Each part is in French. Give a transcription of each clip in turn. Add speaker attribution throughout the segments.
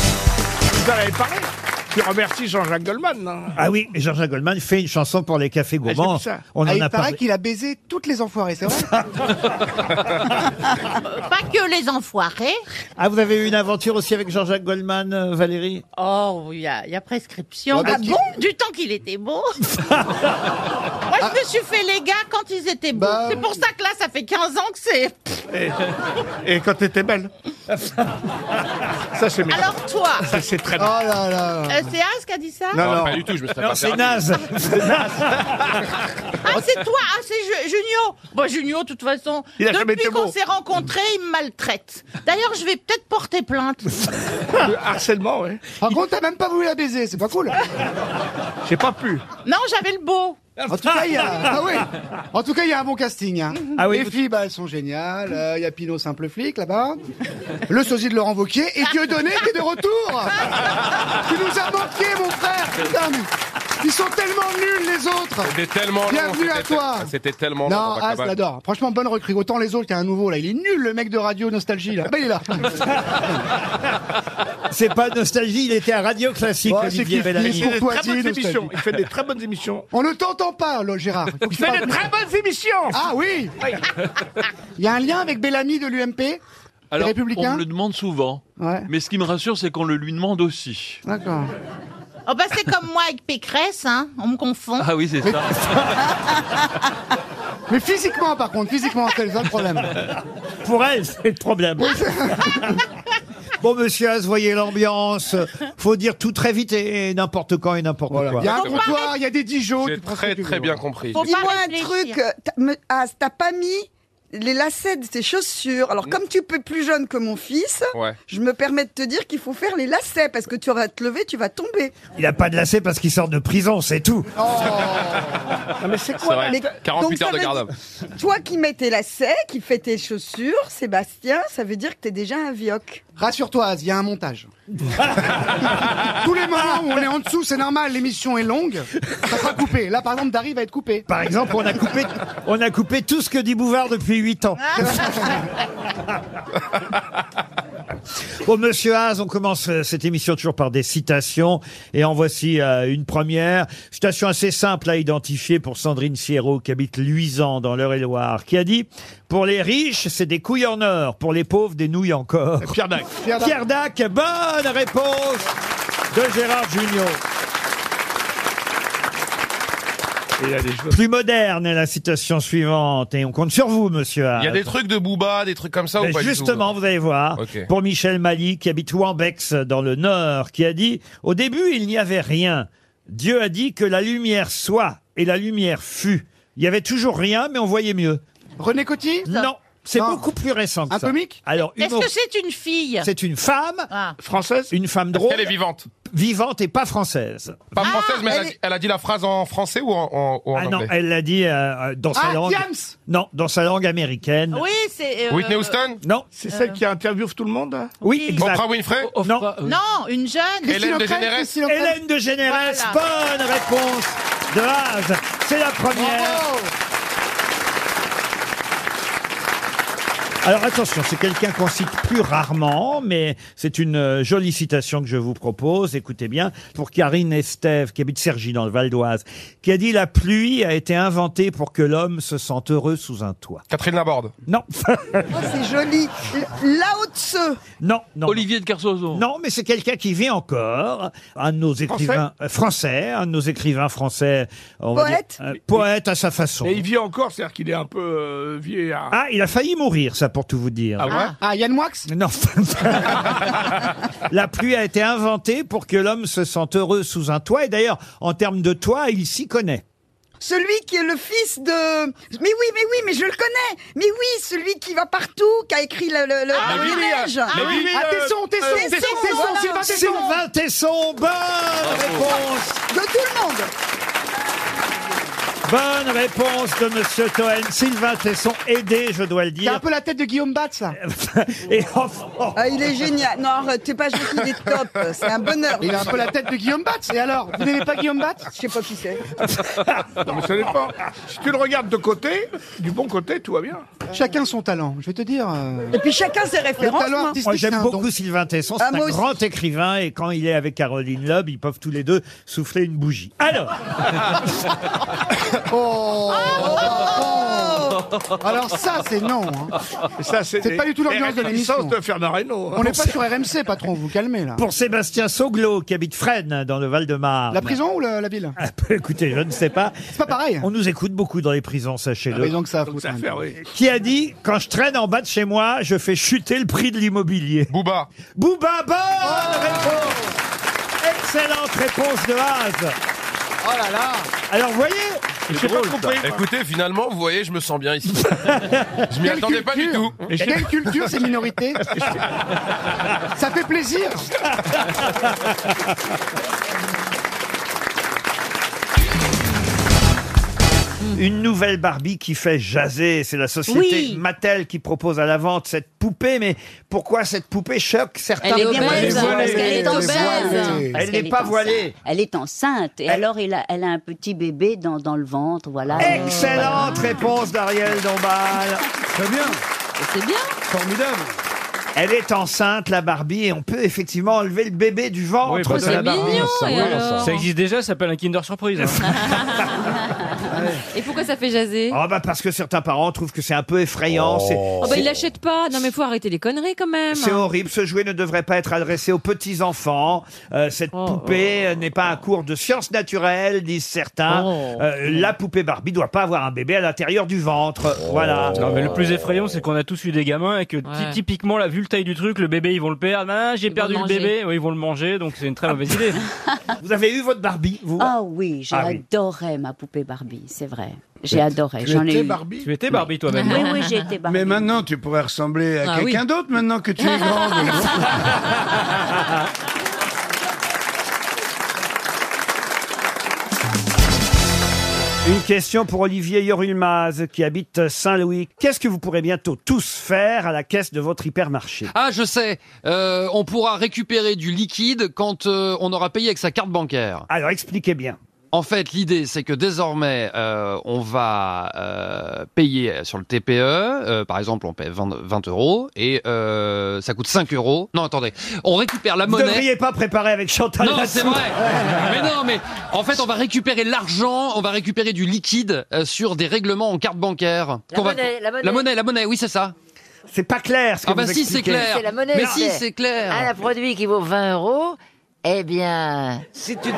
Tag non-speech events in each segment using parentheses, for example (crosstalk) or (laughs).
Speaker 1: vous en avez parlé. Qui remercie Jean-Jacques Goldman. non
Speaker 2: Ah oui, et Jean-Jacques Goldman fait une chanson pour les cafés gourmands.
Speaker 1: Ah, j'ai vu ça.
Speaker 2: On
Speaker 3: Ah,
Speaker 2: en
Speaker 3: il
Speaker 2: a
Speaker 3: paraît
Speaker 2: parlé.
Speaker 3: qu'il a baisé toutes les enfoirées, c'est vrai
Speaker 4: Pas que les enfoirés.
Speaker 2: Ah, vous avez eu une aventure aussi avec Jean-Jacques Goldman, euh, Valérie
Speaker 4: Oh, il y, a il y a prescription.
Speaker 3: Ah bah, qui-
Speaker 4: Du temps qu'il était (laughs) beau. Moi, je me suis fait les gars quand ils étaient beaux.
Speaker 3: Bah,
Speaker 4: c'est pour ça que là, ça fait 15 ans que c'est...
Speaker 1: Et quand t'étais belle. (laughs) Ça, c'est mignon.
Speaker 4: Alors toi,
Speaker 1: Ça, c'est très
Speaker 3: Oh
Speaker 1: bien.
Speaker 3: là là
Speaker 4: euh, c'est As qui a dit ça
Speaker 1: Non, non.
Speaker 5: Pas du tout, je me serais
Speaker 2: Non,
Speaker 5: pas
Speaker 2: c'est
Speaker 5: servi.
Speaker 2: naze.
Speaker 3: (laughs)
Speaker 4: Ah, c'est toi, ah, c'est Ju- Junio. Bon, Junio, de toute façon,
Speaker 1: Il a jamais
Speaker 4: depuis
Speaker 1: été beau.
Speaker 4: qu'on s'est rencontrés, il me maltraite. D'ailleurs, je vais peut-être
Speaker 3: (laughs)
Speaker 4: porter plainte.
Speaker 1: Le harcèlement, ouais.
Speaker 3: Par contre, t'as même pas voulu la baiser, c'est pas cool
Speaker 1: J'ai pas pu.
Speaker 4: Non, j'avais le beau.
Speaker 3: En tout cas, il y a, (laughs) ah oui. En tout cas, il y a un bon casting. hein.
Speaker 2: Ah oui,
Speaker 3: les
Speaker 2: vous-
Speaker 3: filles, bah, elles sont géniales. Euh, Il y a Pinot, simple flic, là-bas. Le sosie de Laurent Wauquiez. Et Dieudonné qui est de retour. tu nous as manqué, mon frère. Putain, mais ils sont tellement nuls, les autres.
Speaker 5: C'était tellement long,
Speaker 3: Bienvenue à
Speaker 5: c'était-
Speaker 3: toi.
Speaker 5: C'était tellement long.
Speaker 3: Non,
Speaker 5: Copacabana.
Speaker 3: ah, je l'adore. Franchement, bonne recrue. Autant les autres, il y a un nouveau, là. Il est nul, le mec de Radio Nostalgie, là. Bah, il est là.
Speaker 2: c'est pas nostalgie, il était à Radio Classique,
Speaker 3: Ouais, c'est
Speaker 2: Olivier
Speaker 3: qu'il-
Speaker 2: Bellamy.
Speaker 3: il-
Speaker 1: Oh, Il fait des
Speaker 3: Pour
Speaker 1: très
Speaker 3: Poitiers,
Speaker 1: bonnes
Speaker 3: nous, ça
Speaker 1: émissions.
Speaker 3: dit.
Speaker 1: Il fait des très bonnes émissions.
Speaker 3: On ne t'entend pas, là, Gérard. Faut que
Speaker 1: Il
Speaker 3: tu
Speaker 1: fait
Speaker 3: parles-
Speaker 1: des très bonnes émissions.
Speaker 3: Ah oui Il y a un lien avec Bellamy de l'UMP Les
Speaker 6: Alors, on
Speaker 3: Républicains
Speaker 6: me le demande souvent.
Speaker 3: Ouais.
Speaker 6: Mais ce qui me rassure, c'est qu'on le lui demande aussi.
Speaker 3: D'accord.
Speaker 4: Oh, bah, c'est comme moi avec Pécresse, hein. On me confond.
Speaker 6: Ah oui, c'est ça.
Speaker 3: Mais physiquement, par contre, physiquement, c'est le seul problème.
Speaker 2: (laughs)
Speaker 6: (laughs)
Speaker 2: Pour elle, c'est le problème. Bon, monsieur As, voyez l'ambiance. Faut dire tout très vite et et n'importe quand et n'importe
Speaker 3: Voilà.
Speaker 2: quoi.
Speaker 3: Il y a un
Speaker 5: Faut
Speaker 3: comptoir, il y a des Dijon.
Speaker 5: J'ai très très bien compris.
Speaker 4: Faut
Speaker 7: Dis-moi
Speaker 4: pas
Speaker 7: un
Speaker 4: réfléchir.
Speaker 7: truc, t'as- me- ah, t'as pas mis les lacets de tes chaussures. Alors, comme tu es plus jeune que mon fils,
Speaker 5: Mm. Ouais.
Speaker 7: je me permets de te dire qu'il faut faire les lacets parce que tu vas te lever, tu vas tomber.
Speaker 2: Il a pas de lacet parce qu'il sort de prison, c'est tout.
Speaker 3: Oh.
Speaker 2: (laughs)
Speaker 3: Ah,
Speaker 1: Non, mais c'est
Speaker 5: C'est
Speaker 1: quoi
Speaker 5: vrai.
Speaker 7: Mais-
Speaker 5: 48
Speaker 7: donc,
Speaker 5: heures
Speaker 7: ça
Speaker 5: de
Speaker 7: veut
Speaker 5: garde-robe.
Speaker 7: Toi qui mets tes lacets, qui fais tes chaussures, Sébastien, ça veut dire que t'es déjà un vioc.
Speaker 3: Rassure-toi, Az, il y a un montage. Tous les moments où on est en dessous, c'est normal, l'émission est longue, ça sera coupé. Là, par exemple, Dari va être coupé.
Speaker 2: Par exemple, on a
Speaker 3: (laughs)
Speaker 2: coupé, on a coupé tout ce que dit Bouvard depuis 8 ans. Bon, monsieur Haas, on commence euh, cette émission toujours par des citations. Et en voici euh, une première. Citation assez simple à identifier pour Sandrine Sierro, qui habite Luisan, dans l'Eure-et-Loire, qui a dit « Pour les riches, c'est des couilles en or. Pour les pauvres, des nouilles encore. »
Speaker 1: Pierre Dac.
Speaker 3: Pierre Dac.
Speaker 2: Pierre Dac, bonne réponse de Gérard Junior.
Speaker 1: Il y a des choses.
Speaker 2: Plus moderne, la citation suivante. Et on compte sur vous, monsieur Haas.
Speaker 5: Il y a des trucs de Booba, des trucs comme ça ou
Speaker 2: Ben,
Speaker 5: pas du tout
Speaker 2: Ah,
Speaker 5: (laughs)
Speaker 2: justement, vous allez voir,
Speaker 5: Ok.
Speaker 2: pour Michel Mali, qui habite Wambex, dans le Nord, qui a dit « Au début, il n'y avait rien. Dieu a dit que la lumière soit, et la lumière fut. Il y avait toujours rien, mais on voyait mieux.
Speaker 3: René Coty »
Speaker 2: Non, c'est
Speaker 3: Non.
Speaker 2: beaucoup plus récent que
Speaker 3: Un
Speaker 2: ça.
Speaker 3: comique
Speaker 2: Alors,
Speaker 4: Est-ce
Speaker 2: humor-
Speaker 4: que c'est une fille
Speaker 2: Oh, c'est une femme,
Speaker 4: Ah.
Speaker 1: Française
Speaker 2: une femme
Speaker 5: Est-ce
Speaker 2: drôle,
Speaker 5: qu'elle est vivante
Speaker 2: vivante et pas française.
Speaker 5: Pas française, mais Ah, elle,
Speaker 7: elle
Speaker 5: a
Speaker 7: est-
Speaker 5: dit, elle a dit la phrase en français ou en, en- ou en
Speaker 2: ah non,
Speaker 5: anglais
Speaker 2: elle l'a dit euh, euh, dans sa
Speaker 3: Ah,
Speaker 2: langue...
Speaker 3: Diams
Speaker 2: Non, dans sa langue américaine.
Speaker 4: Oui, c'est... euh,
Speaker 5: Whitney Houston
Speaker 2: Non,
Speaker 1: C'est celle qui interviewe tout le monde
Speaker 2: oui,
Speaker 4: Oui.
Speaker 2: exact.
Speaker 5: Oprah Winfrey
Speaker 2: Non.
Speaker 4: euh, Non, une jeune.
Speaker 5: Hélène
Speaker 3: Christine
Speaker 5: Dégénérez.
Speaker 3: O'Crane, Christine O'Crane.
Speaker 2: Hélène de Généresse, bonne réponse de Haas. C'est la première.
Speaker 3: Bravo
Speaker 2: Alors attention, c'est quelqu'un qu'on cite plus rarement, mais c'est une euh, jolie citation que je vous propose. Écoutez bien, pour Karine Estève, qui habite Cergy dans le Val d'Oise, qui a dit La pluie a été inventée pour que l'homme se sente heureux sous un toit.
Speaker 5: Catherine Laborde.
Speaker 2: Non, (laughs)
Speaker 7: Oh, c'est joli. Là haut de ce.
Speaker 2: non, non.
Speaker 6: Olivier de Carsozo.
Speaker 2: Non, mais c'est quelqu'un qui vit encore, un de nos écrivains euh, français, un de nos écrivains français, on va
Speaker 7: Poète.
Speaker 2: dire, euh, poète à sa façon.
Speaker 1: Et il vit encore, c'est-à-dire qu'il est un peu euh, vieillard.
Speaker 2: Ah, il a failli mourir, ça pour tout vous dire.
Speaker 5: Ah ouais
Speaker 3: Ah, Yann Moix
Speaker 2: Non. la pluie a été inventée pour que l'homme se sente heureux sous un toit. Et d'ailleurs, en termes de toit, il s'y connaît.
Speaker 7: Celui qui est le fils de. Mais oui, mais oui, mais je le connais. Mais oui, celui qui va partout, qui a écrit le. le, le-
Speaker 5: Mais
Speaker 7: le
Speaker 5: oui,
Speaker 7: neige.
Speaker 5: mais oui,
Speaker 3: Ah,
Speaker 5: euh,
Speaker 3: Tesson, Tesson,
Speaker 5: euh,
Speaker 3: Tesson, Tesson, Sylvain
Speaker 7: voilà.
Speaker 3: Tesson
Speaker 2: Sylvain Tesson, bonne réponse
Speaker 7: De tout le monde.
Speaker 2: Bonne réponse de Monsieur Toen. Sylvain Tesson, aidé, je dois le
Speaker 3: C'est un
Speaker 2: dire.
Speaker 3: peu la tête de Guillaume Batz, ça.
Speaker 2: (laughs) Et enfin,
Speaker 7: Ah, il est génial. Non, arrête, t'es pas gentil, il est top. C'est un bonheur.
Speaker 3: Il a un peu la tête de Guillaume Batz. Et alors Vous n'aimez pas Guillaume Batz
Speaker 7: Je sais pas qui c'est.
Speaker 8: (laughs)
Speaker 1: Non, mais ça dépend. Si tu le regardes de côté, du bon côté, tout va bien.
Speaker 3: Chacun son talent, je vais te dire. euh,
Speaker 7: Et puis chacun (laughs) ses
Speaker 3: Le
Speaker 7: références.
Speaker 3: talent
Speaker 7: moi.
Speaker 3: artistique,
Speaker 2: moi
Speaker 3: c'est
Speaker 9: Oh,
Speaker 2: j'aime
Speaker 3: un don.
Speaker 2: beaucoup Sylvain Tesson, c'est
Speaker 7: Ah,
Speaker 2: un
Speaker 7: moi aussi.
Speaker 2: grand écrivain et quand il est avec Caroline Loeb, ils peuvent tous les deux souffler une bougie. Alors,
Speaker 3: Oh, oh. Alors ça, c'est non. hein.
Speaker 1: Et ça,
Speaker 3: C'est pas du tout l'ambiance de
Speaker 1: la
Speaker 3: l'émission.
Speaker 1: licence de Fernand Reynaud. hein.
Speaker 3: On n'est pas sur RMC, patron, vous calmez, là.
Speaker 2: pour Sébastien Soglo qui habite Fresnes dans le Val-de-Marne.
Speaker 3: La prison ou la, la ville
Speaker 2: Ah, bah, Écoutez, je ne sais pas.
Speaker 3: C'est pas pareil.
Speaker 2: On nous écoute beaucoup dans les prisons,
Speaker 3: La
Speaker 2: sachez-le.
Speaker 3: prison que ça a
Speaker 1: Donc, ça fait, oui.
Speaker 2: Qui a dit quand je traîne en bas de chez moi, je fais chuter le prix de l'immobilier.
Speaker 5: Booba.
Speaker 2: Bouba, bonne réponse. Excellente réponse de Haas.
Speaker 3: Oh là là
Speaker 2: Alors vous voyez,
Speaker 1: Je sais pas compris.
Speaker 5: Écoutez, finalement, vous voyez, je me sens bien
Speaker 6: (laughs)
Speaker 5: ici. je m'y attendais pas du tout.
Speaker 1: Et je-
Speaker 3: Quelle culture ces minorités Ça fait plaisir
Speaker 2: une nouvelle Barbie qui fait jaser. C'est la société
Speaker 4: Oui.
Speaker 2: Mattel qui propose à la vente cette poupée. Mais pourquoi cette poupée choque certains
Speaker 10: Elle est
Speaker 2: d'entre
Speaker 10: obèse,
Speaker 2: vous
Speaker 10: parce qu'elle est
Speaker 3: Elle est
Speaker 10: obèse.
Speaker 3: voilée.
Speaker 10: Parce
Speaker 2: Elle
Speaker 10: qu'elle
Speaker 2: n'est pas
Speaker 10: enceinte.
Speaker 2: voilée.
Speaker 10: Elle est enceinte. Et alors, elle a, elle a un petit bébé dans, dans le ventre, voilà.
Speaker 2: Ah Excellente réponse d'Ariel Dombal.
Speaker 9: Très bien,
Speaker 10: Voilà. C'est bien.
Speaker 9: formidable.
Speaker 2: Elle est enceinte, la Barbie, et on peut effectivement enlever le bébé du ventre.
Speaker 11: Oui, parce
Speaker 2: de la
Speaker 11: que-
Speaker 2: Barbie.
Speaker 11: mignon,
Speaker 9: ça,
Speaker 11: et
Speaker 9: oui,
Speaker 11: alors
Speaker 9: ça.
Speaker 11: Ça existe déjà, ça s'appelle un Kinder Surprise. (laughs) hein.
Speaker 10: Et pourquoi ça fait jaser
Speaker 2: Ah bah parce que certains parents trouvent que c'est un peu effrayant, c'est-
Speaker 10: Oh bah il l'achète pas. Non mais faut arrêter les conneries quand même.
Speaker 2: c'est horrible. Ce jouet ne devrait pas être adressé aux petits enfants. Euh, cette poupée euh, n'est pas un cours de sciences naturelles, disent certains. Euh, la poupée Barbie doit pas avoir un bébé à l'intérieur du ventre. Voilà.
Speaker 11: Oh. Non, mais le plus effrayant, c'est qu'on a tous eu des gamins et que ty-
Speaker 10: Ouais.
Speaker 11: typiquement, la vu le taille du truc, le bébé, ils vont le perdre. Ah, j'ai
Speaker 10: Ils
Speaker 11: perdu
Speaker 10: vont
Speaker 11: le
Speaker 10: le
Speaker 11: bébé. Oui, ils vont le manger, donc c'est une très mauvaise idée.
Speaker 2: (laughs) Vous avez eu votre Barbie, vous
Speaker 10: Ah oui, j'ai
Speaker 2: Ah oui.
Speaker 10: adoré ma poupée Barbie, c'est vrai. J'ai adoré. J'en ai
Speaker 9: étais
Speaker 10: eu.
Speaker 9: Barbie.
Speaker 11: tu étais Barbie toi-même.
Speaker 10: Oui
Speaker 11: non
Speaker 10: oui, j'ai
Speaker 2: (laughs)
Speaker 10: été Barbie.
Speaker 9: Mais maintenant, tu pourrais ressembler à
Speaker 10: Ah
Speaker 9: quelqu'un
Speaker 10: oui.
Speaker 9: d'autre maintenant que tu es grande.
Speaker 2: Une question pour Olivier Yorulmaz qui habite Saint-Louis. Qu'est-ce que vous pourrez bientôt tous faire à la caisse de votre hypermarché
Speaker 12: Ah, je sais. Euh, on pourra récupérer du liquide quand euh, on aura payé avec sa carte bancaire.
Speaker 2: Alors expliquez bien.
Speaker 12: En fait, l'idée, c'est que désormais, euh, on va euh, payer sur le TPE. euh, par exemple, on paie 20, 20 euros et euh, ça coûte 5 euros. Non, attendez. On récupère la
Speaker 2: Vous ne
Speaker 12: monnaie.
Speaker 2: devriez pas préparer avec Chantal
Speaker 12: Non,
Speaker 2: là-dessous.
Speaker 12: c'est vrai. Mais non, mais en fait, on va récupérer l'argent, on va récupérer du liquide euh, sur des règlements en carte bancaire.
Speaker 10: La
Speaker 12: Qu'on va-
Speaker 10: monnaie, la monnaie.
Speaker 12: la monnaie, la monnaie, oui, c'est ça.
Speaker 2: C'est pas clair ce que
Speaker 12: Ah bah
Speaker 2: vous
Speaker 12: si, c'est
Speaker 2: expliquez.
Speaker 12: clair.
Speaker 10: C'est la monnaie,
Speaker 12: Mais si,
Speaker 10: c'est-
Speaker 12: c'est clair.
Speaker 10: Un produit qui vaut 20 euros. Eh bien, si tu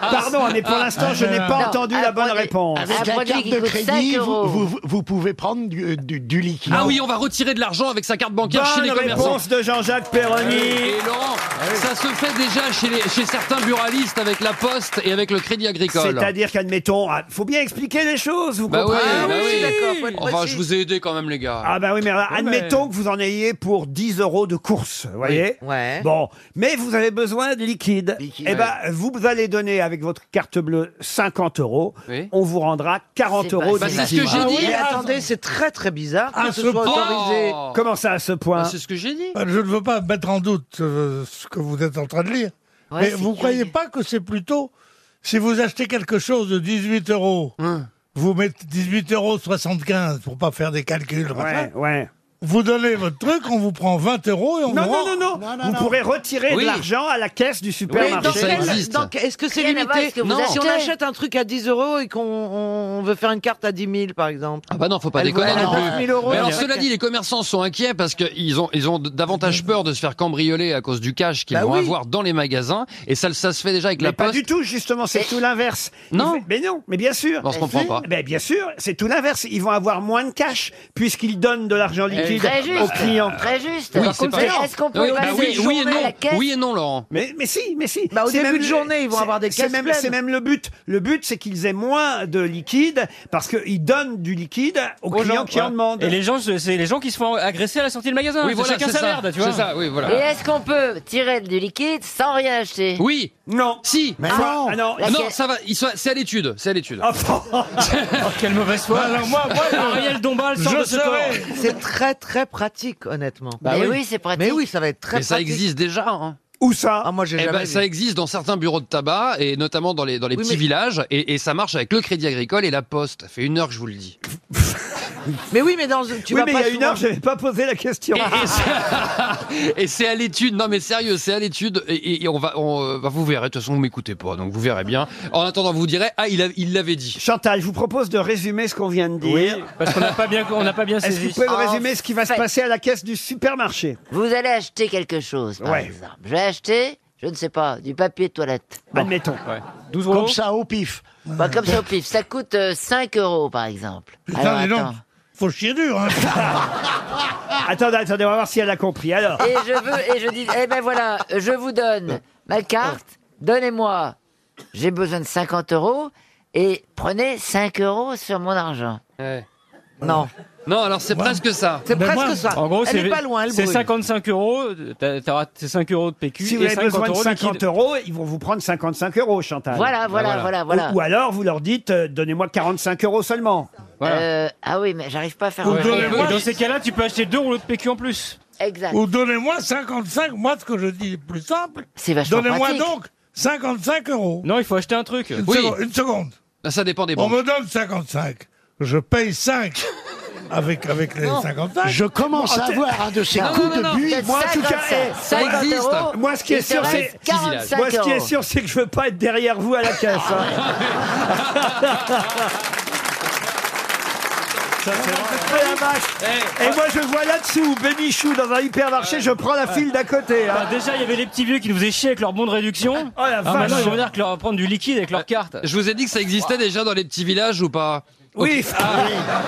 Speaker 2: Pardon,
Speaker 13: (laughs)
Speaker 2: mais
Speaker 12: Ah,
Speaker 2: pour l'instant, je n'ai pas
Speaker 10: Non,
Speaker 2: entendu
Speaker 10: un
Speaker 2: la bonne
Speaker 10: produit-
Speaker 2: réponse.
Speaker 10: un produit qui coûte 5 euros.
Speaker 9: pouvez prendre du, du- du liquide.
Speaker 12: Ah oui, on va retirer de l'argent avec sa carte bancaire chez les
Speaker 2: Bonne
Speaker 12: commerçants. Euh,
Speaker 2: réponse de Jean-Jacques Perroni. Ah
Speaker 12: Et Laurent, ça se fait déjà chez, les- chez certains buralistes avec la Poste et avec le Crédit Agricole.
Speaker 2: C'est-à-dire qu'admettons, ah, faut bien expliquer les choses, vous
Speaker 12: Bah oui,
Speaker 2: comprenez Ah
Speaker 12: bah oui.
Speaker 10: faut être
Speaker 12: Enfin,
Speaker 10: précis.
Speaker 12: je vous ai aidé quand même, les gars.
Speaker 2: Ah bah oui, mais alors, admettons que vous en ayez pour 10 euros de course, vous voyez
Speaker 10: Ouais.
Speaker 2: Bon, mais vous avez besoin de liquide.
Speaker 9: Liquide.
Speaker 2: Eh ben, vous allez donner avec votre carte bleue 50 euros.
Speaker 12: Oui.
Speaker 2: On vous rendra 40
Speaker 10: C'est
Speaker 2: euros Ah
Speaker 10: pas-
Speaker 12: Bah,
Speaker 2: de
Speaker 12: c'est ce que
Speaker 2: liquide.
Speaker 12: j'ai dit.
Speaker 10: attendez, c'est très très bizarre.
Speaker 9: À ce point,
Speaker 12: autorisé.
Speaker 2: Ah,
Speaker 12: Bah,
Speaker 2: Comment ça, à ce point
Speaker 12: c'est ce que j'ai dit.
Speaker 11: Je ne veux pas mettre en doute euh, ce que vous êtes en train de lire.
Speaker 10: Mais vous croyez
Speaker 11: pas que c'est plutôt si vous achetez quelque chose de 18 euros,
Speaker 12: Hein.
Speaker 11: vous mettez 18,75 euros pour pas faire des calculs.
Speaker 2: Ouais, ouais.
Speaker 11: Vous donnez votre truc, on vous prend 20 euros et on
Speaker 2: Non, non, non, non, Vous pourrez retirer de
Speaker 12: Oui.
Speaker 2: l'argent à la caisse du
Speaker 12: dans
Speaker 2: supermarché.
Speaker 12: Ça quel- existe.
Speaker 4: donc, est-ce que c'est
Speaker 10: Rien à voir avec
Speaker 4: limité
Speaker 10: ce que vous
Speaker 12: Non.
Speaker 10: achetez.
Speaker 4: Si on achète un truc à 10 euros et qu'on on- on veut faire une carte à 10 000, par exemple.
Speaker 12: Ah bah non, faut pas déconner
Speaker 4: elle a
Speaker 12: non plus.
Speaker 4: 12 000 euros.
Speaker 12: Mais alors,
Speaker 4: en fait.
Speaker 12: cela dit, les commerçants sont inquiets parce qu'ils ont, ils ont davantage peur de se faire cambrioler à cause du cash qu'ils
Speaker 4: Bah
Speaker 12: vont
Speaker 4: oui.
Speaker 12: avoir dans les magasins. Et ça, ça se fait déjà avec
Speaker 2: Mais
Speaker 12: la
Speaker 2: pas
Speaker 12: poste.
Speaker 2: du tout, justement, c'est tout l'inverse.
Speaker 12: Non.
Speaker 2: Il fait- Mais non, mais bien sûr.
Speaker 12: On se comprend pas.
Speaker 2: Mais bien sûr, c'est tout l'inverse. Ils vont avoir moins de cash puisqu'ils donnent de l'argent liquide
Speaker 14: liquide
Speaker 15: Très juste.
Speaker 14: au client.
Speaker 15: Très juste.
Speaker 14: Oui,
Speaker 15: Par
Speaker 14: c'est
Speaker 15: contre,
Speaker 14: pas
Speaker 15: c'est
Speaker 14: grave.
Speaker 15: est-ce qu'on peut
Speaker 14: Oui, bah
Speaker 15: passer
Speaker 14: oui,
Speaker 15: une
Speaker 14: oui et
Speaker 15: journée
Speaker 14: non.
Speaker 15: à la caisse
Speaker 12: Oui et non, Laurent.
Speaker 2: Mais, mais si, mais si.
Speaker 15: Bah, au
Speaker 2: C'est
Speaker 15: début
Speaker 2: même-
Speaker 15: de journée, ils vont
Speaker 2: c'est-
Speaker 15: avoir des
Speaker 2: C'est
Speaker 15: caisses
Speaker 2: même,
Speaker 15: pleines.
Speaker 2: c'est même le but. Le but, c'est qu'ils aient moins de liquide parce qu'ils donnent du liquide aux, clients qui en demandent.
Speaker 16: Et les gens, c'est c'est les gens qui se font agresser à la sortie du magasin.
Speaker 12: Oui,
Speaker 16: C'est
Speaker 12: voilà,
Speaker 16: chacun
Speaker 12: c'est
Speaker 16: sa
Speaker 12: ça.
Speaker 16: merde, tu vois.
Speaker 12: C'est ça, Ah oui, voilà.
Speaker 15: Et est-ce qu'on peut tirer du liquide sans rien acheter
Speaker 12: Oui.
Speaker 2: Non.
Speaker 12: Si.
Speaker 15: Mais
Speaker 12: Ah,
Speaker 15: non.
Speaker 12: ah non.
Speaker 15: La Ah,
Speaker 12: Non,
Speaker 15: caisse-
Speaker 12: ça va. ils sont- C'est à l'étude. C'est à l'étude. (laughs)
Speaker 16: Oh,
Speaker 12: Bah,
Speaker 16: quelle mauvaise
Speaker 2: Bah
Speaker 16: foi.
Speaker 17: Alors moi, moi,
Speaker 16: (laughs)
Speaker 17: je-
Speaker 16: Ariel Dombal sort
Speaker 17: je
Speaker 16: de ce
Speaker 17: serais-
Speaker 16: corps.
Speaker 15: C'est très très pratique, honnêtement.
Speaker 12: Bah
Speaker 15: mais
Speaker 12: oui.
Speaker 15: oui, c'est pratique.
Speaker 12: Mais
Speaker 15: oui, ça va être
Speaker 12: Mais ça existe déjà. Hein.
Speaker 2: Où ça
Speaker 15: Ah, moi, j'ai
Speaker 12: Eh
Speaker 15: jamais
Speaker 12: ben,
Speaker 15: vu.
Speaker 12: ça existe dans certains bureaux de tabac et notamment dans les, dans les
Speaker 15: Oui,
Speaker 12: petits
Speaker 15: mais-
Speaker 12: villages et, et ça marche avec le Crédit Agricole et la Poste. Ça fait une heure que je vous le dis.
Speaker 15: (laughs) Mais oui, mais dans tu
Speaker 2: oui,
Speaker 15: vas
Speaker 2: mais
Speaker 15: pas
Speaker 2: il y a une
Speaker 15: souvent-
Speaker 2: heure, j'avais pas posé la question. (laughs)
Speaker 12: (laughs) Et c'est à l'étude, non mais sérieux, c'est à l'étude et, et- et on va, on, euh, bah, vous verrez. De toute façon, vous m'écoutez pas, donc vous verrez bien. En attendant, vous direz, ah, il a- il l'avait dit.
Speaker 2: Chantal, je vous propose de résumer ce qu'on vient de dire.
Speaker 16: Parce qu'on n'a pas bien, on n'a pas bien
Speaker 2: Est-ce que
Speaker 16: saisi.
Speaker 2: vous pouvez me
Speaker 11: Ah,
Speaker 15: En
Speaker 2: résumer ce qui va se
Speaker 15: fait-
Speaker 2: passer à la caisse du supermarché
Speaker 15: Vous allez acheter quelque chose, par
Speaker 2: Ouais.
Speaker 15: exemple. Je vais acheter, je ne sais pas, du papier de toilette.
Speaker 2: Admettons.
Speaker 16: 12
Speaker 9: Comme ça, au pif.
Speaker 15: Pas comme ça au pif. Ça coûte euh, 5 euros, par exemple.
Speaker 17: Putain,
Speaker 15: Alors,
Speaker 17: dis donc,
Speaker 15: attends.
Speaker 17: faut chier dur. Hein.
Speaker 2: Attendez, attendez, on va voir si elle a compris. Alors,
Speaker 15: Et je veux, et je dis, eh ben voilà, je vous donne ma carte, donnez-moi. J'ai besoin de 50 euros et prenez 5 euros sur mon argent. Non.
Speaker 12: Non, alors c'est presque ça.
Speaker 15: C'est presque ça.
Speaker 16: En gros,
Speaker 15: Elle
Speaker 16: c'est
Speaker 15: est pas loin, elle
Speaker 16: c'est
Speaker 15: brûle.
Speaker 16: 55 euros. t'as- T'auras tes 5 euros de PQ
Speaker 2: si vous
Speaker 16: et
Speaker 2: avez
Speaker 16: 50
Speaker 2: besoin de
Speaker 16: euros
Speaker 2: 50 euros, ils vont vous prendre 55 euros, Chantal. Ben
Speaker 15: Voilà, voilà, Bah, voilà. voilà, voilà.
Speaker 2: Ou, ou alors, vous leur dites, euh, donnez-moi 45 euros seulement.
Speaker 15: Euh, ah oui, mais j'arrive pas à faire.
Speaker 17: Ou
Speaker 15: un-
Speaker 17: donnez-moi-
Speaker 16: Dans ces cas-là, tu peux acheter deux rouleaux de PQ en plus.
Speaker 15: Exact.
Speaker 17: Ou donnez-moi 55, moi ce que je dis est plus simple.
Speaker 15: C'est vachement
Speaker 17: Donnez-moi
Speaker 15: pratique.
Speaker 17: donc 55 euros.
Speaker 16: Non, il faut acheter un truc.
Speaker 17: Une,
Speaker 12: Oui. Bah,
Speaker 17: seconde, une seconde.
Speaker 12: Ça dépend des
Speaker 17: On
Speaker 12: banques.
Speaker 17: me donne 55, je paye 5 avec, avec les Ah, 55.
Speaker 9: Je commence à avoir un de ces
Speaker 15: Non,
Speaker 9: coups
Speaker 15: non, non,
Speaker 9: de buis.
Speaker 15: peut-être
Speaker 2: Moi, en tout cas,
Speaker 15: 55.
Speaker 2: eh,
Speaker 15: 50
Speaker 12: ça existe.
Speaker 15: euros,
Speaker 2: Moi, ce qui
Speaker 15: il
Speaker 2: est
Speaker 15: te
Speaker 2: sûr,
Speaker 15: reste
Speaker 2: c'est-
Speaker 15: 45
Speaker 2: Moi, ce qui est
Speaker 15: euros.
Speaker 2: sûr, c'est que je veux pas être derrière vous à la caisse.
Speaker 16: (laughs)
Speaker 2: hein. Oh la vache.
Speaker 12: Eh.
Speaker 2: Et moi, je vois là-dessous, Bénichou, dans un hypermarché, je prends la file d'à côté. hein.
Speaker 16: Enfin, Bah, déjà, il y avait les petits vieux qui nous faisaient chier avec leur bon de réduction.
Speaker 2: Oh la
Speaker 16: Ah, maintenant,
Speaker 2: vache.
Speaker 16: ils vont dire que leur prendre du liquide avec leur carte.
Speaker 12: Euh, Je vous ai dit que ça existait déjà dans les petits villages ou pas
Speaker 2: Oui.
Speaker 12: Ah,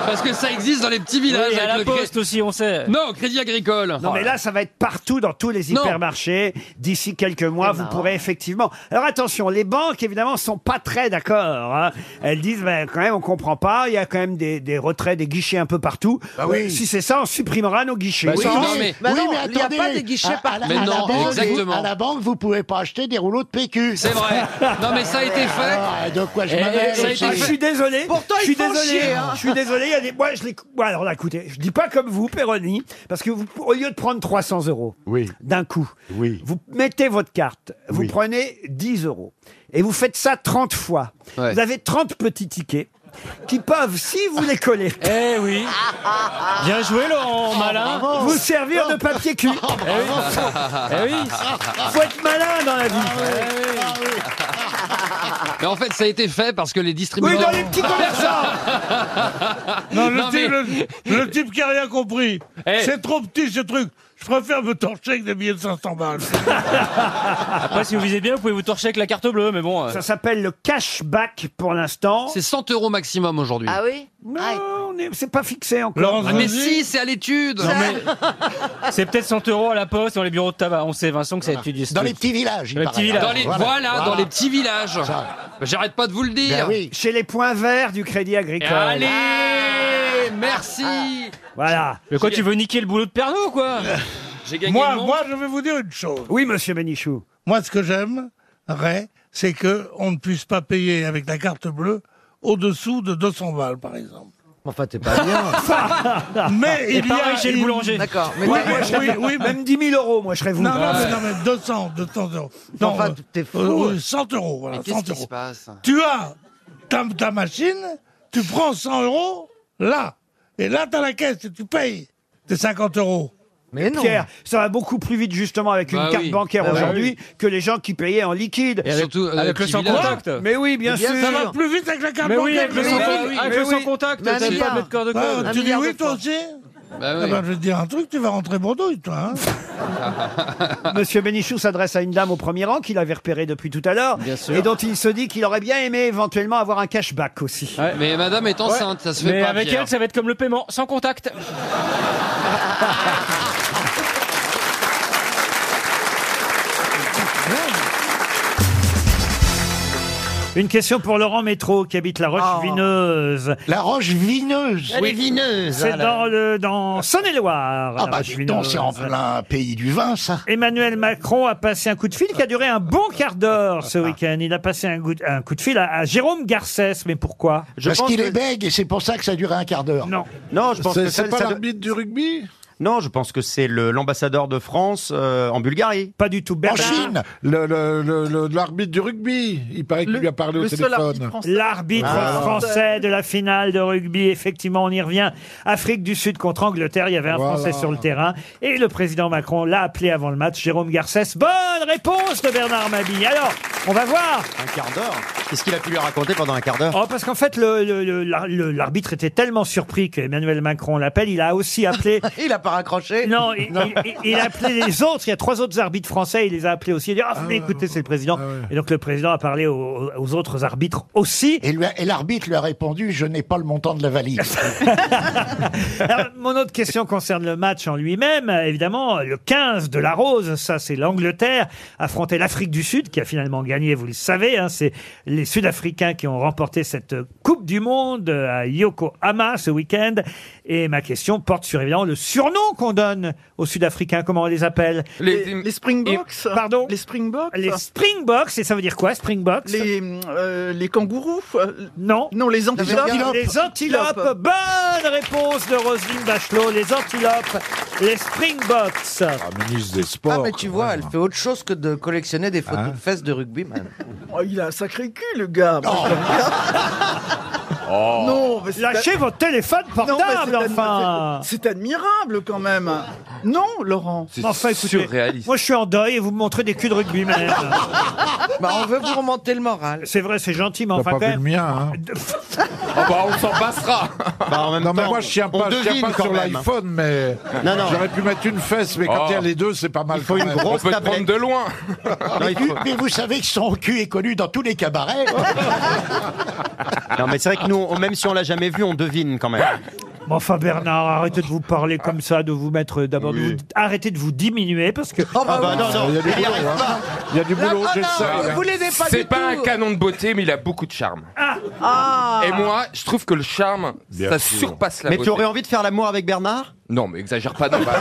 Speaker 12: Parce que ça existe dans les petits
Speaker 16: Oui,
Speaker 12: villages.
Speaker 16: et à
Speaker 12: avec
Speaker 16: la
Speaker 12: le cré-
Speaker 16: poste aussi, on sait.
Speaker 12: Non, Crédit Agricole.
Speaker 2: Non, mais là, ça va être partout dans tous les
Speaker 12: Non.
Speaker 2: hypermarchés. D'ici quelques mois, vous pourrez effectivement. Alors attention, les banques, évidemment, sont pas très d'accord. hein. Elles disent, ben, quand même, on comprend pas. Il y a quand même des, des retraits, des guichets un peu partout.
Speaker 9: Bah oui.
Speaker 2: Euh, Si c'est ça, on supprimera nos guichets.
Speaker 12: Bah,
Speaker 9: Oui,
Speaker 12: non,
Speaker 9: mais,
Speaker 12: mais-
Speaker 9: oui,
Speaker 15: non,
Speaker 9: mais
Speaker 15: il y a
Speaker 9: attendez,
Speaker 15: pas des guichets
Speaker 9: à-
Speaker 15: par-
Speaker 9: à la-
Speaker 12: Mais
Speaker 9: à la
Speaker 12: non,
Speaker 9: banque,
Speaker 12: exactement.
Speaker 9: vous- À la banque, vous pouvez pas acheter des rouleaux de PQ.
Speaker 12: C'est
Speaker 9: (laughs)
Speaker 12: vrai. Non, mais ça a été fait.
Speaker 9: Ah, de quoi je
Speaker 12: Eh,
Speaker 9: m'amène
Speaker 12: ça a
Speaker 9: aussi.
Speaker 12: été
Speaker 2: Ah, je suis désolé.
Speaker 15: Pourtant,
Speaker 2: je suis
Speaker 15: ils font
Speaker 2: désolé.
Speaker 15: chier, hein.
Speaker 2: Je suis désolé. Il y a des... Moi, je les. Bon, alors là, écoutez, je dis pas comme vous, Péroni, parce que vous, au lieu de prendre 300 euros
Speaker 9: Oui.
Speaker 2: d'un coup,
Speaker 9: Oui.
Speaker 2: vous mettez votre carte, vous
Speaker 9: Oui.
Speaker 2: prenez 10 euros et vous faites ça 30 fois.
Speaker 12: Ouais.
Speaker 2: Vous avez 30 petits tickets qui peuvent, si vous les
Speaker 16: (laughs)
Speaker 2: collez,
Speaker 16: Eh oui. Bien joué, Laurent
Speaker 2: Ah,
Speaker 16: Malin.
Speaker 9: Bravo.
Speaker 2: vous servir de papier
Speaker 16: (laughs)
Speaker 2: cul.
Speaker 16: Eh oui. Eh oui.
Speaker 2: Faut être malin dans la vie.
Speaker 12: Ah
Speaker 18: Eh
Speaker 12: Mais en fait, ça a été fait parce que les
Speaker 2: Oui,
Speaker 12: distributeurs. Ah.
Speaker 2: dans les petits
Speaker 18: (laughs)
Speaker 2: commerçants.
Speaker 17: Non, le,
Speaker 12: Non,
Speaker 17: type,
Speaker 12: mais-
Speaker 17: le- le type qui a rien compris.
Speaker 12: Eh.
Speaker 17: C'est trop petit ce truc. Je préfère me torcher avec des billets de 500 balles.
Speaker 16: Après, si vous visez bien, vous pouvez vous torcher avec la carte bleue, mais bon. euh,
Speaker 2: Ça s'appelle le cashback pour l'instant.
Speaker 12: C'est 100 euros maximum aujourd'hui.
Speaker 15: Ah oui Ah,
Speaker 2: Non, on est- c'est pas fixé encore.
Speaker 17: Laurence
Speaker 12: Ah, mais
Speaker 17: Voulzy,
Speaker 12: si, c'est à l'étude.
Speaker 16: C'est peut-être 100 euros à la poste, dans les bureaux de tabac. On sait, Vincent, que ça étudie ce
Speaker 9: Dans
Speaker 16: truc.
Speaker 9: les petits villages. il
Speaker 16: Dans les
Speaker 9: paraît.
Speaker 16: petits villages.
Speaker 12: Dans les, voilà, dans les petits villages.
Speaker 9: Ça.
Speaker 12: Bah, J'arrête pas de vous le dire.
Speaker 9: Ben oui.
Speaker 2: Chez les points verts du Crédit Agricole. Ah.
Speaker 12: Allez, merci.
Speaker 2: Voilà.
Speaker 16: Mais quoi, tu veux niquer le boulot de Pernod, quoi
Speaker 12: (laughs) J'ai gagné
Speaker 17: (laughs) Moi,
Speaker 12: le monde.
Speaker 17: moi, je vais vous dire une chose.
Speaker 2: Oui, monsieur Bénichou.
Speaker 17: Moi, ce que j'aimerais, c'est que on ne puisse pas payer avec la carte bleue au-dessous de 200 balles, par exemple.
Speaker 15: Enfin, t'es pas bien.
Speaker 17: (laughs) Mais
Speaker 16: Et
Speaker 17: il y a
Speaker 16: pareil chez le
Speaker 17: il-
Speaker 16: boulanger.
Speaker 15: D'accord. Mais
Speaker 17: Oui,
Speaker 15: t'as-
Speaker 17: oui, oui, oui, mais-
Speaker 2: Même 10 000 euros, moi, je serais vous.
Speaker 17: Non, non, mais, non, mais 200, 200 euros. Non,
Speaker 15: Enfin,
Speaker 17: euh,
Speaker 15: t'es fou.
Speaker 17: euh, euh, 100 euros, voilà,
Speaker 12: Mais
Speaker 17: 100
Speaker 12: qu'est-ce qui
Speaker 17: euros.
Speaker 12: se (laughs) passe
Speaker 17: Tu as ta, ta machine, tu prends 100 euros, là. Et là, t'as la caisse et tu payes tes 50 euros.
Speaker 15: Mais non.
Speaker 2: Pierre, ça va beaucoup plus vite justement avec une
Speaker 12: Bah
Speaker 2: carte
Speaker 12: oui.
Speaker 2: bancaire
Speaker 12: Bah
Speaker 2: aujourd'hui que les gens qui payaient en liquide.
Speaker 16: Et avec,
Speaker 12: Surtout, euh,
Speaker 16: avec le
Speaker 12: petit
Speaker 16: sans
Speaker 12: village.
Speaker 16: contact.
Speaker 2: Mais oui, bien,
Speaker 15: Bien
Speaker 2: sûr.
Speaker 17: Ça va plus vite avec la carte
Speaker 16: Mais oui,
Speaker 17: bancaire.
Speaker 16: avec le
Speaker 17: que
Speaker 16: sans,
Speaker 17: la-
Speaker 16: contact, avec le
Speaker 2: oui.
Speaker 16: sans contact,
Speaker 15: Mais
Speaker 16: t'as
Speaker 15: bien.
Speaker 16: pas de mettre corps de
Speaker 17: Ouais,
Speaker 16: code.
Speaker 15: Un
Speaker 17: Ah, tu dis
Speaker 15: milliard
Speaker 17: oui,
Speaker 15: de
Speaker 17: toi
Speaker 15: fois.
Speaker 17: aussi
Speaker 12: Bah
Speaker 17: Eh
Speaker 12: oui.
Speaker 17: ben, Je vais te dire un truc, tu vas rentrer bredouille, toi. hein.
Speaker 2: (laughs) Monsieur Bénichou s'adresse à une dame au premier rang qu'il avait repérée depuis tout à l'heure et dont il se dit qu'il aurait bien aimé éventuellement avoir un cashback aussi.
Speaker 12: Mais madame est enceinte, ça se fait
Speaker 16: Mais
Speaker 12: pas.
Speaker 16: avec
Speaker 12: Pierre.
Speaker 16: elle, ça va être comme le paiement, sans contact.
Speaker 2: Une question pour Laurent Métro qui habite la
Speaker 9: Oh.
Speaker 2: Roche-Vineuse. La Roche-Vineuse
Speaker 19: Elle est vineuse,
Speaker 2: C'est
Speaker 19: elle.
Speaker 2: dans, le- dans Saône-et-Loire.
Speaker 9: Ah
Speaker 2: la
Speaker 9: bah, dis donc,
Speaker 2: Roche-Vineuse.
Speaker 9: c'est en plein pays du vin, ça.
Speaker 2: Emmanuel Macron a passé un coup de fil qui a duré un bon quart d'heure
Speaker 9: Ah.
Speaker 2: ce week-end. Il a passé un coup, un coup de fil à, à Jérôme Garcès. Mais pourquoi
Speaker 9: Parce qu'il est bègue et c'est pour ça que ça durait un quart d'heure.
Speaker 2: Non.
Speaker 8: Non, je pense
Speaker 9: C'est-
Speaker 8: que
Speaker 9: c'est
Speaker 8: ça-
Speaker 9: pas
Speaker 8: ça-
Speaker 9: l'arbitre
Speaker 8: du rugby. Non, je pense que c'est le- l'ambassadeur de France euh, en Bulgarie.
Speaker 2: Pas du tout.
Speaker 8: En Chine.
Speaker 20: L'arbitre du rugby, il paraît qu'il lui a parlé au téléphone.
Speaker 2: L'arbitre
Speaker 20: Ah.
Speaker 2: français de la finale de rugby, effectivement, on y revient. Afrique du Sud contre Angleterre, il y avait un
Speaker 20: Voilà.
Speaker 2: Français sur le terrain. Et le président Macron l'a appelé avant le match, Jérôme Garcès. Bonne réponse de Bernard Mabille. Alors, on va voir.
Speaker 8: Un quart d'heure. Qu'est-ce qu'il a pu lui raconter pendant un quart d'heure
Speaker 2: Oh, parce qu'en fait, le- le- le- la- le- l'arbitre était tellement surpris qu'Emmanuel Macron l'appelle. Il a aussi
Speaker 13: (laughs)
Speaker 2: appelé.
Speaker 19: Il a pas raccroché.
Speaker 2: Non, il, il- il a appelé les autres. Il y a trois autres arbitres français. Il les a appelés aussi. Il a dit Ah, venez, écoutez, c'est le président.
Speaker 9: Ah
Speaker 2: Et donc, le président a parlé aux, aux autres arbitres aussi.
Speaker 9: Et, lui a- et l'arbitre lui a répondu Je n'ai pas le montant de
Speaker 2: (laughs)
Speaker 9: la valise.
Speaker 2: Alors, mon autre question concerne le match en lui-même. Euh, Évidemment, le 15 de la Rose, ça c'est l'Angleterre, affrontait l'Afrique du Sud qui a finalement gagné, vous le savez. hein, c'est les Sud-Africains qui ont remporté cette euh, Coupe du Monde euh, à Yokohama ce week-end. Et ma question porte sur évidemment le surnom qu'on donne aux Sud-Africains. Comment on les appelle
Speaker 19: Les- Les- les Springboks.
Speaker 2: Pardon
Speaker 19: Les Springboks.
Speaker 2: Les Springboks, et ça veut dire quoi Springboks
Speaker 19: Les, euh, les kangourous euh,
Speaker 2: Non.
Speaker 19: Non, les
Speaker 2: Les
Speaker 19: antilopes.
Speaker 2: antilopes. Les antilopes. Bonne réponse de Roselyne Bachelot. Les antilopes. Les Springboks.
Speaker 20: ministre des Sports.
Speaker 19: Ah, mais tu vois, elle fait autre chose que de collectionner des photos de fesses de rugbyman. Oh, il a un sacré cul, le gars.
Speaker 8: Oh.
Speaker 2: Oh.
Speaker 19: Non, mais c'est
Speaker 2: Lâchez
Speaker 19: ad-
Speaker 2: votre téléphone
Speaker 19: Non, mais
Speaker 2: portable,
Speaker 19: c'est admi-
Speaker 2: enfin.
Speaker 19: C'est c'est admirable quand même. Non, Laurent.
Speaker 2: Enfin, écoutez, Moi, je suis en deuil et vous me montrez des culs de rugby, même.
Speaker 19: (laughs) Bah, on veut vous remonter le moral.
Speaker 2: C'est vrai, c'est gentil, mais
Speaker 20: T'as
Speaker 2: enfin,
Speaker 20: pas
Speaker 2: quand
Speaker 20: vu le
Speaker 2: même.
Speaker 20: mien, hein
Speaker 5: Ah bah, on s'en passera.
Speaker 20: non, mais moi, je tiens pas, je tiens pas sur l'iPhone, mais
Speaker 8: Non, non.
Speaker 20: j'aurais pu mettre une fesse, mais
Speaker 8: Oh.
Speaker 20: quand il y a les deux, c'est pas mal.
Speaker 8: Il faut
Speaker 20: quand
Speaker 8: une
Speaker 20: même.
Speaker 8: grosse On peut te tablette. prendre de
Speaker 12: (laughs)
Speaker 20: loin.
Speaker 9: mais, tu- mais vous savez que son cul est connu dans tous les cabarets.
Speaker 8: Non, mais c'est vrai que nous, on- même si on l'a jamais vu, on devine quand même.
Speaker 2: Mais enfin, Bernard, arrêtez de vous parler comme ça, de vous mettre d'abord. de vous- Arrêtez de vous diminuer parce que.
Speaker 19: bah Ah bah oui. non, non,
Speaker 5: il y a du boulot, hein.
Speaker 2: Il y a du
Speaker 19: boulot, Ah, j'ai non, ça, vous là. voulez des pas
Speaker 5: C'est
Speaker 19: du
Speaker 5: pas un
Speaker 19: tout.
Speaker 5: canon de beauté, mais il a beaucoup de charme.
Speaker 19: Ah.
Speaker 5: Et moi, je trouve que le charme, ça surpasse la
Speaker 8: Mais tu
Speaker 5: beauté.
Speaker 8: aurais envie de faire l'amour avec Bernard
Speaker 5: Non, mais exagère pas, non, bah,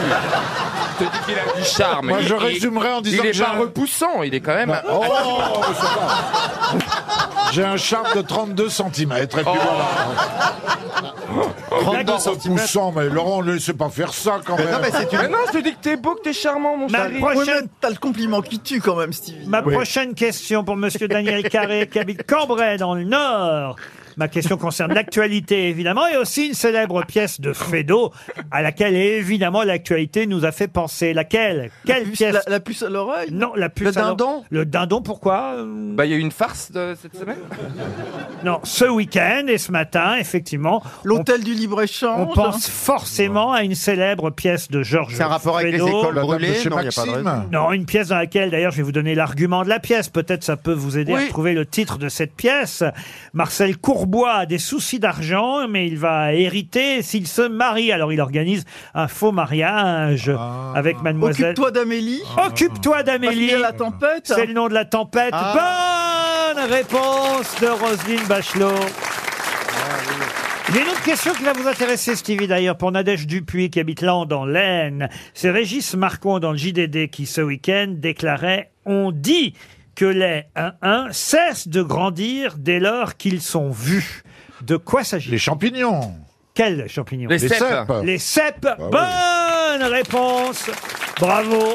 Speaker 5: Je te dis qu'il a du charme.
Speaker 8: Moi,
Speaker 5: Ah, Il-
Speaker 8: je
Speaker 5: il-
Speaker 8: résumerais en disant
Speaker 5: Il
Speaker 8: que
Speaker 5: est Ah,
Speaker 8: j'ai
Speaker 5: pas
Speaker 8: un-
Speaker 5: repoussant, il est quand même.
Speaker 20: Oh, ça va. J'ai un charme de 32 cm. Et puis
Speaker 5: Oh.
Speaker 20: voilà.
Speaker 5: (laughs)
Speaker 20: 32 repoussant, mais Laurent, ne laissez pas faire ça quand même.
Speaker 5: Mais non, je te dis que t'es beau, que t'es charmant, mon
Speaker 2: Ma
Speaker 5: chéri.
Speaker 2: prochaine-
Speaker 5: Ouais, mais
Speaker 19: T'as le compliment qui tue quand même, Stevie.
Speaker 2: Ma
Speaker 19: Oui.
Speaker 2: prochaine question pour Monsieur Daniel Carré qui habite Cambrai dans le Nord. Ma question concerne l'actualité évidemment et aussi une célèbre pièce de Feydeau à laquelle évidemment l'actualité nous a fait penser. Laquelle Quelle pièce la,
Speaker 19: puce à l'oreille
Speaker 2: Non, la puce
Speaker 5: Le
Speaker 2: à l'oreille.
Speaker 5: dindon
Speaker 2: Le dindon, pourquoi Euh,
Speaker 5: Bah, il y a eu une farce de- cette semaine
Speaker 2: Non, ce week-end et ce matin, effectivement.
Speaker 19: L'hôtel du libre-échange.
Speaker 2: On pense forcément à une célèbre pièce de Georges
Speaker 8: C'est un rapport avec les
Speaker 2: Feydeau.
Speaker 8: écoles La dame de brûlées chez Non, y a pas de Maxime. raison.
Speaker 2: Non, une pièce dans laquelle, d'ailleurs, je vais vous donner l'argument de la pièce. Peut-être ça peut vous aider à
Speaker 19: Oui.
Speaker 2: trouver le titre de cette pièce. Marcel Courbois a des soucis d'argent, mais il va hériter s'il se marie. Alors, il organise un faux mariage
Speaker 8: Ah.
Speaker 2: avec mademoiselle...
Speaker 19: Occupe-toi d'Amélie.
Speaker 2: Occupe-toi d'Amélie.
Speaker 19: Parce qu'il y a la tempête.
Speaker 2: C'est le nom de la tempête.
Speaker 20: Ah.
Speaker 2: Bonne réponse de Roselyne Bachelot. Il y a une autre question qui va vous intéresser, Stevie, d'ailleurs, pour Nadège Dupuis, qui habite là dans l'Aisne. C'est Régis Marcon dans le JDD qui, ce week-end, déclarait « On dit que les 1-1 cessent de grandir dès lors qu'ils sont vus. » De quoi s'agit-il Les
Speaker 20: champignons.
Speaker 2: Quels champignons
Speaker 20: Les Les cèpes. cèpes. Bah
Speaker 2: Les cèpes.
Speaker 20: oui.
Speaker 2: Bonne réponse Bravo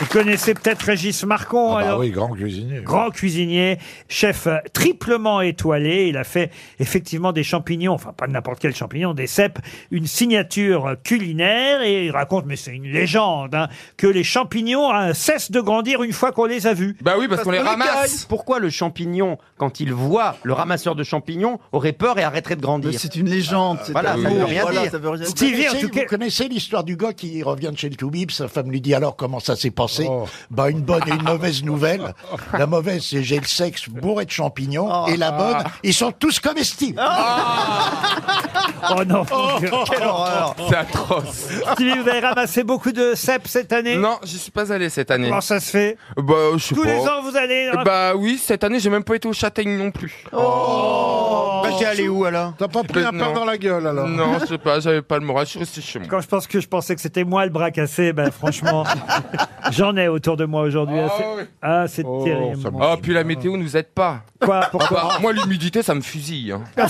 Speaker 2: Vous connaissez peut-être Régis Marcon,
Speaker 20: Ah
Speaker 2: alors
Speaker 20: oui, grand cuisinier.
Speaker 2: Grand cuisinier, chef euh, triplement étoilé. Il a fait effectivement des champignons, enfin pas n'importe quel champignon, des cèpes, une signature euh, culinaire. Et il raconte, mais c'est une légende, hein, que les champignons euh, cessent de grandir une fois qu'on les a vus.
Speaker 8: Bah oui, parce, qu'on les ramasse. Pourquoi le champignon, quand il voit le ramasseur de champignons, aurait peur et arrêterait de grandir
Speaker 19: C'est une légende. c'est
Speaker 8: Voilà,
Speaker 19: un
Speaker 8: ça veut
Speaker 19: mot,
Speaker 8: rien
Speaker 19: voilà,
Speaker 8: dire.
Speaker 19: ça veut rien dire.
Speaker 9: vous connaissez, vous connaissez l'histoire du gars qui revient de chez le Toubib, sa femme lui dit alors comment ça s'est commencer.
Speaker 19: Oh.
Speaker 9: Bah, une bonne et une mauvaise nouvelle. La mauvaise, c'est j'ai le sexe bourré de champignons.
Speaker 19: Oh.
Speaker 9: et
Speaker 19: Ah.
Speaker 9: la bonne, ils sont tous comestibles.
Speaker 2: Oh non, mon Dieu.
Speaker 9: Quelle horreur.
Speaker 5: C'est atroce.
Speaker 2: Stevie, vous avez ramassé beaucoup de cèpes cette année
Speaker 5: Non, j'y suis pas allé cette année.
Speaker 2: Comment ça se fait
Speaker 5: Bah, je sais
Speaker 2: Tous
Speaker 5: pas.
Speaker 2: les ans, vous allez.
Speaker 5: Eh
Speaker 8: ben.
Speaker 5: Bah oui, cette année, j'ai même pas été au châtaigne non plus.
Speaker 20: Oh
Speaker 5: Bah, t'es allé où, alors
Speaker 20: T'as pas pris un pain
Speaker 5: Non.
Speaker 20: dans la gueule alors
Speaker 5: Non, je sais pas, j'avais pas le moral, je suis resté chez moi.
Speaker 2: Quand je pense que je pensais que c'était moi le bras cassé, ben franchement, (laughs) j'en ai autour de moi aujourd'hui. Ah, c'est- Ah, c'est
Speaker 20: Oh,
Speaker 2: terrible.
Speaker 5: Ah, puis la météo nous aide pas.
Speaker 2: Quoi Pourquoi
Speaker 5: Ah bah, Moi, l'humidité, ça me fusille. hein. (laughs)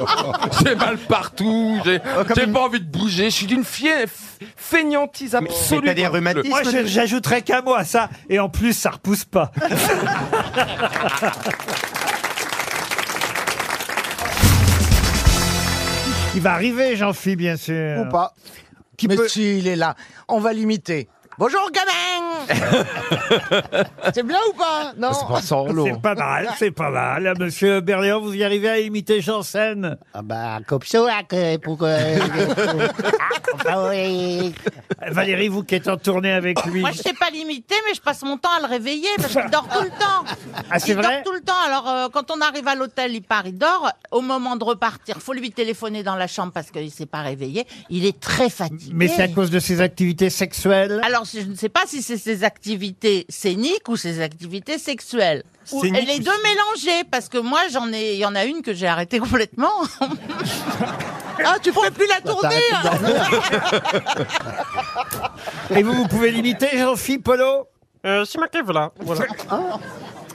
Speaker 18: Eh,
Speaker 8: (laughs)
Speaker 5: j'ai mal partout, j'ai
Speaker 20: Ah,
Speaker 5: j'ai pas envie de bouger, je suis d'une fie- f- fainéantise absolue.
Speaker 2: Moi, je- j'ajouterais qu'à moi ça, et en plus, ça repousse (laughs) pas. Il va arriver, Jean-Phi, bien sûr.
Speaker 19: Ou pas. Mais si, il est là. On va l'imiter. Bonjour,
Speaker 2: (laughs)
Speaker 19: gamin C'est bien ou pas Non
Speaker 2: C'est pas mal, c'est pas mal. Monsieur Berléand, vous y arrivez à imiter Janssen Ah bah, comme ça, pour... (laughs) ah Valérie, vous qui êtes en tournée avec lui.
Speaker 4: Moi, je sais pas l'imiter, mais je passe mon temps à le réveiller parce qu'il dort tout le temps.
Speaker 2: (laughs) Ah, c'est
Speaker 4: il
Speaker 2: vrai
Speaker 4: dort tout le temps. Alors, euh, quand on arrive à l'hôtel, il part, il dort. Au moment de repartir, faut lui téléphoner dans la chambre parce qu'il s'est pas réveillé. Il est très fatigué.
Speaker 2: Mais c'est à cause de ses activités sexuelles
Speaker 4: Alors, je ne sais pas si c'est ses activités scéniques ou ses activités sexuelles. Ou-
Speaker 2: Scéniques
Speaker 4: les
Speaker 2: ou-
Speaker 4: deux mélangées, parce que moi, j'en ai, il y en a une que j'ai arrêtée (laughs) complètement. ah, tu ferais plus la tournée
Speaker 2: hein. Et vous, vous pouvez l'imiter, Jean-Philippe Polo
Speaker 18: Euh, C'est ma cave là. Voilà.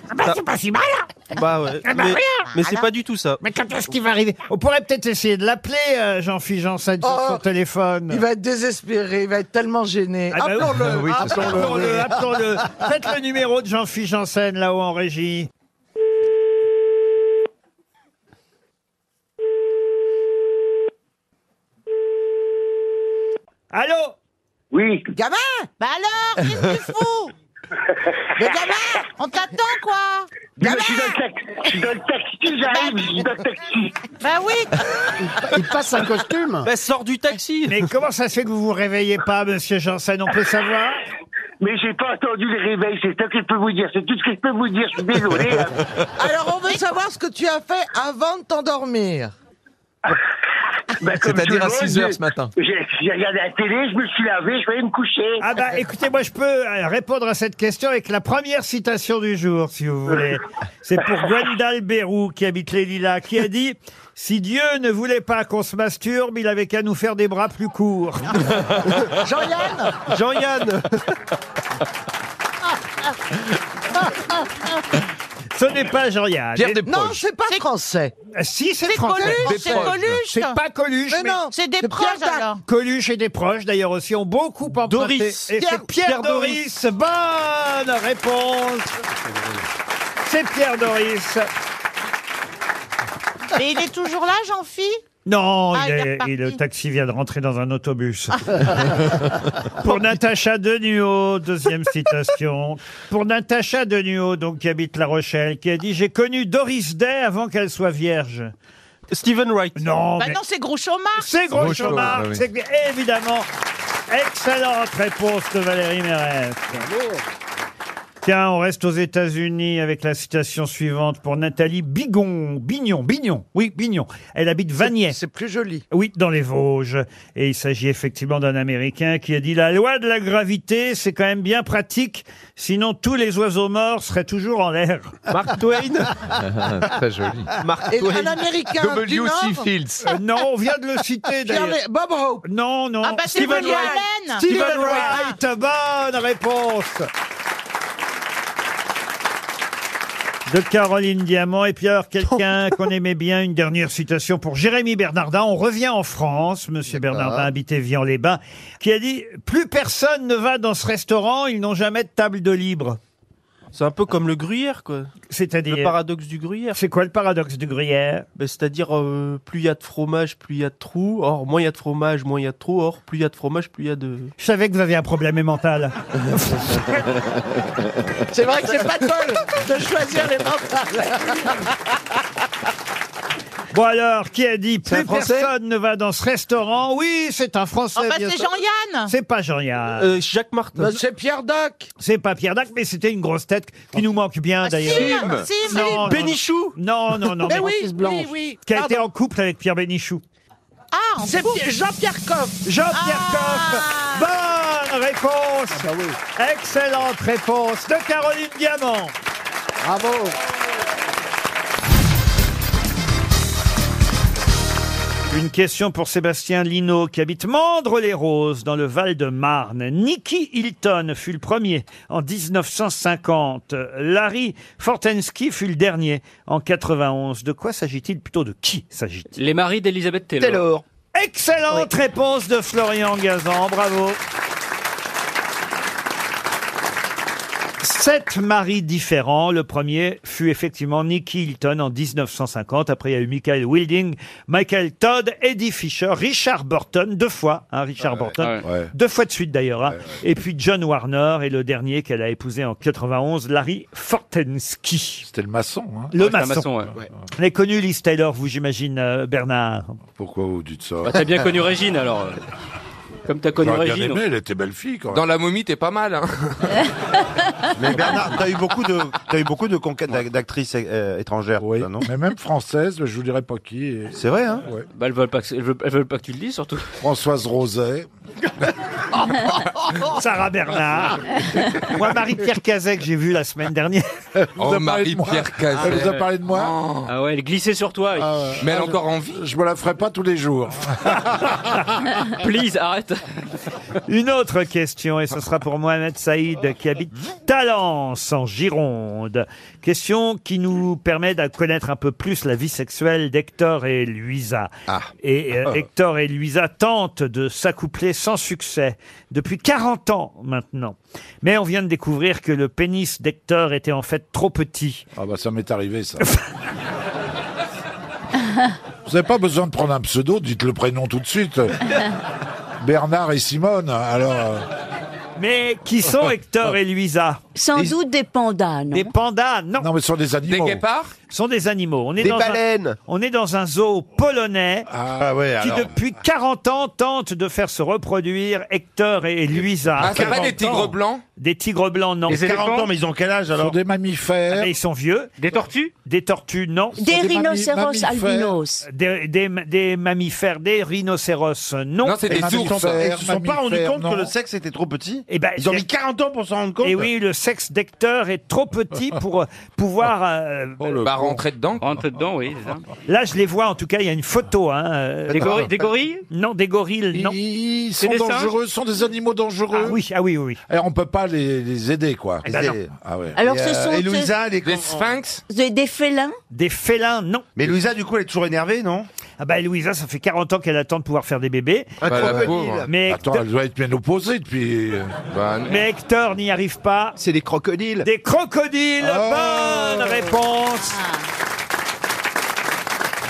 Speaker 2: Ah bah, c'est pas si mal hein
Speaker 18: Bah ouais.
Speaker 2: Ah bah
Speaker 18: mais
Speaker 2: rien.
Speaker 18: mais c'est
Speaker 2: Alors-
Speaker 18: pas du tout ça.
Speaker 2: Mais quand est-ce qu'il va arriver On pourrait peut-être essayer de l'appeler, euh, Jean-Philippe Janssen, sur son téléphone.
Speaker 19: Oh. Il va être désespéré, il va être tellement gêné.
Speaker 2: Ah bah oui. (laughs)
Speaker 19: Appelons-le.
Speaker 2: Oui, c'est ça.
Speaker 19: appelons-le.
Speaker 2: Appelons-le, appelons-le. Faites le numéro de Jean-Philippe Janssen, là-haut en régie. Allô
Speaker 21: Oui.
Speaker 4: Gamin Bah alors, qu'est-ce
Speaker 21: (laughs)
Speaker 4: que tu fous Mais gamin, on t'attend quoi
Speaker 21: Gamin Je suis dans le taxi, je suis dans le taxi, j'arrive, je suis dans le taxi.
Speaker 4: Bah oui
Speaker 2: Il passe un costume.
Speaker 18: Ben, sort du taxi.
Speaker 2: Mais comment ça se fait que vous vous réveillez pas, monsieur Janssen On peut savoir
Speaker 21: Mais j'ai pas entendu le réveil, c'est ça que je peux vous dire, c'est tout ce que je peux vous dire, je suis désolé.
Speaker 18: (laughs)
Speaker 21: hein.
Speaker 19: Alors, on veut savoir ce que tu as fait avant de t'endormir.
Speaker 21: Bah, comme
Speaker 18: C'est-à-dire à
Speaker 21: tout le monde,
Speaker 18: 6 heures
Speaker 21: j'ai-
Speaker 18: ce matin.
Speaker 6: (laughs)
Speaker 21: J'ai j'ai regardé la télé, je me suis lavé, je vais aller me coucher.
Speaker 2: Ah bah écoutez, moi je peux euh, répondre à cette question avec la première citation du jour, si vous voulez. C'est
Speaker 21: (laughs)
Speaker 2: pour Gwendal Bérou, qui habite les Lilas, qui a dit « Si Dieu ne voulait pas qu'on se masturbe, il avait qu'à nous faire des bras plus courts.
Speaker 19: Jean-Yann »
Speaker 2: Jean-Yann Ce n'est pas Jean-Yann.
Speaker 19: Pierre Desproges. Non, c'est pas français.
Speaker 2: Euh, Si, c'est
Speaker 19: C'est
Speaker 2: français.
Speaker 19: Coluche, c'est Desproges. Coluche.
Speaker 2: C'est pas Coluche.
Speaker 19: Mais non, c'est des
Speaker 2: Pierre
Speaker 19: proches,
Speaker 2: Dac.
Speaker 19: alors.
Speaker 2: Coluche et des proches, d'ailleurs, aussi, ont beaucoup emprunté.
Speaker 18: Doris.
Speaker 2: Et
Speaker 18: Pierre-
Speaker 2: c'est Pierre,
Speaker 18: Pierre
Speaker 2: Doris.
Speaker 18: Doris.
Speaker 2: Bonne réponse. C'est Pierre Doris.
Speaker 4: Mais il est toujours là, Jean-Phi
Speaker 2: Non,
Speaker 4: Ah,
Speaker 2: il
Speaker 4: il est
Speaker 2: est-
Speaker 4: reparti.
Speaker 2: il- le taxi vient de rentrer dans un autobus. (laughs) Pour Natacha Denuot, deuxième citation. Pour Natacha Denuot, donc, qui habite La Rochelle, qui a dit J'ai connu Doris Day avant qu'elle soit vierge.
Speaker 18: Stephen Wright.
Speaker 2: Non,
Speaker 4: Bah
Speaker 2: Oh, mais-
Speaker 4: non, c'est Groucho Marx
Speaker 2: C'est gros
Speaker 18: Groucho,
Speaker 2: chômage,
Speaker 18: bah oui.
Speaker 2: c'est évidemment excellente réponse de Valérie Mérès. Tiens, on reste aux États-Unis avec la citation suivante pour Nathalie Bigon. Bignon, Bignon, oui, Bignon. Elle habite Vanier. C'est plus joli. Oui, dans les Vosges. Et il s'agit effectivement d'un Américain qui a dit La loi de la gravité, c'est quand même bien pratique, sinon tous les oiseaux morts seraient toujours en l'air. Mark (laughs) Twain
Speaker 12: (laughs) Très joli.
Speaker 2: Mark
Speaker 19: Et
Speaker 2: Twain.
Speaker 19: un Américain du Nord
Speaker 2: Euh, non, on vient de le citer
Speaker 19: Pierre
Speaker 2: d'ailleurs.
Speaker 19: Lé- Bob Hope.
Speaker 2: Non, non.
Speaker 19: Ah bah, c'est Woody
Speaker 2: Steven
Speaker 19: Allen. Steven
Speaker 2: Wright. Bonne réponse. De Caroline Diamant. Et puis
Speaker 19: (laughs)
Speaker 2: alors, quelqu'un qu'on aimait bien, une dernière citation pour Jérémy Bernardin. On revient en France.
Speaker 19: Ah.
Speaker 2: Monsieur Bernardin habitait Vian-les-Bains, qui a dit « Plus personne ne va dans ce restaurant, ils n'ont jamais de table de libre. »
Speaker 18: C'est un peu comme le gruyère quoi.
Speaker 2: C'est-à-dire
Speaker 18: Le paradoxe du gruyère.
Speaker 2: C'est quoi le paradoxe du gruyère
Speaker 18: ben, C'est-à-dire euh, plus il y a de fromage, plus il y a de trous. Or moins il y a de fromage, moins il y a de trous. Or plus il y a de fromage, plus il y a de.
Speaker 2: Je savais que vous aviez un problème
Speaker 18: (laughs)
Speaker 2: mental.
Speaker 19: C'est vrai que c'est pas de bol de choisir les mentales.
Speaker 2: Bon alors, qui a dit plus
Speaker 4: Français
Speaker 2: personne ne va dans ce restaurant Oui, c'est un Français.
Speaker 18: Ah,
Speaker 4: Oh, bah,
Speaker 2: bien
Speaker 4: c'est
Speaker 2: sûr.
Speaker 4: Jean-Yann.
Speaker 2: C'est pas Jean-Yann.
Speaker 18: Euh, Jacques Martin. Bah, c'est
Speaker 2: Pierre Dac. C'est pas Pierre Dac, mais c'était une grosse tête qui nous manque bien d'ailleurs.
Speaker 18: Ah, Sim. Sim.
Speaker 2: Non, non.
Speaker 18: Bénichou.
Speaker 2: Non, non, non.
Speaker 18: Mais oui, Francis Blanche. oui, oui.
Speaker 2: Qui a été en
Speaker 18: Pardon.
Speaker 2: couple avec Pierre Bénichou.
Speaker 4: Ah,
Speaker 19: c'est Jean-Pierre Coff.
Speaker 2: Jean-Pierre Coff. (laughs) Bonne réponse. Excellente réponse de Caroline Diamant. Bravo. Une question pour Sébastien Lino qui habite Mandre-les-Roses dans le Val-de-Marne. Nicky Hilton fut le premier en 1950. Larry Fortensky fut le dernier en 91. De quoi s'agit-il Plutôt de qui s'agit-il
Speaker 16: Les maris d'Elisabeth Taylor.
Speaker 2: Excellente réponse de Florian Gazan, bravo. Sept maris différents. Le premier fut effectivement Nicky Hilton en 1950. Après, il y a eu Michael Wilding, Michael Todd, Eddie Fisher, Richard Burton, deux fois, hein, Richard Burton, deux fois de suite d'ailleurs. hein. Et puis John Warner et le dernier qu'elle a épousé en 91, Larry Fortensky. C'était le maçon. hein. Le
Speaker 16: Ouais, c'était un
Speaker 2: maçon.
Speaker 16: maçon, ouais. Ouais.
Speaker 2: Vous avez connu Liz Taylor, vous, j'imagine, euh, Bernard.
Speaker 20: Pourquoi vous dites ça
Speaker 16: Bah, t'as bien connu Régine alors. euh. Comme t'as connu
Speaker 20: J'aurais bien
Speaker 16: Régine.
Speaker 20: aimé, elle était belle fille quand même.
Speaker 5: Dans la momie, t'es pas mal. Hein.
Speaker 2: (laughs)
Speaker 15: Mais Bernard, t'as eu beaucoup de, t'as eu beaucoup de conquêtes d'ac- d'actrices euh, étrangères, toi, non
Speaker 20: Mais même française, je vous dirais pas qui. et-
Speaker 15: C'est vrai, hein
Speaker 20: Ouais.
Speaker 16: Bah, elles veulent pas que, elles veulent, elles veulent pas que tu le dises surtout.
Speaker 20: Françoise Roset.
Speaker 2: Sarah Bernard. (laughs) Moi, Marie-Pierre Cazet, que j'ai vu la semaine dernière.
Speaker 5: Oh, Marie-Pierre Cazet.
Speaker 20: Ah, Elle vous a parlé de moi
Speaker 16: Ah ouais, elle glissait sur toi.
Speaker 5: Mais elle a encore envie.
Speaker 20: Je me la ferai pas tous les jours.
Speaker 16: Ah, Please, arrête.
Speaker 2: Une autre question, et ce sera pour Mohamed Saïd, qui habite Talence, en Gironde. Question qui nous permet de connaître un peu plus la vie sexuelle d'Hector et Luisa. Et euh,
Speaker 15: Ah.
Speaker 2: Hector et Luisa tentent de s'accoupler sans succès depuis 40 ans maintenant. Mais on vient de découvrir que le pénis d'Hector était en fait trop petit.
Speaker 20: Ah bah ça m'est
Speaker 2: (laughs)
Speaker 20: arrivé ça. Vous n'avez pas besoin de prendre un pseudo, dites le prénom tout de suite. Bernard et Simone, alors... euh,
Speaker 2: Mais qui sont Hector et Luisa
Speaker 10: (laughs) Sans doute des pandas, non
Speaker 2: Des pandas, non.
Speaker 20: Non, mais ce sont des animaux. Des guépards
Speaker 2: Ce sont des animaux. On est
Speaker 15: Des
Speaker 2: dans Un,
Speaker 15: baleines.
Speaker 2: on est dans un zoo polonais
Speaker 15: Ah ouais,
Speaker 2: qui,
Speaker 15: alors.
Speaker 2: depuis 40 ans, tente de faire se reproduire Hector et Luisa.
Speaker 5: Ah, c'est pas des tigres blancs
Speaker 2: Des tigres blancs, non.
Speaker 15: Des 40 éléphants ans, mais ils ont quel âge, alors
Speaker 2: Ce sont
Speaker 20: des mammifères.
Speaker 2: Ah, ils sont vieux.
Speaker 16: Des tortues
Speaker 2: Des tortues, non.
Speaker 10: Des Ce sont des rhinocéros mammifères. albinos.
Speaker 2: Des, des- des mammifères, des rhinocéros, non.
Speaker 5: Non, c'est des
Speaker 15: Ils sont-
Speaker 5: ours.
Speaker 15: ils se sont pas rendus
Speaker 2: mammifères,
Speaker 15: compte
Speaker 2: non.
Speaker 15: que le sexe était trop petit
Speaker 2: Eh ben,
Speaker 15: Ils ont
Speaker 2: c'est-
Speaker 15: mis 40 ans pour s'en rendre compte
Speaker 2: Et oui, le sexe d'Hector est trop petit pour euh, pouvoir. euh,
Speaker 16: Oh,
Speaker 5: Bah, rentrer dedans.
Speaker 16: Rentre dedans, oui. c'est ça.
Speaker 2: Là, je les vois, en tout cas, il y a une photo. Hein, euh,
Speaker 16: Des gorilles- des gorilles
Speaker 2: Non, des gorilles, non.
Speaker 20: Ils
Speaker 16: C'est
Speaker 20: sont
Speaker 16: des singes
Speaker 20: dangereux, sont des animaux dangereux.
Speaker 2: Ah oui, ah oui, oui.
Speaker 20: Et on peut pas les, les aider, quoi.
Speaker 2: Eh ben non.
Speaker 20: Les- ah ouais.
Speaker 10: Alors, ce sont
Speaker 15: les
Speaker 5: Des sphinx.
Speaker 10: des, des félins
Speaker 2: Des félins, non.
Speaker 15: Mais Louisa, du coup, elle est toujours énervée, non
Speaker 2: Ah bah Louisa, ça fait 40 ans qu'elle attend de pouvoir faire des bébés.
Speaker 15: Un
Speaker 5: Bah, la
Speaker 15: crocodile.
Speaker 5: pauvre.
Speaker 2: Mais,
Speaker 20: Ah, Attends,
Speaker 2: Hector,
Speaker 20: elle doit être bien opposée depuis... euh.
Speaker 5: Bah, non.
Speaker 2: mais Hector n'y arrive pas.
Speaker 15: C'est des crocodiles.
Speaker 2: Des crocodiles,
Speaker 20: Oh.
Speaker 2: bonne réponse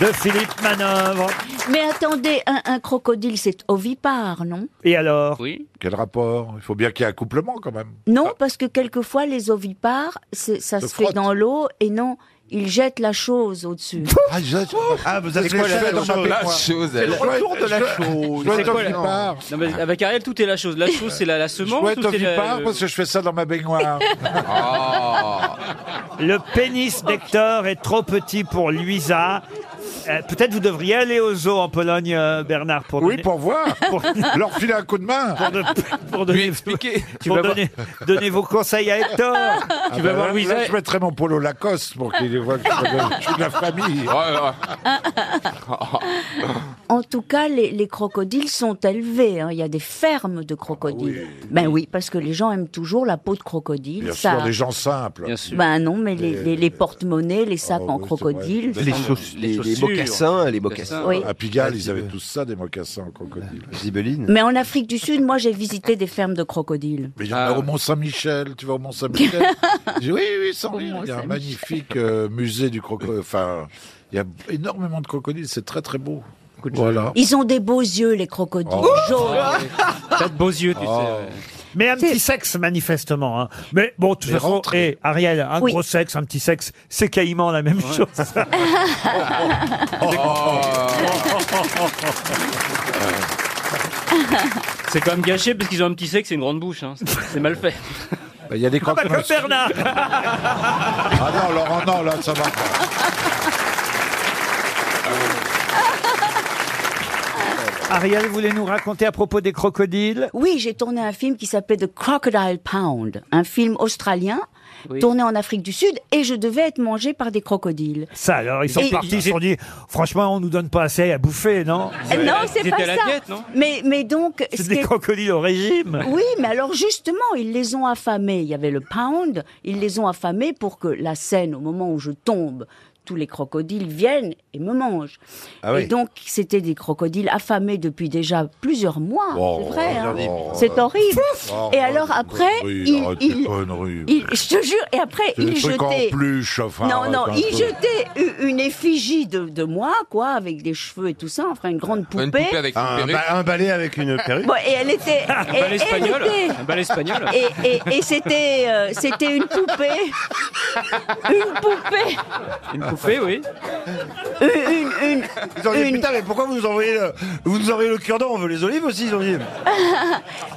Speaker 2: de Philippe Manœuvre.
Speaker 10: Mais attendez, un, un crocodile, c'est ovipare, non
Speaker 2: Et alors
Speaker 16: Oui.
Speaker 20: Quel rapport Il faut bien qu'il y ait accouplement, quand même.
Speaker 10: Non, parce que quelquefois, les ovipares, c'est- ça
Speaker 20: Se
Speaker 10: se,
Speaker 20: frottent.
Speaker 10: fait dans l'eau, et non, ils jettent la chose au-dessus.
Speaker 20: Ah, je...
Speaker 15: Ah, vous avez
Speaker 20: C'est quoi
Speaker 15: fait
Speaker 20: la
Speaker 15: la
Speaker 20: chose
Speaker 15: chose.
Speaker 5: La chose,
Speaker 15: C'est
Speaker 5: elle.
Speaker 15: le retour de la chose.
Speaker 20: dois
Speaker 16: C'est
Speaker 20: être
Speaker 16: quoi, là
Speaker 20: ovipare.
Speaker 16: Non, mais avec Ariel, tout est la chose. La chose, c'est la, la
Speaker 20: Je
Speaker 16: semence.
Speaker 20: dois être
Speaker 16: ou c'est la-
Speaker 20: ovipare
Speaker 16: le-
Speaker 20: parce que je fais ça dans
Speaker 16: (laughs)
Speaker 20: ma baignoire. Oh.
Speaker 2: Le pénis d'Hector est trop petit pour Louisa. Euh, Peut-être vous devriez aller au zoo en Pologne, euh, Bernard, pour
Speaker 20: oui,
Speaker 2: donner-
Speaker 20: pour voir.
Speaker 2: (laughs) pour-
Speaker 20: Leur filer un coup de main.
Speaker 2: pour, de- pour donner,
Speaker 5: Lui expliquer.
Speaker 16: Tu
Speaker 2: pour
Speaker 16: vas voir-
Speaker 2: donner- donner vos conseils à Hector.
Speaker 20: Ah
Speaker 16: vas
Speaker 20: bah
Speaker 16: voir
Speaker 20: là,
Speaker 16: Louisa-
Speaker 20: là, je mettrai mon polo Lacoste pour qu'il voit que je suis de- je suis de la famille.
Speaker 10: En tout cas, les, les crocodiles sont élevés. hein. Il y a des fermes de crocodiles. Ben oui, parce que les gens aiment toujours la peau de crocodile.
Speaker 20: Ah Bien
Speaker 10: ça...
Speaker 20: sûr, des gens simples.
Speaker 16: Bien sûr.
Speaker 10: Ben non, mais les,
Speaker 20: Et-
Speaker 10: les- les porte-monnaies, les sacs
Speaker 20: Ah
Speaker 10: en
Speaker 20: oui, c'est vrai.
Speaker 10: crocodile.
Speaker 20: Les Ah,
Speaker 16: les chaussures. mocassins, les mocassins. Ah,
Speaker 10: Oui.
Speaker 20: À Pigalle, ils avaient tous ça, des mocassins en crocodile.
Speaker 15: Zibeline.
Speaker 10: Mais en Afrique du Sud, moi, j'ai visité des fermes de
Speaker 16: (laughs)
Speaker 20: (laughs)
Speaker 10: crocodiles.
Speaker 20: Mais il y en a au Mont-Saint-Michel, tu vas au
Speaker 10: (laughs)
Speaker 20: Mont-Saint-Michel. Je dis, oui, oui, sans
Speaker 10: Au
Speaker 20: rire, Il y a un
Speaker 10: Mont-Saint-Michel.
Speaker 20: magnifique euh, musée du crocodile. Enfin, il y a énormément de crocodiles, c'est très très beau. Voilà.
Speaker 10: Ils ont des beaux yeux, les crocodiles
Speaker 20: Oh.
Speaker 10: jaunes. Oh.
Speaker 16: T'as de beaux yeux, tu sais. ouais.
Speaker 2: Mais un petit sexe, manifestement. hein. Mais bon, de toute
Speaker 1: Mais
Speaker 2: façon, eh, Ariel, un gros sexe, un petit sexe, c'est caïman la même chose.
Speaker 10: (laughs)
Speaker 16: Oh.
Speaker 20: (laughs)
Speaker 16: C'est quand même gâché parce qu'ils ont un petit sexe et une grande bouche. hein. C'est c'est mal fait.
Speaker 20: Il
Speaker 16: Bah,
Speaker 20: y a des
Speaker 4: oh.
Speaker 20: croquettes.
Speaker 16: comme Bernard.
Speaker 20: Ah non, Laurent, non, là, ça va pas.
Speaker 15: Ah,
Speaker 2: Ariel voulait nous raconter à propos des crocodiles.
Speaker 10: Oui, j'ai tourné un film qui s'appelait The Crocodile Pound, un film australien
Speaker 2: Oui.
Speaker 10: tourné en Afrique du Sud et je devais être mangé par des crocodiles.
Speaker 2: Ça, alors, ils sont
Speaker 10: Et-
Speaker 2: partis, ils se sont dit, franchement, on nous donne pas assez à bouffer, non
Speaker 10: Eh Non, c'est pas ça. mais, mais donc, ce
Speaker 2: C'est
Speaker 10: qui
Speaker 2: des
Speaker 10: est-
Speaker 2: crocodiles au régime.
Speaker 10: Oui, mais alors justement, ils les ont affamés. Il y avait le pound, ils les ont affamés pour que la scène, au moment où je tombe, tous les crocodiles viennent et me mangent.
Speaker 15: Ah oui.
Speaker 10: Et donc, c'était des crocodiles affamés depuis déjà plusieurs mois.
Speaker 15: Oh,
Speaker 10: c'est vrai, hein.
Speaker 15: horrible.
Speaker 20: euh,
Speaker 10: c'est horrible.
Speaker 20: oh,
Speaker 10: et alors après, ils- ils- il- je te jure, et après,
Speaker 20: C'est
Speaker 10: ils
Speaker 20: des trucs en
Speaker 10: jetaient.
Speaker 20: peluche, enfin,
Speaker 10: non, non,
Speaker 20: avec un
Speaker 10: ils
Speaker 20: peu-
Speaker 10: jetaient u- une effigie de, de moi, quoi, avec des cheveux et tout ça, enfin une grande poupée.
Speaker 15: un, ba- un balai avec une perruque.
Speaker 10: Bon, et elle était.
Speaker 15: (laughs) Un
Speaker 10: et-
Speaker 15: ballet
Speaker 10: elle (laughs)
Speaker 15: espagnol,
Speaker 10: était-
Speaker 15: un ballet espagnol.
Speaker 10: Et, et- et c'était, euh, c'était une
Speaker 15: (laughs)
Speaker 10: poupée. Une poupée. (laughs)
Speaker 16: Une poupée, oui.
Speaker 10: Une, une, une-
Speaker 15: Ils ont dit,
Speaker 10: une-
Speaker 15: putain, mais pourquoi vous nous envoyez le, vous nous envoyez le cure-dent On veut les olives aussi, ils ont dit.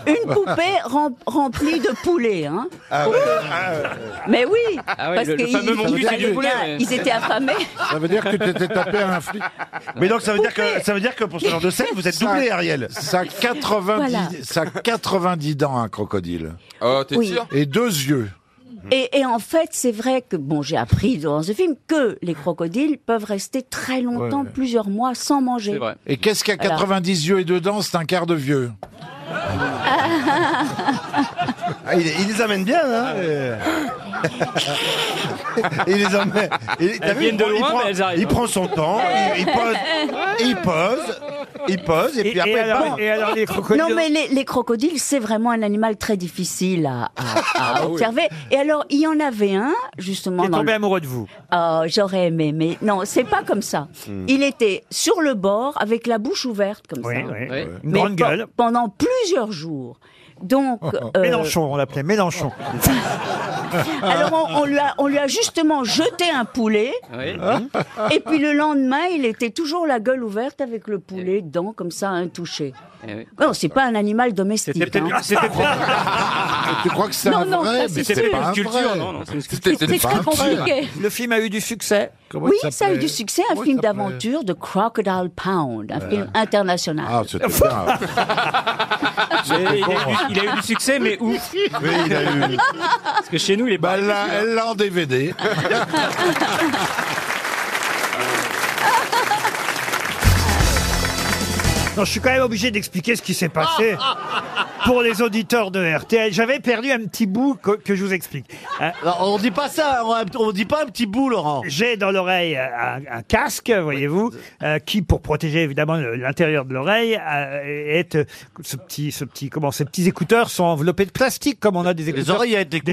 Speaker 10: une poupée rem- remplie de poulets. Hein.
Speaker 20: Ah
Speaker 10: Pour que- Mais oui.
Speaker 15: Ah ouais,
Speaker 10: parce
Speaker 15: le- le
Speaker 10: qu'ils-
Speaker 15: fameux mon cul, c'est
Speaker 10: les
Speaker 15: du poulet,
Speaker 10: gars,
Speaker 15: ouais.
Speaker 10: Ils étaient affamés.
Speaker 15: Ça veut dire que tu t'étais tapé un flic. Mais donc ça veut, dire que, ça veut dire que pour ce genre de scène, vous êtes doublé, Ariel.
Speaker 20: Ça a 90,
Speaker 10: Voilà.
Speaker 20: ça a 90 dents, un crocodile.
Speaker 5: Ah,
Speaker 10: Oh, t'es Oui. sûr
Speaker 20: Et deux yeux.
Speaker 10: Mm. Et, et en fait, c'est vrai que, bon, j'ai appris dans ce film que les crocodiles peuvent rester très longtemps,
Speaker 20: Ouais.
Speaker 10: plusieurs mois, sans manger.
Speaker 20: Et qu'est-ce qu'à
Speaker 10: Voilà.
Speaker 20: 90 yeux et deux dents, c'est un quart de vieux
Speaker 15: Ah, il, il les amène bien,
Speaker 16: Ah,
Speaker 15: hein euh. Il les amène. il- t'as
Speaker 16: Elles
Speaker 15: vu,
Speaker 16: viennent
Speaker 15: il prend-
Speaker 16: de loin,
Speaker 15: il prend-
Speaker 16: mais elles arrivent.
Speaker 15: Il prend son temps, il, il pose, il pose, il pose, et puis après, bam.
Speaker 10: Non, mais les, les crocodiles, c'est vraiment un animal très difficile à, à- à
Speaker 2: Ah oui.
Speaker 10: observer. Et alors, il y en avait un, justement.
Speaker 2: Qui est
Speaker 10: dans
Speaker 2: tombé
Speaker 10: le-
Speaker 2: amoureux de vous.
Speaker 10: Oh, j'aurais aimé, mais non, c'est pas comme ça.
Speaker 2: Hmm.
Speaker 10: Il était sur le bord avec la bouche ouverte, comme
Speaker 2: Oui,
Speaker 10: ça.
Speaker 2: oui. Oui. Une
Speaker 10: Mais pe-
Speaker 2: grande gueule. Oh,
Speaker 10: Pendant plusieurs jours. Donc. euh,
Speaker 2: Mélenchon, on l'appelait Mélenchon. Ah.
Speaker 10: Alors on, on lui a, on lui a justement jeté un poulet.
Speaker 2: Ah.
Speaker 10: Et puis le lendemain, il était toujours la gueule ouverte avec le poulet dedans, comme ça, intouché. Non, c'est pas un animal domestique. hein.
Speaker 9: Ah, (laughs)
Speaker 10: (laughs)
Speaker 20: Tu crois que c'est
Speaker 10: Non,
Speaker 20: un
Speaker 10: non,
Speaker 20: vrai
Speaker 10: ça,
Speaker 20: Mais
Speaker 10: c'est
Speaker 20: c'est
Speaker 10: une
Speaker 20: pas un
Speaker 10: sculpture,
Speaker 20: vrai.
Speaker 10: non, non, c'est une
Speaker 20: C'était-
Speaker 10: sculpture. C'est
Speaker 20: pas
Speaker 10: très
Speaker 20: un vrai.
Speaker 10: compliqué.
Speaker 2: Le film a eu du succès.
Speaker 10: oui, ça a eu du succès, un film d'aventure de Crocodile Pound, un
Speaker 20: Euh.
Speaker 10: film international.
Speaker 20: Ah, c'était bien.
Speaker 10: (laughs)
Speaker 16: Mais il, a eu, du- il a eu du succès, mais où
Speaker 20: Oui, il a eu.
Speaker 16: Parce que chez nous, il est
Speaker 20: Bah, elle l'a- elle l'a en DVD.
Speaker 2: (laughs) Non, je suis quand même obligé d'expliquer ce qui s'est passé pour les auditeurs de RTL. J'avais perdu un petit bout que, que je vous explique. Euh,
Speaker 15: on dit pas ça, on, dit pas un petit bout, Laurent.
Speaker 2: J'ai dans l'oreille euh, un, un casque, voyez-vous, euh, qui, pour protéger évidemment le- l'intérieur de l'oreille, euh, est euh, ce petit, ce petit, comment, ces petits écouteurs sont enveloppés de plastique, comme on a des écouteurs.
Speaker 15: oreillettes, les
Speaker 2: des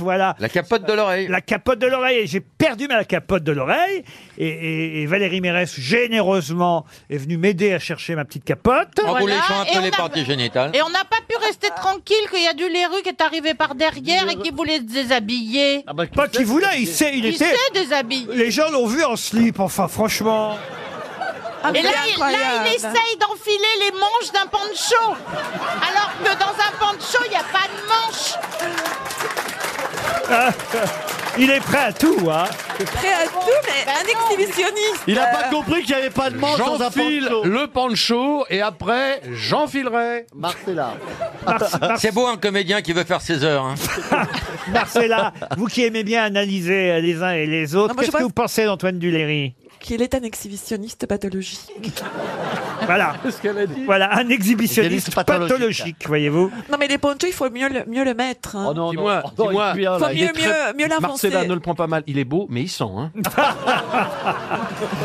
Speaker 2: oreillettes, voilà.
Speaker 8: La capote de l'oreille.
Speaker 2: La capote de l'oreille. Et J'ai perdu ma capote de l'oreille. Et, et- et Valérie Mérès, généreusement, est venue m'aider à chercher ma petite capote.
Speaker 4: En vous Voilà, léchant un peu et on les a-
Speaker 8: parties génitales.
Speaker 4: Et on n'a pas pu rester tranquille qu'il y a du Léru qui est arrivé par derrière et qui voulait déshabiller.
Speaker 2: Pas qu'il Ah bah, voulait, il sait, il,
Speaker 4: Il
Speaker 2: était.
Speaker 4: s'est déshabillé.
Speaker 2: Les gens l'ont vu en slip, enfin, franchement. (laughs)
Speaker 4: et là,
Speaker 2: c'est
Speaker 4: il- là,
Speaker 2: incroyable.
Speaker 4: il essaye d'enfiler les manches d'un pancho. Alors que dans un pancho, il n'y a pas de manches.
Speaker 2: Ah, il est prêt à tout, hein.
Speaker 22: Prêt à tout, mais un exhibitionniste.
Speaker 15: compris qu'il n'y avait pas de manche dans un
Speaker 18: J'enfile
Speaker 15: pancho.
Speaker 18: le pancho et après j'enfilerai.
Speaker 15: Marcella.
Speaker 8: C'est beau un comédien qui veut faire ses heures. hein.
Speaker 2: Marcella, vous qui aimez bien analyser euh, les uns et les autres,
Speaker 22: Ah, moi, je
Speaker 2: qu'est-ce que
Speaker 22: pense-
Speaker 2: vous pensez d'Antoine Duléry
Speaker 22: Euh, Qu'il est un exhibitionniste pathologique. (laughs)
Speaker 2: Voilà. Voilà, un exhibitionniste
Speaker 22: Exhibitionniste pathologique.
Speaker 2: pathologique, voyez-vous.
Speaker 22: Non, mais les ponchos, il faut mieux le, mieux le mettre.
Speaker 6: Oh
Speaker 22: hein.
Speaker 18: Dis-moi, dis-moi.
Speaker 8: hein,
Speaker 22: Faut mieux, mieux, mieux l'infoncer.
Speaker 18: Marcella, ne le prends pas mal. Il est beau, mais il sent. Hein.
Speaker 2: (laughs)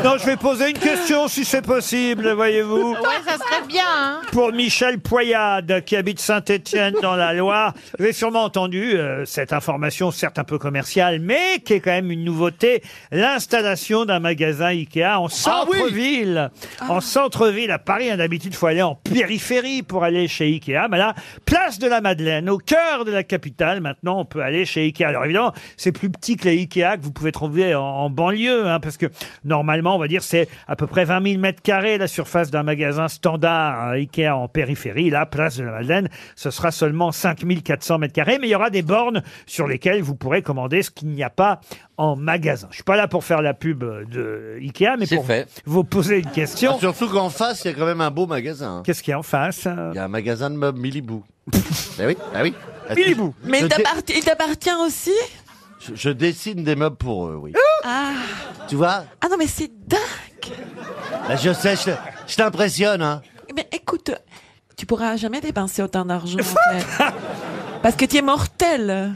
Speaker 2: Non, je vais poser une question si c'est possible, voyez-vous.
Speaker 4: Ouais, ça serait bien. hein.
Speaker 2: Pour Michel Poyade, qui habite Saint-Étienne dans la Loire, vous avez sûrement entendu euh, cette information, certes un peu commerciale, mais qui est quand même une nouveauté, l'installation d'un magasin Ikea en centre-ville, en centre-ville à Paris. hein, D'habitude, faut aller en périphérie pour aller chez Ikea. Mais là, place de la Madeleine, au cœur de la capitale. Maintenant, on peut aller chez Ikea. Alors évidemment, c'est plus petit que les Ikea que vous pouvez trouver en, en banlieue, hein, parce que normalement, on va dire, c'est à peu près 20 000 mètres carrés la surface d'un magasin standard hein, Ikea en périphérie. Là, place de la Madeleine, ce sera seulement 5 400 mètres carrés, mais il y aura des bornes sur lesquelles vous pourrez commander ce qu'il n'y a pas en magasin. Je suis pas là pour faire la pub de Ikea, mais pour vous poser une question.
Speaker 6: Ah, Surtout qu'en face, il y a quand même un beau magasin.
Speaker 2: Qu'est-ce qu'il y a en face euh
Speaker 6: Il y a un magasin de meubles
Speaker 2: (laughs)
Speaker 6: Milibou. ben oui, ben
Speaker 9: Ah
Speaker 6: oui.
Speaker 2: Milibou.
Speaker 22: Mais
Speaker 6: je,
Speaker 22: il
Speaker 6: dé-
Speaker 22: t'apparti- il t'appartient aussi
Speaker 6: je- je dessine des meubles pour eux, oui.
Speaker 22: ah.
Speaker 6: Tu vois
Speaker 22: Ah non, mais c'est dingue
Speaker 6: Là, Bah, Je sais, je, je t'impressionne. Hein.
Speaker 22: Mais écoute, tu pourras jamais dépenser autant
Speaker 6: (laughs)
Speaker 22: d'argent, en fait. Parce que tu es mortel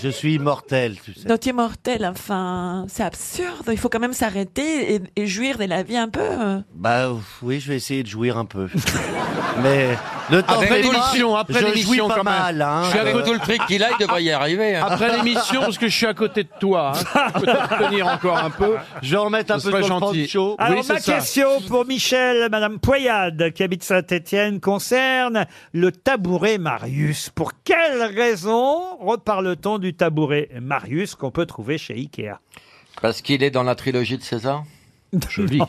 Speaker 6: Je suis immortel, tu sais.
Speaker 22: Non, tu es mortel, enfin, c'est absurde. Il faut quand même s'arrêter et, et jouir de la vie un peu.
Speaker 6: Bah ouf, oui, je vais essayer de jouir un peu. Mais le temps
Speaker 23: Après
Speaker 6: fait pas,
Speaker 23: l'émission, après
Speaker 6: je jouis
Speaker 23: l'émission
Speaker 6: pas
Speaker 23: quand même.
Speaker 6: mal. Hein,
Speaker 23: je suis avec
Speaker 6: Euh,
Speaker 23: tout le fric qu'il a, il devrait y arriver. hein.
Speaker 6: Après l'émission, parce
Speaker 23: que je suis à côté de toi.
Speaker 8: hein.
Speaker 23: Je peux te tenir encore un peu.
Speaker 6: Je vais en remettre un
Speaker 23: Ce
Speaker 6: peu
Speaker 23: serait
Speaker 6: sur le
Speaker 23: gentil.
Speaker 6: front chaud.
Speaker 2: Alors ma question pour Michel, Madame Poyade, qui habite Saint-Étienne, concerne le tabouret Marius. Pour quelle raison reparle-t-on du tabouret Marius qu'on peut trouver chez Ikea
Speaker 23: Parce qu'il est dans la trilogie de César
Speaker 2: Joli.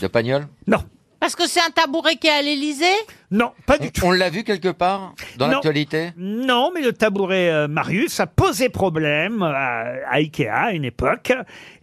Speaker 23: De Pagnol
Speaker 2: Non.
Speaker 4: Parce que c'est un tabouret qui est à l'Élysée
Speaker 2: Non, pas du
Speaker 23: tout. On l'a vu quelque part dans
Speaker 2: Non.
Speaker 23: l'actualité
Speaker 2: Non, mais le tabouret euh, Marius a posé problème euh, à, à Ikea à une époque.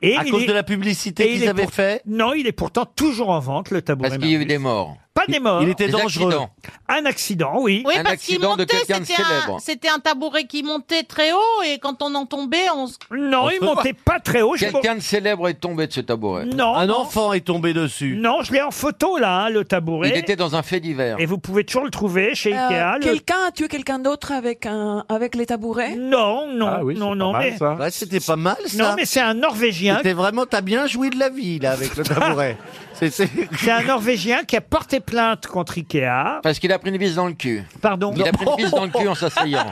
Speaker 2: Et
Speaker 6: À
Speaker 2: il
Speaker 6: cause
Speaker 2: est-
Speaker 6: de la publicité
Speaker 2: et il
Speaker 6: qu'ils
Speaker 2: est
Speaker 6: avaient
Speaker 2: pour-
Speaker 6: fait
Speaker 2: Non, il est pourtant toujours en vente, le tabouret
Speaker 23: Parce qu'il
Speaker 2: Marius.
Speaker 23: y a eu des morts.
Speaker 2: Pas des morts.
Speaker 23: Il était Des dangereux. accidents.
Speaker 2: Un accident, oui.
Speaker 23: Oui, Un parce qu'il accident de montait, quelqu'un de
Speaker 4: C'était un-
Speaker 23: célèbre.
Speaker 4: C'était un, tabouret qui montait très haut et quand on en tombait, on se.
Speaker 2: Non, il montait pas très haut. je-
Speaker 23: Quelqu'un de célèbre est tombé de ce tabouret.
Speaker 2: Non. Un
Speaker 6: enfant est tombé dessus.
Speaker 2: Non, je l'ai en photo là, hein, le tabouret.
Speaker 23: Il était dans un fait divers.
Speaker 2: Et vous pouvez toujours le trouver chez
Speaker 22: Euh,
Speaker 2: Ikea. le-
Speaker 22: quelqu'un a tué quelqu'un d'autre avec, un, avec les tabourets
Speaker 2: Non, non, non,
Speaker 22: Ah,
Speaker 2: non. mais...
Speaker 6: Ouais, c'était pas mal ça.
Speaker 2: Non, mais c'est un Norvégien.
Speaker 6: C'était vraiment, t'as bien joui de la vie là avec le tabouret. C'est- c'est-
Speaker 2: (laughs) C'est un Norvégien qui a porté plainte contre Ikea.
Speaker 23: Parce qu'il a pris une vis dans le cul.
Speaker 2: Pardon.
Speaker 23: Il a pris une vis dans le
Speaker 2: (laughs)
Speaker 23: cul en s'asseyant.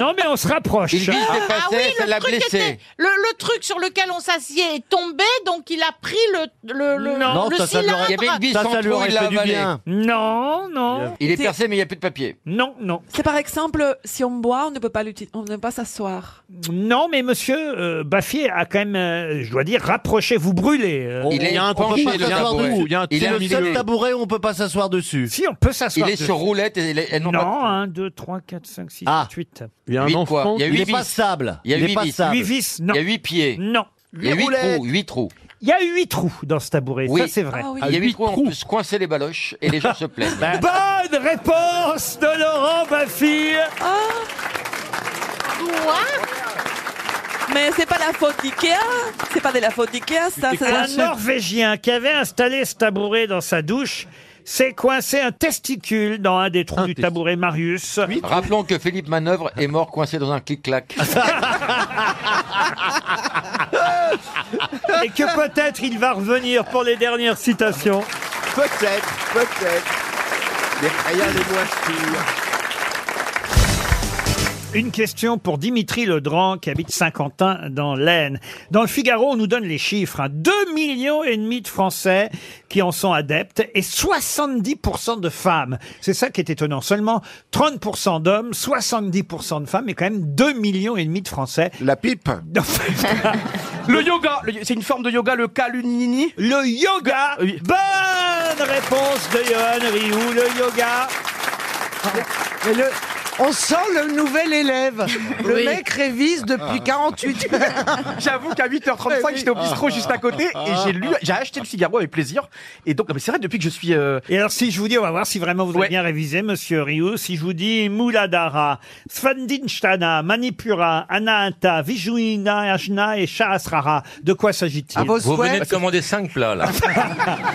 Speaker 2: Non, mais on se rapproche.
Speaker 23: Une vis
Speaker 4: Ah oui,
Speaker 23: dépassée, ça
Speaker 4: le
Speaker 23: l'a
Speaker 4: truc, était,
Speaker 23: blessé.
Speaker 4: le, le truc sur lequel on s'assied est tombé, donc il a pris le, le, le,
Speaker 23: Non,
Speaker 4: le
Speaker 23: ça, ça lui
Speaker 4: cylindre.
Speaker 23: aurait- Il y avait une vis Ça, sans ça lui trou, aurait il l'a fait du avalé. bien.
Speaker 2: Non, non.
Speaker 23: Il est
Speaker 22: C'est-
Speaker 23: percé, mais il n'y a plus de papier.
Speaker 2: Non, non.
Speaker 22: C'est par exemple, si on boit, on ne peut pas, l'uti- on ne peut pas s'asseoir.
Speaker 2: Non, mais monsieur euh, Baffier a quand même, euh, je dois dire, rapproché, vous brûlez. euh.
Speaker 23: Il est
Speaker 6: Il y a un
Speaker 23: penché,
Speaker 6: trou,
Speaker 23: le
Speaker 6: on peut pas
Speaker 23: tabouret.
Speaker 6: s'asseoir dessus.
Speaker 23: Il y a un
Speaker 6: C'est
Speaker 23: trou
Speaker 6: le
Speaker 23: au
Speaker 6: seul
Speaker 23: milieu.
Speaker 6: tabouret où on peut pas s'asseoir dessus.
Speaker 2: Si, on peut s'asseoir
Speaker 23: Il est sur roulette et elles- elles n'ont pas de
Speaker 2: Non, 1, 2, 3, 4, 5, 6,
Speaker 23: Ah.
Speaker 2: 7, 8.
Speaker 23: Il y a un Huit enfant quoi Il y a qui- huit
Speaker 6: Il est pas
Speaker 23: vis.
Speaker 6: stable.
Speaker 23: Il y a
Speaker 6: Il est
Speaker 23: huit
Speaker 6: pas
Speaker 23: vis.
Speaker 6: stable.
Speaker 2: Huit vis, non.
Speaker 23: Il y a huit pieds.
Speaker 2: Non.
Speaker 23: Il y a
Speaker 2: Huit
Speaker 23: huit
Speaker 2: roulettes.
Speaker 23: trous. Huit trous. Ah,
Speaker 2: Il y a huit trous dans ce tabouret, ça c'est vrai.
Speaker 22: Ah
Speaker 2: Ah,
Speaker 23: Il y a huit trous, on peut se coincer les baloches et les gens se plaignent.
Speaker 2: (laughs) Bonne réponse de Laurent Baffy
Speaker 23: Ah.
Speaker 22: Mais c'est pas la faute d'Ikea, c'est pas de la faute d'Ikea, ça. c'est
Speaker 2: Un Norvégien qui avait installé ce tabouret dans sa douche s'est coincé un testicule dans un des trous du tabouret Marius.
Speaker 23: Rappelons que Philippe Manœuvre est mort coincé dans un clic-clac.
Speaker 2: (laughs) Et que peut-être il va revenir pour les dernières citations.
Speaker 6: Peut-être, peut-être. Mais rien n'est moins sûr.
Speaker 2: Une question pour Dimitri Ledrand qui habite Saint-Quentin dans l'Aisne. Dans le Figaro, on nous donne les chiffres. hein. 2 millions et demi de Français qui en sont adeptes et 70% de femmes. C'est ça qui est étonnant. Seulement 30% d'hommes, 70% de femmes et quand même 2 millions et demi de Français.
Speaker 6: La
Speaker 2: (laughs)
Speaker 6: pipe
Speaker 8: Le yoga, le- c'est une forme de yoga, le Kalunini
Speaker 2: Le yoga Bonne réponse de Johan Rioux, le yoga
Speaker 19: Mais Ah. le- on sent le nouvel
Speaker 2: Ah.
Speaker 19: élève. Le
Speaker 8: Oui.
Speaker 19: mec révise
Speaker 8: Ah.
Speaker 19: depuis
Speaker 8: (laughs)
Speaker 19: 48 heures.
Speaker 8: J'avoue qu'à 8h35, j'étais au bistrot juste à côté et j'ai lu, j'ai acheté le Figaro avec plaisir. Et donc, non, mais c'est vrai, depuis que je suis. euh,
Speaker 2: Et alors, si je vous dis, on va voir si vraiment vous avez bien révisé, monsieur Rioux, si je vous dis Muladhara, Svandinstana, Manipura, Anahata, Vijuina, Ajna et Shahasrara, de quoi s'agit-il
Speaker 23: Vous venez de commander cinq plats là.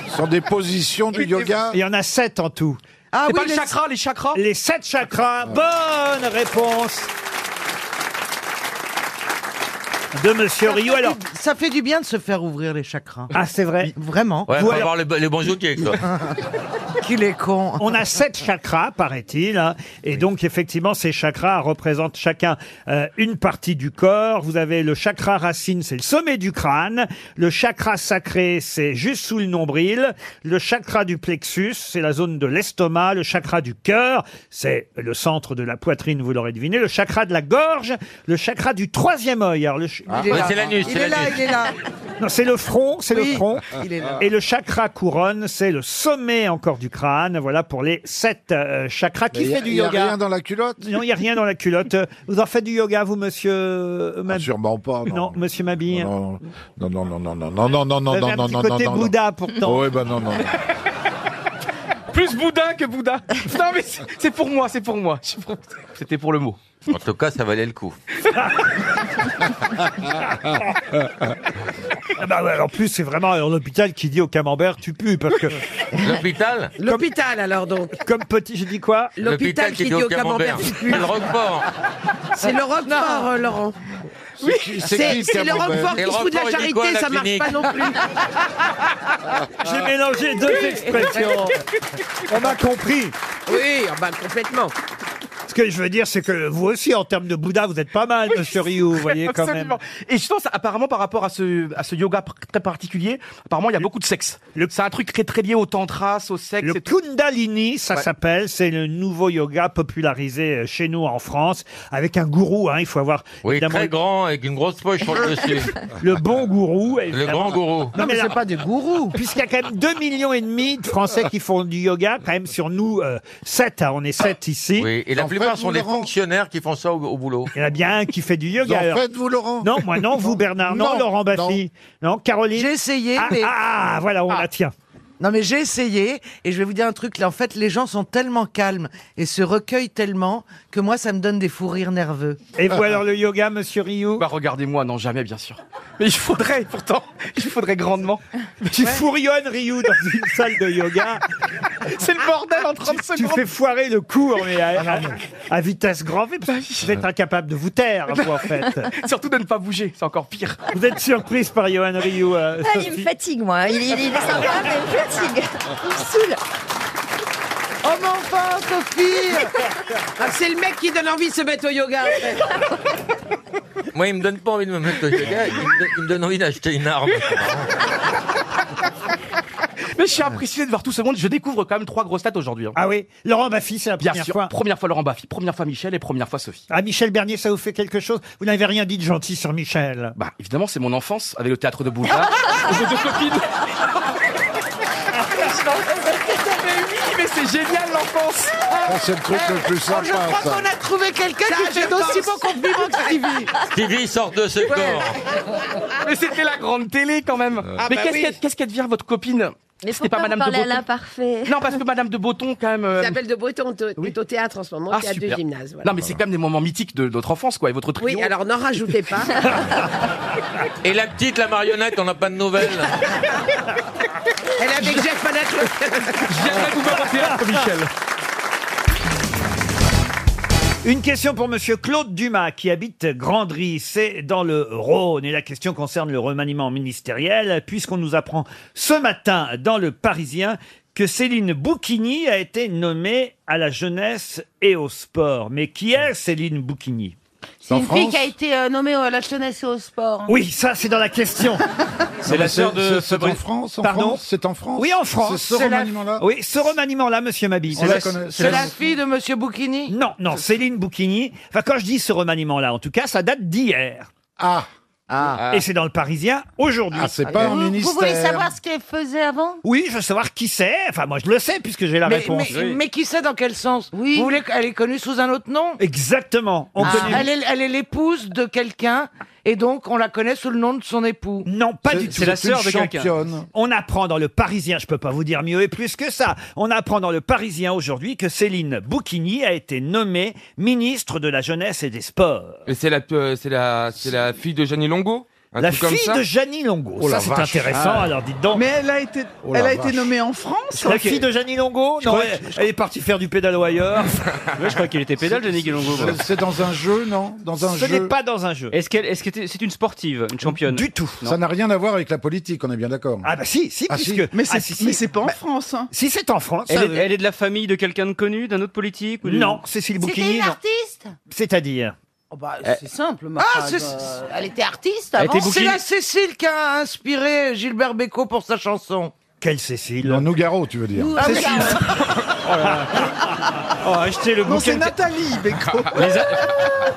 Speaker 20: Ce sont des positions du yoga.
Speaker 2: Il y en a sept en tout.
Speaker 15: Ah
Speaker 20: Ah
Speaker 8: c'est pas les chakras, les chakras
Speaker 2: Les sept chakras, bonne réponse de Monsieur Rio.
Speaker 3: Ça fait
Speaker 2: Alors,
Speaker 3: du- Ça fait du bien de se faire ouvrir les chakras.
Speaker 2: Ah, c'est vrai
Speaker 3: Vraiment
Speaker 2: Ouais, Vous, faut alors- avoir
Speaker 7: les, bons outils, quoi.
Speaker 3: (laughs)
Speaker 2: Qu'il est con. On a sept chakras, paraît-il. hein. et donc, effectivement, ces chakras représentent chacun euh, une partie du corps. Vous avez le chakra racine, c'est le sommet du crâne. Le chakra sacré, c'est juste sous le nombril. Le chakra du plexus, c'est la zone de l'estomac. Le chakra du cœur, c'est le centre de la poitrine, vous l'aurez deviné. Le chakra de la gorge. Le chakra du troisième œil. Alors, le ch-
Speaker 3: Il est Ouais, là. c'est l'anus, Ah. Il c'est est là, l'anus. il est là.
Speaker 2: Non, c'est le front, c'est
Speaker 3: Oui,
Speaker 2: le front.
Speaker 3: il est là.
Speaker 2: Et le chakra couronne, c'est le sommet encore du crâne. Voilà pour les sept euh, chakras. Qui
Speaker 20: Mais y a-
Speaker 2: fait du
Speaker 20: y a
Speaker 2: yoga
Speaker 20: rien dans la culotte
Speaker 2: Non, il n'y a rien dans la
Speaker 20: (laughs)
Speaker 2: culotte. Vous en faites du yoga, vous, monsieur
Speaker 20: Ah,
Speaker 2: Mabille Sûrement pas. Non, monsieur Mabille.
Speaker 20: Non, non, non, non, non, non, non, non, non, non,
Speaker 2: Vous avez
Speaker 20: non,
Speaker 2: un
Speaker 20: non,
Speaker 2: petit
Speaker 20: non,
Speaker 2: côté
Speaker 20: non, non.
Speaker 2: Bouddha, pourtant.
Speaker 20: Oui, ben non, non. non.
Speaker 8: (laughs) Plus boudin que Bouddha. Non, mais c'est- c'est pour moi, c'est pour moi.
Speaker 23: C'était pour le mot. En tout cas, ça valait le
Speaker 8: (laughs)
Speaker 23: coup.
Speaker 3: (laughs)
Speaker 2: Ah bah ouais, en plus, c'est vraiment alors, l'hôpital qui dit au camembert, tu pues, parce que...
Speaker 23: (laughs) L'hôpital
Speaker 2: L'hôpital, alors, donc. Comme petit, j'ai dit quoi
Speaker 23: L'hôpital qui dit au camembert. C'est le Roquefort.
Speaker 13: C'est le Roquefort, euh, Laurent.
Speaker 23: C'est qui- c'est
Speaker 13: c'est
Speaker 23: qui,
Speaker 13: c'est le
Speaker 23: Camembert
Speaker 13: Roquefort qui
Speaker 23: Et le
Speaker 13: se fout de la
Speaker 23: Roquefort, il dit quoi à
Speaker 13: charité,
Speaker 23: la
Speaker 13: ça marche
Speaker 23: clinique
Speaker 13: pas non
Speaker 2: (laughs)
Speaker 13: plus.
Speaker 2: J'ai mélangé deux expressions. On m'a compris.
Speaker 13: (laughs) Oui, ah bah, complètement.
Speaker 2: Ce que je veux dire, c'est que vous aussi, en termes de Bouddha, vous êtes pas mal, monsieur Ryu, vous voyez, quand même.
Speaker 8: Absolument. Et je pense, apparemment, par rapport à ce, à ce yoga pr- très particulier, apparemment, il y a beaucoup de sexe. C'est un truc très, très lié au tantra, au sexe.
Speaker 2: Le Kundalini, ça
Speaker 8: Ouais.
Speaker 2: s'appelle, c'est le nouveau yoga popularisé euh, chez nous en France, avec un gourou, hein, il faut avoir
Speaker 23: Oui,
Speaker 2: évidemment,
Speaker 23: très grand, avec une grosse poche sur
Speaker 2: (laughs)
Speaker 23: le dessus.
Speaker 2: le bon gourou.
Speaker 23: Le grand gourou.
Speaker 2: Non, mais c'est pas des gourous. Puisqu'il y a quand même 2 millions et demi de Français qui font du yoga, quand même sur nous, 7, on est 7 ici.
Speaker 23: Oui, et la
Speaker 2: En
Speaker 23: plupart
Speaker 2: fait,
Speaker 23: sont
Speaker 2: vous
Speaker 23: des
Speaker 2: leur en-
Speaker 23: fonctionnaires qui font ça au, au boulot.
Speaker 2: Il y en a bien un qui fait du yoga.
Speaker 23: Vous en
Speaker 2: alors.
Speaker 23: faites,
Speaker 20: vous, Laurent
Speaker 2: Non, moi non, vous, Bernard. Non,
Speaker 13: Non,
Speaker 2: Laurent Baffy. Non, Caroline.
Speaker 13: J'ai essayé,
Speaker 2: Ah,
Speaker 13: mais.
Speaker 2: ah, voilà, on la tient.
Speaker 13: Non, mais j'ai essayé, et je vais vous dire un truc, là, en fait, les gens sont tellement calmes et se recueillent tellement que moi, ça me donne des fous rires nerveux.
Speaker 2: Et vous,
Speaker 13: (laughs)
Speaker 2: alors, le yoga, monsieur Ryu
Speaker 8: Bah, regardez-moi, non, jamais, bien sûr. Mais il faudrait, pourtant, il faudrait grandement.
Speaker 2: Tu fourrionnes Ryu dans une (laughs) salle de yoga.
Speaker 8: C'est le bordel en 30 secondes.
Speaker 2: Tu fais foirer le cours, mais
Speaker 8: Ah
Speaker 2: à, à- à vitesse grand V, parce que vous êtes incapable de vous taire, vous, en fait.
Speaker 8: Eh ben, (laughs) Surtout de ne pas bouger, c'est encore pire.
Speaker 2: Vous êtes surprise par Johan Ryu. euh,
Speaker 24: Ah, il me
Speaker 2: Sophie
Speaker 24: fatigue, moi. Il, il- il est sympa, mais il me fatigue. Il me saoule.
Speaker 13: Oh, mon enfant, Sophie Ah, C'est le mec qui donne envie de se mettre au yoga. en fait.
Speaker 23: Moi, il me donne pas envie de me mettre au yoga, il me, donne- il me donne envie d'acheter une arme.
Speaker 8: (laughs) Mais je suis impressionné de voir tout ce monde. Je découvre quand même trois grosses têtes aujourd'hui. hein.
Speaker 2: Ah oui Laurent Baffy, c'est la
Speaker 8: Bien
Speaker 2: première
Speaker 8: sûr.
Speaker 2: fois.
Speaker 8: Première fois Laurent Baffy, première fois Michel et première fois Sophie.
Speaker 2: Ah, Michel Bernier, ça vous fait quelque chose Vous n'avez rien dit de gentil sur Michel.
Speaker 8: Bah, évidemment, c'est mon enfance avec le théâtre de
Speaker 20: (laughs)
Speaker 8: Boulevard. J'ai deux
Speaker 13: (laughs)
Speaker 8: copines. Mais oui, mais c'est génial l'enfance.
Speaker 20: Oh, c'est le truc le plus
Speaker 13: Je
Speaker 20: sympa,
Speaker 13: crois
Speaker 20: ça.
Speaker 13: qu'on a trouvé quelqu'un Ça, qui fait je d'aussi pense. beaux compliments que Stevie.
Speaker 23: Stevie sort de ce corps.
Speaker 8: Ah. Mais c'était la grande télé quand même.
Speaker 24: Ah,
Speaker 8: mais
Speaker 24: bah
Speaker 8: qu'est-ce
Speaker 24: oui.
Speaker 8: qu'elle qu'est-ce qu'elle devient votre copine
Speaker 24: Mais
Speaker 8: C'était
Speaker 24: pourquoi
Speaker 8: pas
Speaker 24: vous
Speaker 8: Madame de
Speaker 24: parlez à
Speaker 8: Beauton.
Speaker 24: l'imparfait
Speaker 8: Non, parce que Madame de Beauton quand même. euh,
Speaker 13: Ça s'appelle de Breton, t'es au théâtre en ce moment,
Speaker 8: ah,
Speaker 13: théâtre de
Speaker 8: super.
Speaker 13: gymnase. voilà.
Speaker 8: Non, mais c'est quand même des moments mythiques de notre enfance, quoi. Et votre trio.
Speaker 13: Oui, alors n'en rajoutez
Speaker 4: (laughs)
Speaker 13: pas.
Speaker 23: Et la petite, la marionnette, on n'a pas de
Speaker 8: (laughs)
Speaker 23: nouvelles.
Speaker 13: Elle est avec Jeff Panaclock.
Speaker 8: Michel.
Speaker 2: Ah, Une question pour Monsieur Claude Dumas, qui habite Grandry, c'est dans le Rhône, et la question concerne le remaniement ministériel, puisqu'on nous apprend ce matin dans le Parisien que Céline Bouquigny a été nommée à la jeunesse et au sport. Mais qui est Céline Bouquigny
Speaker 4: C'est une fille qui a été euh, nommée à la jeunesse et au sport.
Speaker 8: Oh,
Speaker 4: hein.
Speaker 2: Oui, ça c'est dans la
Speaker 7: (laughs)
Speaker 2: question.
Speaker 7: C'est la sœur de Fabrice.
Speaker 2: Pardon
Speaker 7: C'est en France
Speaker 2: Oui, en France.
Speaker 7: C'est ce
Speaker 2: C'est la-
Speaker 7: remaniement-là
Speaker 2: Oui, ce remaniement-là, monsieur Mabille.
Speaker 7: On la connaît.
Speaker 13: C'est la fille de Monsieur Bouchini
Speaker 2: Non, non, Céline Bouquigny. Enfin, quand je dis ce remaniement-là, en tout cas, ça date d'hier.
Speaker 7: Ah.
Speaker 2: Et c'est dans le Parisien aujourd'hui. Ah, c'est
Speaker 4: vous, vous voulez savoir ce qu'elle faisait avant
Speaker 2: Oui, je veux savoir qui c'est. Enfin, moi, je le sais puisque j'ai la
Speaker 13: mais,
Speaker 2: réponse.
Speaker 13: mais- mais qui sait dans quel sens Vous voulez qu'elle est connue sous un autre nom
Speaker 2: Exactement. On
Speaker 13: Ah,
Speaker 2: connaît-
Speaker 13: Elle est elle est l'épouse de quelqu'un et donc on la connaît sous le nom de son époux.
Speaker 2: Non, pas du tout. On apprend dans le Parisien, je peux pas vous dire mieux et plus que ça. On apprend dans le Parisien aujourd'hui que Céline Bouquigny a été nommée ministre de la Jeunesse et des Sports.
Speaker 5: Et c'est la, euh, c'est la, c'est la fille de Jeannie Longo Un
Speaker 2: la
Speaker 5: truc comme
Speaker 2: fille
Speaker 5: ça
Speaker 2: de Jeannie Longo.
Speaker 5: Oh la
Speaker 2: ça, c'est
Speaker 5: vache.
Speaker 2: intéressant,
Speaker 5: Ah.
Speaker 2: alors dites donc.
Speaker 9: Mais elle a été,
Speaker 2: Oh la
Speaker 9: elle a été
Speaker 2: vache.
Speaker 9: nommée en France.
Speaker 2: La fille de Jeannie Longo
Speaker 9: Je
Speaker 2: Non,
Speaker 9: crois-
Speaker 2: elle, elle est partie faire du pédalo ailleurs.
Speaker 16: Ouais, je crois qu'il était pédale, Johnny Guilongo.
Speaker 9: C'est- c'est
Speaker 2: dans un jeu, non
Speaker 9: Dans un
Speaker 2: Ce
Speaker 9: jeu.
Speaker 2: n'est pas dans un jeu.
Speaker 16: Est-ce qu'elle, est-ce que t'es- c'est une sportive, une championne
Speaker 2: Du tout.
Speaker 9: Ça n'a
Speaker 2: rien à voir avec la politique, on est bien d'accord. Ah bah si, si,
Speaker 9: Ah, si.
Speaker 2: puisque...
Speaker 9: Mais c'est-
Speaker 2: ah, si, si.
Speaker 9: mais c'est pas en
Speaker 2: Bah,
Speaker 9: France. hein.
Speaker 2: Si, c'est en France.
Speaker 16: Elle
Speaker 2: ça,
Speaker 16: est,
Speaker 2: euh,
Speaker 16: elle est de la famille de quelqu'un de connu, d'un autre politique ou d'une-
Speaker 2: Non, Oh, bah, Cécile
Speaker 4: C'était
Speaker 2: Bouquigny,
Speaker 4: une
Speaker 2: non.
Speaker 4: artiste
Speaker 2: C'est-à-dire
Speaker 16: Euh,
Speaker 13: Euh,
Speaker 4: c'est
Speaker 9: simple,
Speaker 4: Ah, c'est- Elle était artiste
Speaker 2: Elle était
Speaker 4: avant.
Speaker 2: bouquinée.
Speaker 4: C'est la-
Speaker 13: Cécile qui a inspiré Gilbert Bécaud pour sa chanson.
Speaker 2: Quelle Cécile
Speaker 20: En Nougaro, tu veux dire.
Speaker 13: Ah, oui,
Speaker 16: Oh, achetez le
Speaker 9: Non, c'est
Speaker 16: bouquin. de-
Speaker 9: Nathalie
Speaker 2: (laughs)
Speaker 9: Bécaud.
Speaker 16: Les, a-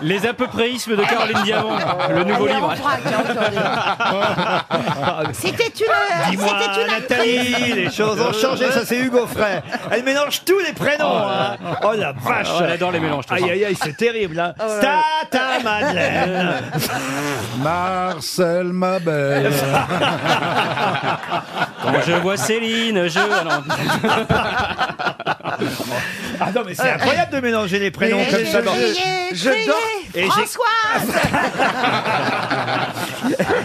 Speaker 16: les à peu préismes de Caroline Diamant,
Speaker 2: Ah,
Speaker 16: le nouveau
Speaker 4: Elle est en
Speaker 16: livre.
Speaker 4: vrac, hein, aujourd'hui. C'était
Speaker 13: euh,
Speaker 4: une.
Speaker 2: Dis-moi,
Speaker 4: C'était une
Speaker 2: Nathalie,
Speaker 4: actrice.
Speaker 2: les choses ont changé, ça c'est Hugo Frey. Elle mélange tous les prénoms.
Speaker 16: Oh
Speaker 2: Oh,
Speaker 16: là
Speaker 2: hein. oh la vache.
Speaker 16: Oh, elle adore les mélanges, de toute
Speaker 2: Aïe,
Speaker 16: façon.
Speaker 2: aïe, aïe, c'est terrible. Hein. Tata Madeleine.
Speaker 20: Marcel, ma belle.
Speaker 16: Quand je vois Céline, je. ah non.
Speaker 2: (laughs) Ah non, mais
Speaker 13: Euh,
Speaker 2: c'est incroyable de mélanger les prénoms
Speaker 9: Mais
Speaker 2: comme
Speaker 9: je-
Speaker 2: ça. dans-
Speaker 9: je- je dors-
Speaker 2: Et j'ai-
Speaker 4: Françoise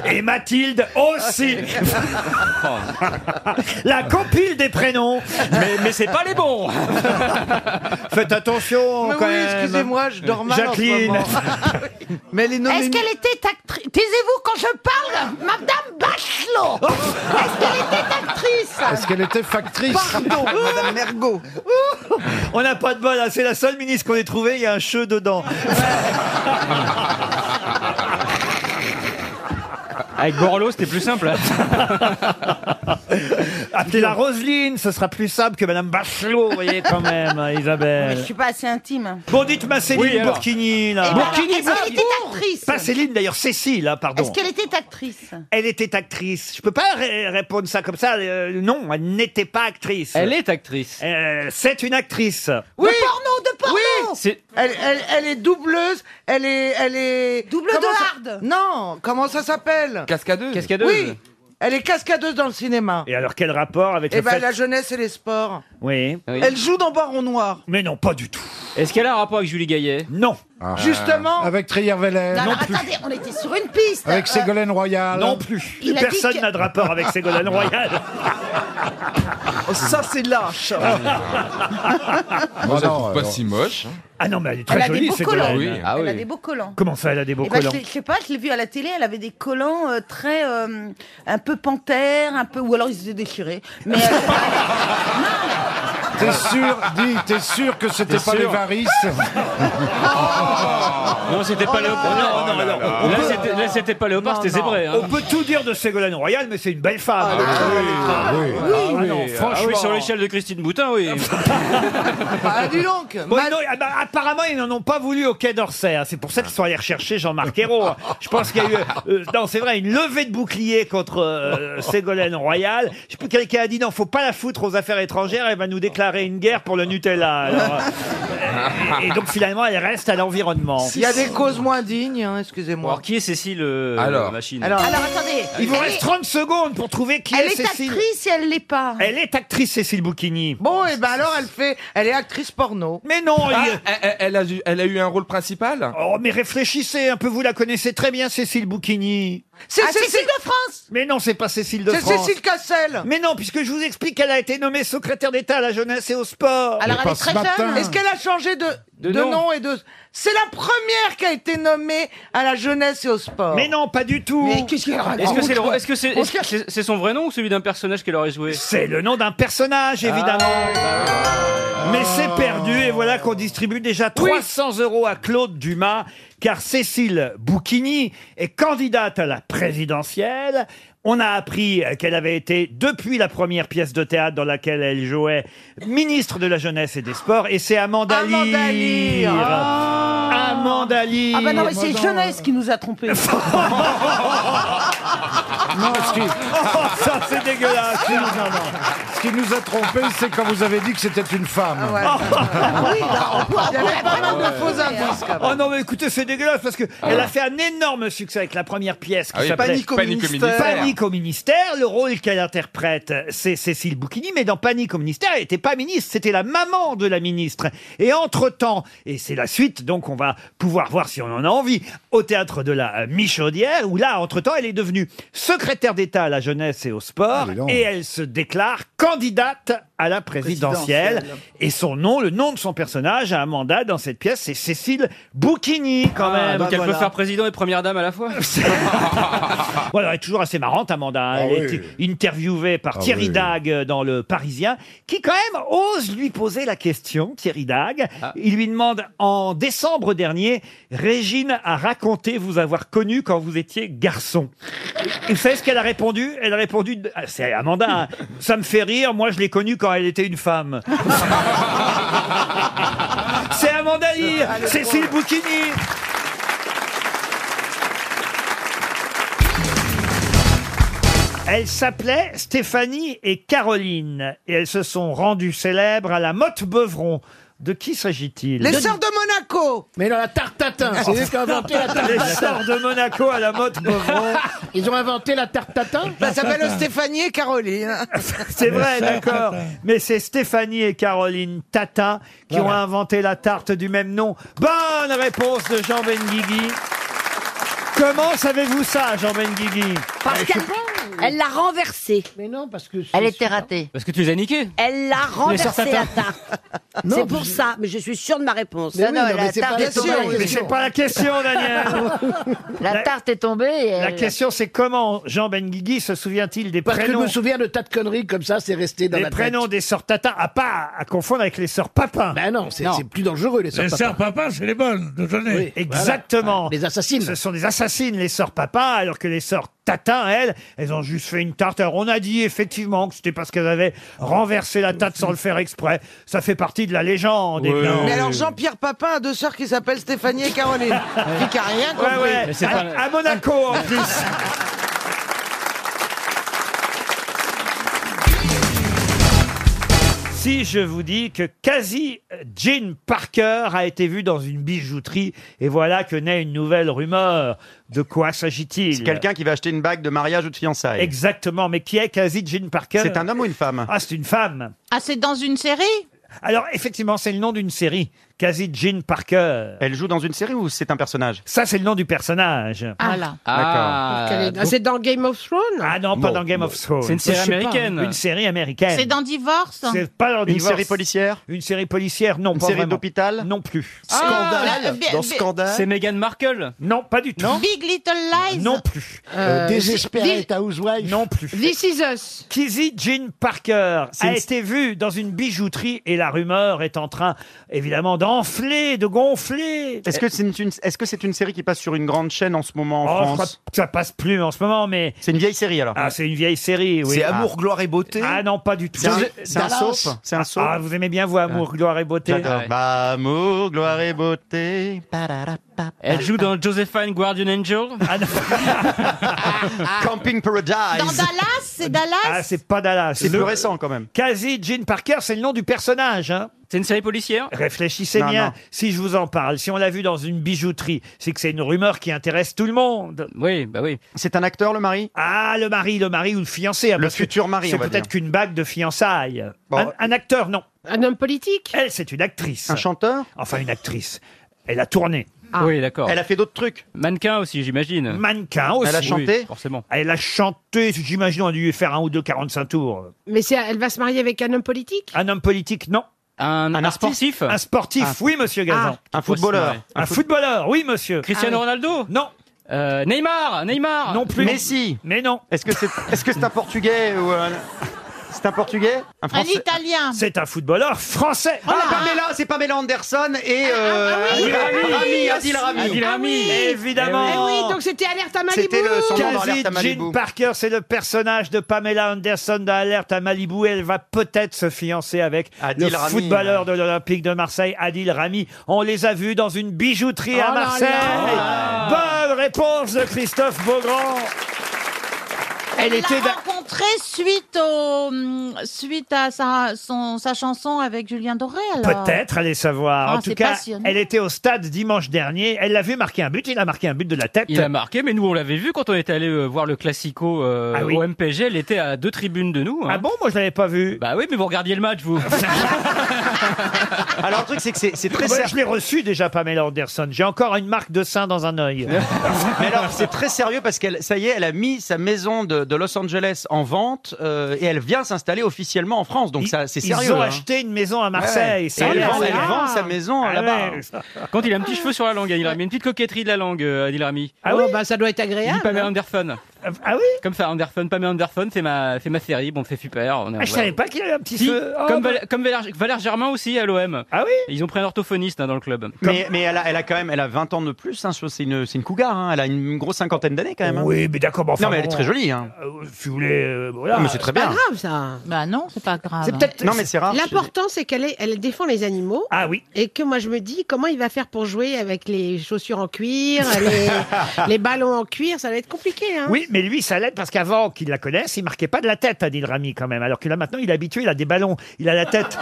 Speaker 2: Et Mathilde
Speaker 13: (laughs)
Speaker 2: aussi. (laughs) La compile des prénoms.
Speaker 16: Mais, mais c'est pas les bons.
Speaker 2: (laughs) Faites
Speaker 8: Oh,
Speaker 2: attention
Speaker 13: Mais
Speaker 2: quand
Speaker 13: oui,
Speaker 2: même.
Speaker 13: excusez-moi, je dors mal en ce
Speaker 8: (laughs)
Speaker 2: Jacqueline.
Speaker 13: moment.
Speaker 9: Mais elle est nommée.
Speaker 4: Est-ce qu'elle était actrice Taisez-vous quand je parle, Madame
Speaker 8: Oh.
Speaker 4: Bachelot Est-ce qu'elle était actrice
Speaker 20: Est-ce qu'elle était factrice (laughs)
Speaker 13: Pardon, Madame Mergot.
Speaker 2: On n'a pas de bol, hein, c'est la seule ministre qu'on ait trouvée, il y a un cheveu dedans.
Speaker 16: Avec Borlo, c'était plus simple.
Speaker 2: (laughs) Appelez-la Ah, Roselyne, ce sera plus simple que Madame Bachelot, vous voyez quand même, hein,
Speaker 8: Euh.
Speaker 4: Mais je
Speaker 2: Isabelle.
Speaker 4: suis pas assez intime.
Speaker 2: Bon, dites-moi Céline
Speaker 4: Oui, alors.
Speaker 2: Burkini, là.
Speaker 4: Eh ben alors, Est-ce
Speaker 13: Ah,
Speaker 4: qu'elle était actrice
Speaker 2: Pas Céline, d'ailleurs, Cécile, là, pardon.
Speaker 4: Est-ce qu'elle était actrice
Speaker 2: Elle était actrice. Je peux pas ré- répondre ça comme ça. euh, non, elle n'était pas actrice. (laughs)
Speaker 16: Elle est actrice.
Speaker 2: Euh, c'est une actrice.
Speaker 13: Oui.
Speaker 4: De porno, de porno
Speaker 16: C'est-
Speaker 13: Elle, elle, elle est doubleuse, elle est, elle est. Double
Speaker 4: de
Speaker 13: hard. Non, comment ça s'appelle
Speaker 5: Cascadeuse.
Speaker 16: Cascadeuse.
Speaker 13: Oui, elle est cascadeuse dans le cinéma.
Speaker 2: Et alors, quel rapport avec
Speaker 13: Eh
Speaker 2: le
Speaker 13: ben
Speaker 2: fait...
Speaker 13: la jeunesse et les sports.
Speaker 2: Oui.
Speaker 13: Elle joue dans Baron Noir.
Speaker 2: Mais non, pas du tout.
Speaker 16: Est-ce qu'elle a un rapport avec Julie Gaillet
Speaker 2: Non.
Speaker 13: Ah. Justement.
Speaker 20: Avec Trier
Speaker 8: Euh,
Speaker 20: Veller.
Speaker 4: Non, non, attendez, on était sur une piste
Speaker 20: Avec
Speaker 4: Euh,
Speaker 20: Ségolène Royal.
Speaker 2: Non plus.
Speaker 4: Il a dit
Speaker 2: Personne
Speaker 4: que-
Speaker 2: n'a de rapport avec
Speaker 20: (laughs)
Speaker 16: Ah.
Speaker 2: Ségolène Royal.
Speaker 16: (laughs)
Speaker 9: Oh, ça, c'est lâche.
Speaker 5: Moi, je la
Speaker 2: non,
Speaker 5: trouve Ah, pas
Speaker 2: alors.
Speaker 5: si moche. hein. Ah
Speaker 2: Ah non, mais elle est très
Speaker 4: Elle a des
Speaker 2: jolie,
Speaker 4: beaux collants.
Speaker 2: Ségolène.
Speaker 8: Ah
Speaker 4: Elle a des beaux collants.
Speaker 2: Comment ça, elle a des beaux
Speaker 4: Eh ben, je,
Speaker 2: collants
Speaker 4: l'ai- je sais pas, je l'ai vue à la télé, elle avait des collants euh, très euh, un peu panthère, un peu ou alors ils étaient déchirés. Mais euh,
Speaker 20: T'es sûr, dis, t'es sûr que c'était
Speaker 16: T'es
Speaker 20: pas
Speaker 16: sûr
Speaker 20: les varices
Speaker 16: Non, c'était
Speaker 2: Oh
Speaker 16: pas Léopard.
Speaker 2: non, non, non. On
Speaker 16: Là,
Speaker 2: peut-
Speaker 16: c'était- Là, c'était pas Léopard, c'était Zébré. hein.
Speaker 2: On peut tout dire de Ségolène Royal, mais c'est une belle femme. Ah, oui, ah,
Speaker 16: Ah
Speaker 2: oui,
Speaker 16: oui,
Speaker 2: non,
Speaker 16: ah oui, sur
Speaker 2: franchement.
Speaker 16: l'échelle de Christine Boutin, oui.
Speaker 2: (laughs)
Speaker 13: Ah, dis donc.
Speaker 2: Bon, non, ah bah, apparemment, ils n'en ont pas voulu au Quai d'Orsay. hein. C'est pour ça qu'ils sont allés rechercher Jean-Marc Ayrault. hein. Je pense qu'il y a eu, euh, non, c'est vrai, une levée de bouclier contre euh, Ségolène Royal. Je sais plus quelqu'un a dit non, faut pas la foutre aux affaires étrangères. Elle va nous déclarer une guerre pour le Nutella.
Speaker 16: (laughs)
Speaker 2: Alors, euh, et, et donc finalement, elle reste à l'environnement.
Speaker 13: Il y a des causes moins dignes, hein, excusez-moi.
Speaker 16: Alors, qui est Cécile euh,
Speaker 2: Alors.
Speaker 16: Machine
Speaker 13: Alors-
Speaker 4: alors attendez,
Speaker 2: Il vous
Speaker 4: elle
Speaker 2: reste
Speaker 4: est-
Speaker 2: 30 secondes pour trouver qui
Speaker 4: elle
Speaker 2: est,
Speaker 4: est,
Speaker 2: Cécile.
Speaker 4: actrice et elle l'est pas.
Speaker 2: Elle est actrice, Cécile Bouquigny.
Speaker 13: Bon, et ben alors elle fait, elle est actrice porno.
Speaker 2: Mais non,
Speaker 5: Ah,
Speaker 2: il-
Speaker 5: elle- elle, elle a, eu- elle a eu un rôle principal
Speaker 2: Oh, mais réfléchissez un peu, vous la connaissez très bien, Cécile Bouquigny.
Speaker 13: C'est
Speaker 4: Ah,
Speaker 13: c'est-
Speaker 4: Cécile de France.
Speaker 2: Mais non, c'est pas Cécile de
Speaker 13: c'est
Speaker 2: France.
Speaker 13: Cécile Cassel.
Speaker 2: Mais non, puisque je vous explique qu'elle a été nommée secrétaire d'État à la jeunesse et au sport.
Speaker 4: Alors elle est
Speaker 20: pas ce
Speaker 4: très jeune.
Speaker 20: matin.
Speaker 13: Est-ce qu'elle a changé de,
Speaker 16: De
Speaker 13: de,
Speaker 16: nom.
Speaker 13: nom. et de... C'est la première qui a été nommée à la jeunesse et au sport.
Speaker 2: Mais non, pas du tout.
Speaker 13: Mais qu'est-ce qu'elle raconte
Speaker 16: Est-ce que c'est le-
Speaker 13: toi
Speaker 16: est-ce que c'est est-ce que c'est- c'est son vrai nom ou celui d'un personnage qu'elle aurait joué
Speaker 2: C'est le nom d'un personnage, évidemment.
Speaker 13: Ah, bah
Speaker 2: Mais c'est perdu et voilà qu'on distribue déjà 300 euros à Claude Dumas car Cécile Bouchini est candidate à la présidentielle. On a appris qu'elle avait été, depuis la première pièce de théâtre dans laquelle elle jouait, ministre de la Jeunesse et des Sports. Et c'est Amanda Lear.
Speaker 13: Amanda Lear. Ah.
Speaker 2: Amanda Lear.
Speaker 4: bah Ah bah non, mais c'est jeunesse qui nous a trompés.
Speaker 11: Non, ce qui...
Speaker 2: Oh, ça, c'est dégueulasse.
Speaker 11: Ce qui, nous- non, non. Ce qui nous a trompé, c'est quand vous avez dit que c'était une femme. (laughs)
Speaker 2: Ah,
Speaker 13: Il y avait pas mal de
Speaker 2: ouais.
Speaker 13: faux indices, quand même.
Speaker 2: Oh non, mais écoutez, c'est dégueulasse parce qu'elle elle a fait un énorme succès avec la première pièce qui
Speaker 11: Ah oui,
Speaker 2: s'appelait
Speaker 11: Panique au Panique au ministère. ministère.
Speaker 2: Panique au ministère. Le rôle qu'elle interprète, c'est Cécile Bouquini, mais dans Panique au ministère, elle n'était pas ministre, c'était la maman de la ministre. Et entre-temps, et c'est la suite, donc on va pouvoir voir si on en a envie, au théâtre de la euh, Michaudière, où là, entre-temps, elle est devenue secrétaire d'État à la jeunesse et au
Speaker 11: Ah,
Speaker 2: sport, et elle se déclare candidate à la présidentielle.
Speaker 11: Présidentielle.
Speaker 2: Et son nom, le nom de son personnage à Amanda dans cette pièce, c'est Cécile Bouchini, quand
Speaker 16: Ah,
Speaker 2: même. hein,
Speaker 16: donc elle peut faire président et première dame à
Speaker 2: (laughs)
Speaker 16: la fois.
Speaker 2: Voilà, elle est toujours assez marrante, Amanda. hein.
Speaker 16: Ah
Speaker 2: elle a
Speaker 16: oui.
Speaker 2: été interviewée par
Speaker 16: Ah
Speaker 2: Thierry
Speaker 16: oui.
Speaker 2: Dag euh, dans Le Parisien, qui quand même ose lui poser la question, Thierry Dag.
Speaker 16: Ah.
Speaker 2: Il lui demande, en décembre dernier, Régine a raconté vous avoir connu quand vous étiez garçon. Et Vous savez ce qu'elle a répondu Elle a répondu, ah, c'est Amanda, hein. ça me fait rire, moi je l'ai connue quand elle était une femme.
Speaker 13: Ah.
Speaker 2: c'est Amanda Lear,
Speaker 11: Ah, le
Speaker 2: Cécile
Speaker 11: drôle.
Speaker 2: Bouchini. Elles s'appelaient Stéphanie et Caroline et elles se sont rendues célèbres à la Motte Beuvron. De qui s'agit-il
Speaker 13: Les sœurs de Monaco
Speaker 11: Mais dans la tarte tatin, Ah, c'est eux qui ont inventé la tarte
Speaker 2: Les
Speaker 11: tatin.
Speaker 2: sœurs de Monaco à la Motte Beuvron.
Speaker 11: Ils ont inventé la tarte tatin
Speaker 13: Ça s'appelle Stéphanie et Caroline.
Speaker 2: (laughs) C'est vrai, d'accord. Mais c'est Stéphanie et Caroline Tatin qui ont
Speaker 11: Voilà.
Speaker 2: inventé la tarte du même nom. Bonne réponse de Jean Benguigui. Comment savez-vous ça, Jean Benguigui
Speaker 24: Parce qu'elle (laughs) elle l'a renversée.
Speaker 11: Mais non, parce que.
Speaker 24: Elle était ratée.
Speaker 16: Parce que tu les as niqués.
Speaker 24: Elle l'a renversée,
Speaker 16: certains.
Speaker 24: la tarte. C'est pour ça, mais je suis sûre de ma réponse. Ah
Speaker 11: Mais oui, non,
Speaker 24: elle
Speaker 11: mais
Speaker 24: a
Speaker 11: c'est
Speaker 24: tarte
Speaker 11: pas la
Speaker 24: est tombée.
Speaker 11: question,
Speaker 2: Mais c'est pas la question, Daniel.
Speaker 24: La tarte est tombée. et
Speaker 2: La
Speaker 24: elle-
Speaker 2: question, c'est comment Jean Benguigui se souvient-il des
Speaker 11: Euh, Parce que je
Speaker 2: prénoms
Speaker 11: me souviens de tas de conneries comme ça, c'est resté dans
Speaker 2: les
Speaker 11: la tête.
Speaker 2: prénoms des sœurs Tatin, à pas à confondre avec les sœurs Papin.
Speaker 11: Ben non, c'est c'est plus dangereux, les sœurs
Speaker 2: Les sœurs
Speaker 11: papa, c'est les bonnes, de
Speaker 2: Oui, Exactement. Les
Speaker 11: assassines.
Speaker 2: Ce sont des assassines, les sœurs Papin, alors que les sœurs Tatin, elles, elles ont juste fait une tarte. Alors on a dit effectivement que c'était parce qu'elles avaient renversé la tarte sans le faire exprès. Ça fait partie de la légende. évidemment.
Speaker 13: Mais alors Jean-Pierre Papin a deux sœurs qui s'appellent Stéphanie et Caroline. Qui qui a rien
Speaker 2: Ouais,
Speaker 13: compris.
Speaker 2: ouais. À, à Monaco,
Speaker 13: (laughs)
Speaker 2: en plus. Si je vous dis que quasi euh, Jean Parker a été vu dans une bijouterie, et voilà que naît une nouvelle rumeur. De quoi s'agit-il
Speaker 15: C'est quelqu'un qui va acheter une bague de mariage ou de fiançailles.
Speaker 2: Exactement, mais qui est quasi Jean Parker
Speaker 15: C'est un homme ou une femme
Speaker 2: Ah, c'est une femme.
Speaker 4: Ah, c'est dans une série
Speaker 2: Alors, effectivement, c'est le nom d'une série. Quasi Jean Parker.
Speaker 15: Elle joue dans une série ou c'est un personnage
Speaker 2: Ça, c'est le nom du personnage.
Speaker 4: Ah. Voilà.
Speaker 15: Ah,
Speaker 2: Ah, c'est
Speaker 4: dans Game of Thrones
Speaker 2: Ah non, pas dans Game of Thrones.
Speaker 16: Ah. C'est une série
Speaker 2: Je sais pas.
Speaker 16: américaine.
Speaker 2: Une série américaine.
Speaker 4: C'est dans Divorce
Speaker 2: C'est pas dans
Speaker 15: Une
Speaker 2: Divorce.
Speaker 15: série policière
Speaker 2: Une série policière, non.
Speaker 15: Une
Speaker 2: pas
Speaker 15: série
Speaker 2: vraiment.
Speaker 15: d'hôpital euh,
Speaker 2: Non plus.
Speaker 4: Ah, Scandale la- bi- Dans bi- Scandale
Speaker 16: C'est Meghan Markle.
Speaker 2: Non, pas du tout.
Speaker 4: Big Little Lies
Speaker 2: Non plus.
Speaker 11: Euh, Désespérée
Speaker 2: Housewife Non plus.
Speaker 11: This is us.
Speaker 2: Kizzy Jean Parker
Speaker 11: C'est
Speaker 2: a
Speaker 11: une-
Speaker 2: été vue dans une bijouterie et la rumeur est en train, évidemment, d'enfler, de gonfler.
Speaker 15: Est-ce que c'est une, est-ce que c'est une série qui passe sur une grande chaîne en ce moment en
Speaker 2: Oh, je crois
Speaker 15: France
Speaker 2: que ça passe plus en ce moment, mais.
Speaker 15: C'est une vieille série alors.
Speaker 2: Ah, c'est une vieille série, oui.
Speaker 15: C'est
Speaker 2: Ah.
Speaker 15: Amour,
Speaker 2: gloire et beauté Ah non, pas du tout.
Speaker 15: C'est un- c'est un Dallas soap C'est un soap
Speaker 2: Ah, vous aimez bien, vous, Amour, gloire et beauté Ah,
Speaker 15: J'adore. Bah, Amour, gloire et beauté.
Speaker 16: Elle joue dans Josephine Guardian Angel.
Speaker 2: Ah,
Speaker 15: Ah.
Speaker 4: Dans
Speaker 15: Camping Paradise.
Speaker 4: Dallas C'est Dallas
Speaker 2: Ah, c'est pas Dallas.
Speaker 15: C'est plus récent quand même.
Speaker 2: Quasi Jean Parker, c'est le nom du personnage. hein.
Speaker 16: C'est une série policière.
Speaker 2: Réfléchissez
Speaker 16: Non,
Speaker 2: bien
Speaker 16: non.
Speaker 2: si je vous en parle. Si on l'a vu dans une bijouterie, c'est que c'est une rumeur qui intéresse tout le monde.
Speaker 16: Oui, bah oui.
Speaker 15: C'est un acteur, le mari
Speaker 2: Ah, le mari, le mari ou le fiancé. hein,
Speaker 15: Le
Speaker 2: parce que
Speaker 15: futur mari,
Speaker 2: C'est
Speaker 15: on va
Speaker 2: peut-être
Speaker 15: dire.
Speaker 2: qu'une bague de fiançailles. Un, un acteur, non. Un homme politique Elle, c'est une actrice. Un
Speaker 15: chanteur
Speaker 2: Enfin, une actrice. Elle a tourné.
Speaker 16: Ah. Oui, d'accord.
Speaker 15: Elle a fait d'autres trucs.
Speaker 16: Mannequin aussi, j'imagine.
Speaker 2: Mannequin aussi.
Speaker 16: Ah Oui, forcément.
Speaker 2: Elle a chanté, j'imagine, on a dû lui faire un ou deux 45 tours.
Speaker 17: Mais c'est- elle va se marier avec un homme politique
Speaker 2: Un homme politique, non.
Speaker 16: Un,
Speaker 2: artiste
Speaker 16: sportif
Speaker 2: Un sportif,
Speaker 16: Ah.
Speaker 2: oui, monsieur Gazan.
Speaker 16: Ah. Un footballeur.
Speaker 2: Un, Un footballeur, oui, monsieur.
Speaker 16: Cristiano Ronaldo
Speaker 2: Non.
Speaker 16: Euh, Neymar Neymar
Speaker 2: Non plus.
Speaker 15: Messi.
Speaker 2: Mais non.
Speaker 15: Est-ce que c'est est-ce que c'est un portugais ou un... C'est un portugais
Speaker 4: Un
Speaker 15: Un français
Speaker 4: Italien
Speaker 2: C'est un footballeur français.
Speaker 15: Ah, Pamela, c'est Pamela Anderson et euh,
Speaker 11: ah oui,
Speaker 15: Adil
Speaker 11: ah oui,
Speaker 15: Rami,
Speaker 11: ah
Speaker 15: Adil
Speaker 11: oui.
Speaker 15: Rami.
Speaker 11: Adil Rami.
Speaker 2: Évidemment.
Speaker 17: Eh oui, donc c'était alerte à Malibu
Speaker 15: C'était le- son nom dans Alerte à
Speaker 2: Quasi
Speaker 15: Malibu.
Speaker 2: Jean Parker, c'est le personnage de Pamela Anderson dans Alerte à Malibu. Elle va peut-être se fiancer avec
Speaker 15: Adil
Speaker 2: le
Speaker 15: Rami.
Speaker 2: footballeur de l'Olympique de Marseille, Adil Rami. On les a vus dans une bijouterie à
Speaker 11: Oh là là. Oh.
Speaker 2: Marseille. Bonne réponse de Christophe Beaugrand. Elle était
Speaker 18: l'a
Speaker 2: d'a-
Speaker 18: rencontré suite, au, hum, suite à sa, son, sa chanson avec Julien Doré, alors.
Speaker 2: Peut-être, allez savoir.
Speaker 18: Ah,
Speaker 2: en tout
Speaker 18: c'est
Speaker 2: cas,
Speaker 18: passionnant.
Speaker 2: elle était au stade dimanche dernier. Elle l'avait marqué un but. Il a marqué un but de la tête.
Speaker 16: Il a marqué, mais nous on l'avait vu quand on était allé euh, voir le Classico euh,
Speaker 2: Ah oui.
Speaker 16: au MPG. Elle était à deux tribunes de nous. Ah
Speaker 2: bon, moi je l'avais pas vu.
Speaker 16: Bah oui, mais vous regardiez le match,
Speaker 1: (laughs)
Speaker 16: vous.
Speaker 2: Alors, le truc, c'est que c'est
Speaker 16: très sérieux.
Speaker 2: Je l'ai reçu déjà, Pamela Anderson. J'ai encore une marque de sein dans un œil.
Speaker 1: Mais alors, c'est très sérieux parce qu'elle, ça y est, elle a mis sa maison de, de Los Angeles en vente euh, et elle vient s'installer officiellement en France. Donc, ça, c'est
Speaker 2: Ils
Speaker 1: sérieux.
Speaker 2: ont
Speaker 1: hein.
Speaker 2: acheté une maison à Marseille.
Speaker 1: Ouais.
Speaker 2: Ça
Speaker 1: Et
Speaker 2: a
Speaker 1: elle
Speaker 2: l'air
Speaker 1: vend- elle
Speaker 2: sérieux.
Speaker 1: vend sa maison
Speaker 2: Ah
Speaker 1: là-bas.
Speaker 2: ouais.
Speaker 16: Quand il a un petit cheveu sur la langue, Adil Rami, une petite coquetterie de la langue, euh, Adil Rami.
Speaker 25: Oh,
Speaker 2: Ah
Speaker 1: Oh,
Speaker 2: oui,
Speaker 16: bah ça doit être agréable. Pamela Anderson.
Speaker 1: Euh,
Speaker 2: Ah oui
Speaker 16: Comme ça, Anderson, Pamela Anderson, c'est ma, c'est ma série, bon, c'est super. On
Speaker 2: Ah, je savais pas qu'il avait un petit
Speaker 16: Si,
Speaker 2: feu. Oh,
Speaker 16: comme,
Speaker 2: bah.
Speaker 16: Val- comme Valère, Valère Germain aussi à l'OM.
Speaker 2: Ah oui
Speaker 16: Ils ont pris un orthophoniste hein, dans le club.
Speaker 1: Mais, mais elle, a, elle a quand même elle a 20 ans de plus, hein, je trouve que c'est une, c'est une cougar, hein. elle a une grosse cinquantaine d'années quand même. hein.
Speaker 2: Oui, mais d'accord, mais enfin,
Speaker 1: Non, mais elle est
Speaker 2: bon,
Speaker 1: très jolie. Hein.
Speaker 2: euh, si vous voulez, euh, voilà.
Speaker 1: Ah, mais c'est très bien.
Speaker 25: grave, ça.
Speaker 18: Bah non, c'est pas grave.
Speaker 25: C'est peut-être.
Speaker 1: Non, mais c'est rare.
Speaker 25: L'important, c'est qu'elle est- elle défend les animaux.
Speaker 2: Ah oui.
Speaker 25: Et que moi, je me dis, comment il va faire pour jouer avec les chaussures en cuir, les, les ballons en cuir, ça va être compliqué. Hein.
Speaker 2: Oui, mais lui, ça l'aide parce qu'avant qu'il la connaisse, il marquait pas de la tête, Adil Rami, quand même. Alors que là, maintenant, il est habitué, il a des ballons. Il a la tête.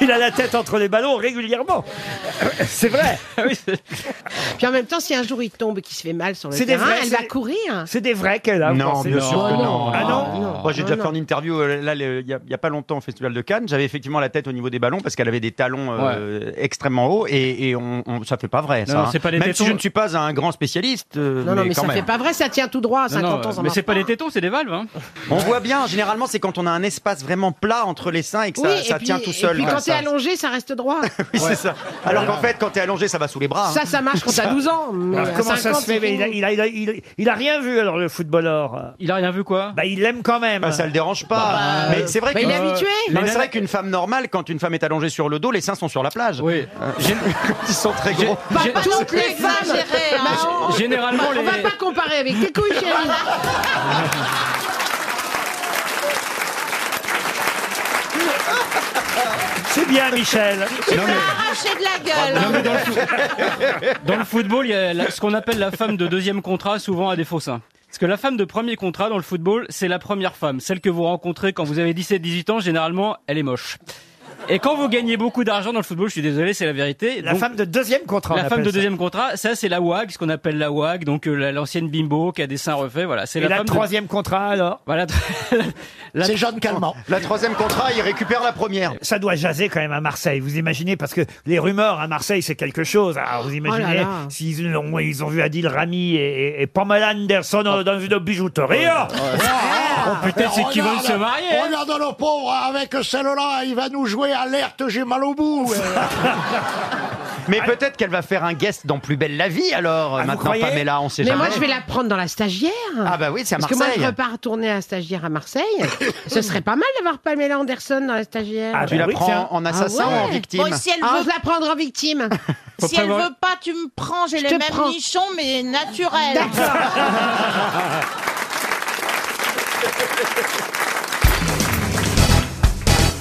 Speaker 2: il a la tête entre les ballons régulièrement. C'est vrai.
Speaker 25: Puis en même temps, si un jour il tombe et qu'il se fait mal sur le
Speaker 2: C'est des
Speaker 25: terrain,
Speaker 2: vrais,
Speaker 25: elle
Speaker 2: c'est
Speaker 25: va
Speaker 2: des-
Speaker 25: courir.
Speaker 2: C'est des vrais qu'elle a. vous
Speaker 1: Non,
Speaker 2: pensez
Speaker 1: bien sûr que non.
Speaker 2: Ah non
Speaker 1: Moi, j'ai
Speaker 25: non,
Speaker 1: déjà
Speaker 25: non.
Speaker 1: fait une interview euh, là le- il n'y a, il y a pas longtemps au Festival de Cannes. J'avais effectivement la tête au niveau des ballons parce qu'elle avait des talons euh, extrêmement hauts et, et on, on- ça fait pas vrai.
Speaker 16: Non,
Speaker 1: ça,
Speaker 16: non,
Speaker 1: hein.
Speaker 16: c'est pas les
Speaker 1: Même
Speaker 16: tétons.
Speaker 1: si je ne suis pas un grand spécialiste, euh,
Speaker 25: Non, non, mais,
Speaker 1: quand
Speaker 25: ça
Speaker 1: même.
Speaker 25: fait pas vrai, ça tient tout droit, 50 ans, ça
Speaker 1: mais
Speaker 25: marche
Speaker 1: c'est pas
Speaker 25: pas.
Speaker 1: les
Speaker 16: tétons, c'est des valves. Hein.
Speaker 1: On voit bien. Généralement, c'est quand on a un espace vraiment plat entre les seins et que ça,
Speaker 25: oui,
Speaker 1: ça
Speaker 25: et puis,
Speaker 1: tient tout
Speaker 25: Et
Speaker 1: seul.
Speaker 25: puis
Speaker 2: hein,
Speaker 1: comme
Speaker 25: quand t'es
Speaker 1: ça.
Speaker 25: allongé, ça reste
Speaker 2: (laughs)
Speaker 25: droit.
Speaker 1: (laughs) Oui, c'est ça. Alors qu'en fait, quand t'es allongé, ça va sous les bras. hein.
Speaker 25: Ça, ça marche quand t'as 12 ans. mais
Speaker 2: Alors,
Speaker 25: à
Speaker 2: Ah. comment ça
Speaker 25: 50,
Speaker 2: se fait
Speaker 25: c'est
Speaker 2: Mais il a,
Speaker 25: fini.
Speaker 2: il, a, il, a- il a- il a rien vu, alors, le footballeur.
Speaker 16: Il a rien vu, quoi
Speaker 2: Bah, il l'aime quand même.
Speaker 1: Bah, ça le dérange pas.
Speaker 2: Bah,
Speaker 1: mais c'est vrai
Speaker 2: bah,
Speaker 1: que- euh,
Speaker 2: il est habitué. Les
Speaker 1: Non, mais c'est vrai
Speaker 2: nanas-
Speaker 1: qu'une femme normale, quand une femme est allongée sur le dos, les seins sont sur la plage. Euh,
Speaker 16: Oui.
Speaker 1: (laughs) Ils sont très gros.
Speaker 25: Pas toutes les femmes.
Speaker 18: exagéré, hein.
Speaker 25: Bah, on-
Speaker 16: Généralement,
Speaker 25: On va
Speaker 16: les-
Speaker 25: pas comparer avec tes couilles, chérie.
Speaker 2: C'est bien, Michel.
Speaker 18: Tu t'es arraché de la gueule. hein.
Speaker 16: Dans le football, il y a la- ce qu'on appelle la femme de deuxième contrat, souvent à des faux seins. Parce que la femme de premier contrat dans le football, c'est la première femme. Celle que vous rencontrez quand vous avez 17-18 ans, généralement, elle est moche. Et quand vous gagnez beaucoup d'argent dans le football, je suis désolé, c'est la vérité.
Speaker 2: La
Speaker 16: donc-
Speaker 2: femme de deuxième contrat. on
Speaker 16: La femme
Speaker 2: appelle
Speaker 16: de
Speaker 2: ça.
Speaker 16: deuxième contrat, ça c'est la WAG, ce qu'on appelle la WAG, donc euh, la- l'ancienne bimbo qui a des seins refaits, voilà. C'est
Speaker 2: Et la
Speaker 16: femme de-
Speaker 2: troisième contrat, alors
Speaker 16: Voilà. (laughs)
Speaker 1: C'est Jeanne Calment. La troisième
Speaker 2: Ah,
Speaker 1: contrat, il récupère la première.
Speaker 2: Ça doit jaser quand même à Marseille, vous imaginez Parce que les rumeurs à Marseille, c'est quelque chose. Alors, vous imaginez
Speaker 25: Oh là là.
Speaker 2: s'ils l'ont- ils ont vu Adil Rami et, et Pamela Anderson dans une bijouterie. Oh, putain, Oh, c'est qu'ils veulent se marier. hein.
Speaker 9: Regarde le pauvre avec celle-là, il va nous jouer alerte, j'ai mal au bout.
Speaker 1: Mais peut-être qu'elle va faire un guest dans Plus belle la vie
Speaker 2: Ah,
Speaker 1: alors. maintenant,
Speaker 25: croyez
Speaker 1: Pamela, on sait
Speaker 25: Mais
Speaker 1: jamais.
Speaker 25: moi, je vais la prendre dans la stagiaire.
Speaker 1: Ah bah oui, c'est à
Speaker 25: Parce que moi, je
Speaker 1: Marseille.
Speaker 25: repars tourner à stagiaire à
Speaker 1: (coughs)
Speaker 25: Marseille. Ce serait pas mal d'avoir Pamela Anderson dans la stagiaire.
Speaker 1: Ah, tu la prends en assassin ou en victime
Speaker 25: Bon, si elle veut...
Speaker 18: Ah,
Speaker 25: je la prendre en
Speaker 18: (laughs)
Speaker 25: victime.
Speaker 18: Si elle veut pas, tu me prends, j'ai
Speaker 25: Je
Speaker 18: les
Speaker 25: te
Speaker 18: mêmes
Speaker 25: prends.
Speaker 18: nichons, mais naturels. (laughs)
Speaker 17: (laughs) Ah,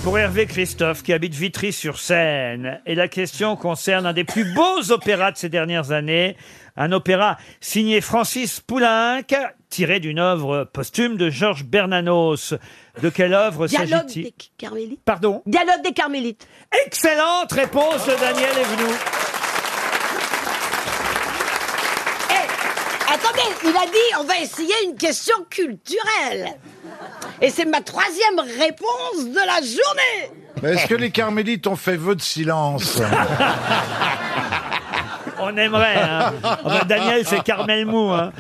Speaker 2: Pour Hervé Christophe, qui habite Vitry-sur-Seine, et la question concerne un des plus beaux (laughs) opéras de ces dernières années, un opéra signé Francis Poulenc, tiré d'une œuvre posthume de Georges Bernanos. De quelle œuvre
Speaker 4: Dialogue
Speaker 2: s'agit-il
Speaker 4: des Carmélites.
Speaker 2: Pardon
Speaker 4: Dialogue des Carmélites.
Speaker 2: Excellente réponse de Daniel Evenou.
Speaker 4: Eh, Attendez, il a dit on va essayer une question culturelle. Et c'est ma troisième réponse de la journée.
Speaker 20: Mais est-ce que les carmélites ont fait vœu de silence
Speaker 2: On aimerait. hein. Ah bah, Daniel, c'est Carmel Mou. hein.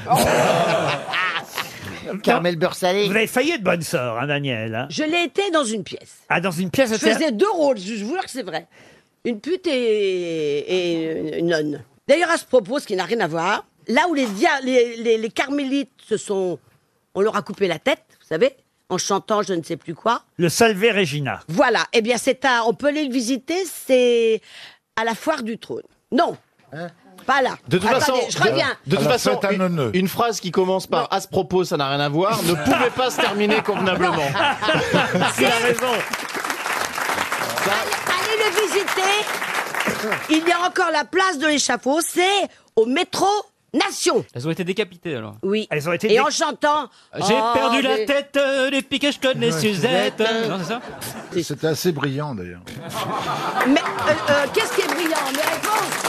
Speaker 4: Carmel
Speaker 2: Vous avez failli être bonne sœur, hein, Daniel. hein.
Speaker 4: Je l'ai été dans une pièce.
Speaker 2: Ah, dans une pièce
Speaker 4: Je
Speaker 2: de
Speaker 4: faisais deux rôles, je vous jure que c'est vrai. Une pute et, et une nonne. D'ailleurs, à ce propos, ce qui n'a rien à voir, là où les, dia- les, les- les carmélites se sont. On leur a coupé la tête, vous savez, en chantant je ne sais plus quoi.
Speaker 2: Le Salvé Regina.
Speaker 4: Voilà, eh bien, c'est à. On peut aller le visiter, c'est à la foire du trône. Non Pas là.
Speaker 8: Hein De toute
Speaker 4: Attendez,
Speaker 8: façon,
Speaker 4: je reviens.
Speaker 8: De, de toute
Speaker 20: Alors,
Speaker 8: façon,
Speaker 20: faites un
Speaker 8: une,
Speaker 20: neuneu.
Speaker 8: une phrase qui commence par à ce propos, ça n'a rien à voir, ne pouvait pas se terminer
Speaker 24: (laughs)
Speaker 8: convenablement.
Speaker 4: C'est-
Speaker 2: raison.
Speaker 4: Allez le visiter. Il y a encore la place de l'échafaud. C'est au métro
Speaker 24: Nation.
Speaker 16: Elles ont été décapitées alors.
Speaker 24: Oui.
Speaker 2: Elles ont
Speaker 24: Et en chantant.
Speaker 16: (laughs) J'ai
Speaker 24: Oh,
Speaker 16: perdu la
Speaker 24: des-
Speaker 16: tête euh, depuis que je connais Suzette. Non, c'est ça
Speaker 11: C'était assez brillant d'ailleurs.
Speaker 24: Mais euh, euh, qu'est-ce qui est brillant Mais réponse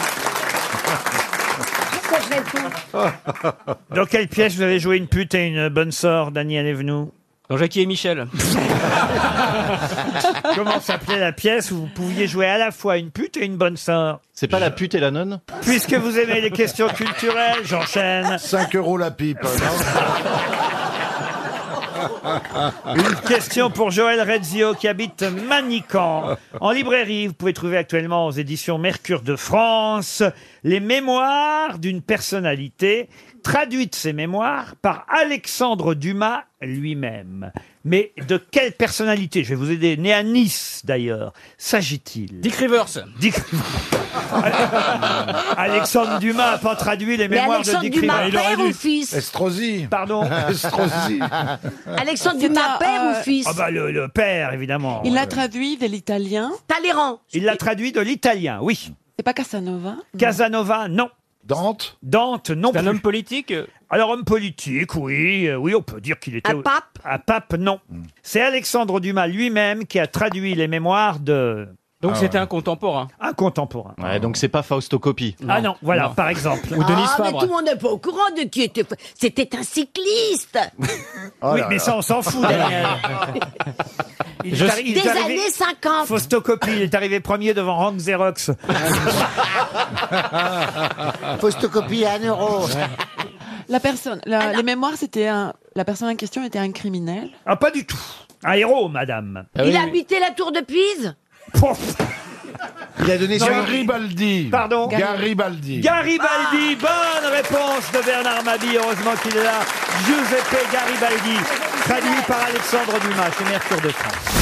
Speaker 24: Pourquoi je réponds
Speaker 2: Dans quelle pièce vous avez joué une pute et une bonne sœur, Daniel Evenou
Speaker 16: Dans Jackie et Michel.
Speaker 2: (laughs) Comment s'appelait la pièce où vous pouviez jouer à la fois une pute et une bonne sœur
Speaker 12: C'est pas la pute et la nonne
Speaker 2: Puisque vous aimez les questions culturelles, j'enchaîne.
Speaker 11: 5 euros la pipe. hein,
Speaker 6: (laughs)
Speaker 2: Une question pour Joël Redzio qui habite Manican. En librairie, vous pouvez trouver actuellement aux éditions Mercure de France les mémoires d'une personnalité, traduites ces mémoires par Alexandre Dumas lui-même. Mais de quelle personnalité, je vais vous aider, né à Nice d'ailleurs, s'agit-il Dick Rivers. (laughs) Alexandre Dumas n'a pas traduit les
Speaker 24: Mais
Speaker 2: mémoires
Speaker 24: Alexandre
Speaker 2: de Dick
Speaker 24: Dumas,
Speaker 2: Rivers. Il aurait
Speaker 24: père ou
Speaker 2: dû.
Speaker 24: fils
Speaker 11: Estrosi.
Speaker 2: Pardon (laughs)
Speaker 11: Estrosi.
Speaker 24: Alexandre Dumas, père
Speaker 22: euh,
Speaker 24: ou fils
Speaker 2: Ah bah le, le père, évidemment. Euh,
Speaker 22: Il l'a traduit de l'italien.
Speaker 24: Talleyrand.
Speaker 2: Il l'a traduit de l'italien, oui.
Speaker 22: C'est pas Casanova.
Speaker 2: Casanova, non. Dante Dante, non plus. un homme politique Alors, homme politique, oui. euh, Oui, on peut dire qu'il était...
Speaker 22: Un pape
Speaker 2: Un pape, non. C'est Alexandre Dumas lui-même qui a traduit les mémoires de...
Speaker 16: Donc c'était un contemporain.
Speaker 2: un contemporain.
Speaker 12: Ouais, donc c'est pas Faustocopie.
Speaker 2: Ah non, voilà,
Speaker 12: Non.
Speaker 2: par exemple.
Speaker 12: Ou Denis
Speaker 24: ah, mais
Speaker 12: Fabre.
Speaker 24: tout le monde n'est pas au courant de qui était. C'était un cycliste
Speaker 18: Ah
Speaker 2: oui, mais ça, on s'en
Speaker 18: (laughs)
Speaker 2: fout, Daniel. Il
Speaker 24: Je-
Speaker 2: est arri- il est
Speaker 24: Des
Speaker 2: arrivé-
Speaker 24: années 50.
Speaker 2: Faustocopie, il est arrivé premier devant Rank Xerox.
Speaker 13: Faustocopie à un euro.
Speaker 22: La personne,
Speaker 24: Ah,
Speaker 22: la- les mémoires, c'était un. La personne en question était un criminel.
Speaker 2: Ah, pas du tout. Un héros, madame.
Speaker 22: Ah
Speaker 24: Il habitait la tour de Pise (laughs)
Speaker 2: Il a donné
Speaker 11: Garibaldi.
Speaker 2: Pardon
Speaker 11: Garibaldi.
Speaker 2: Garibaldi, bonne réponse de Bernard Mabille, heureusement qu'il est là. Giuseppe Garibaldi, traduit par Alexandre Dumas chez Mercure de France.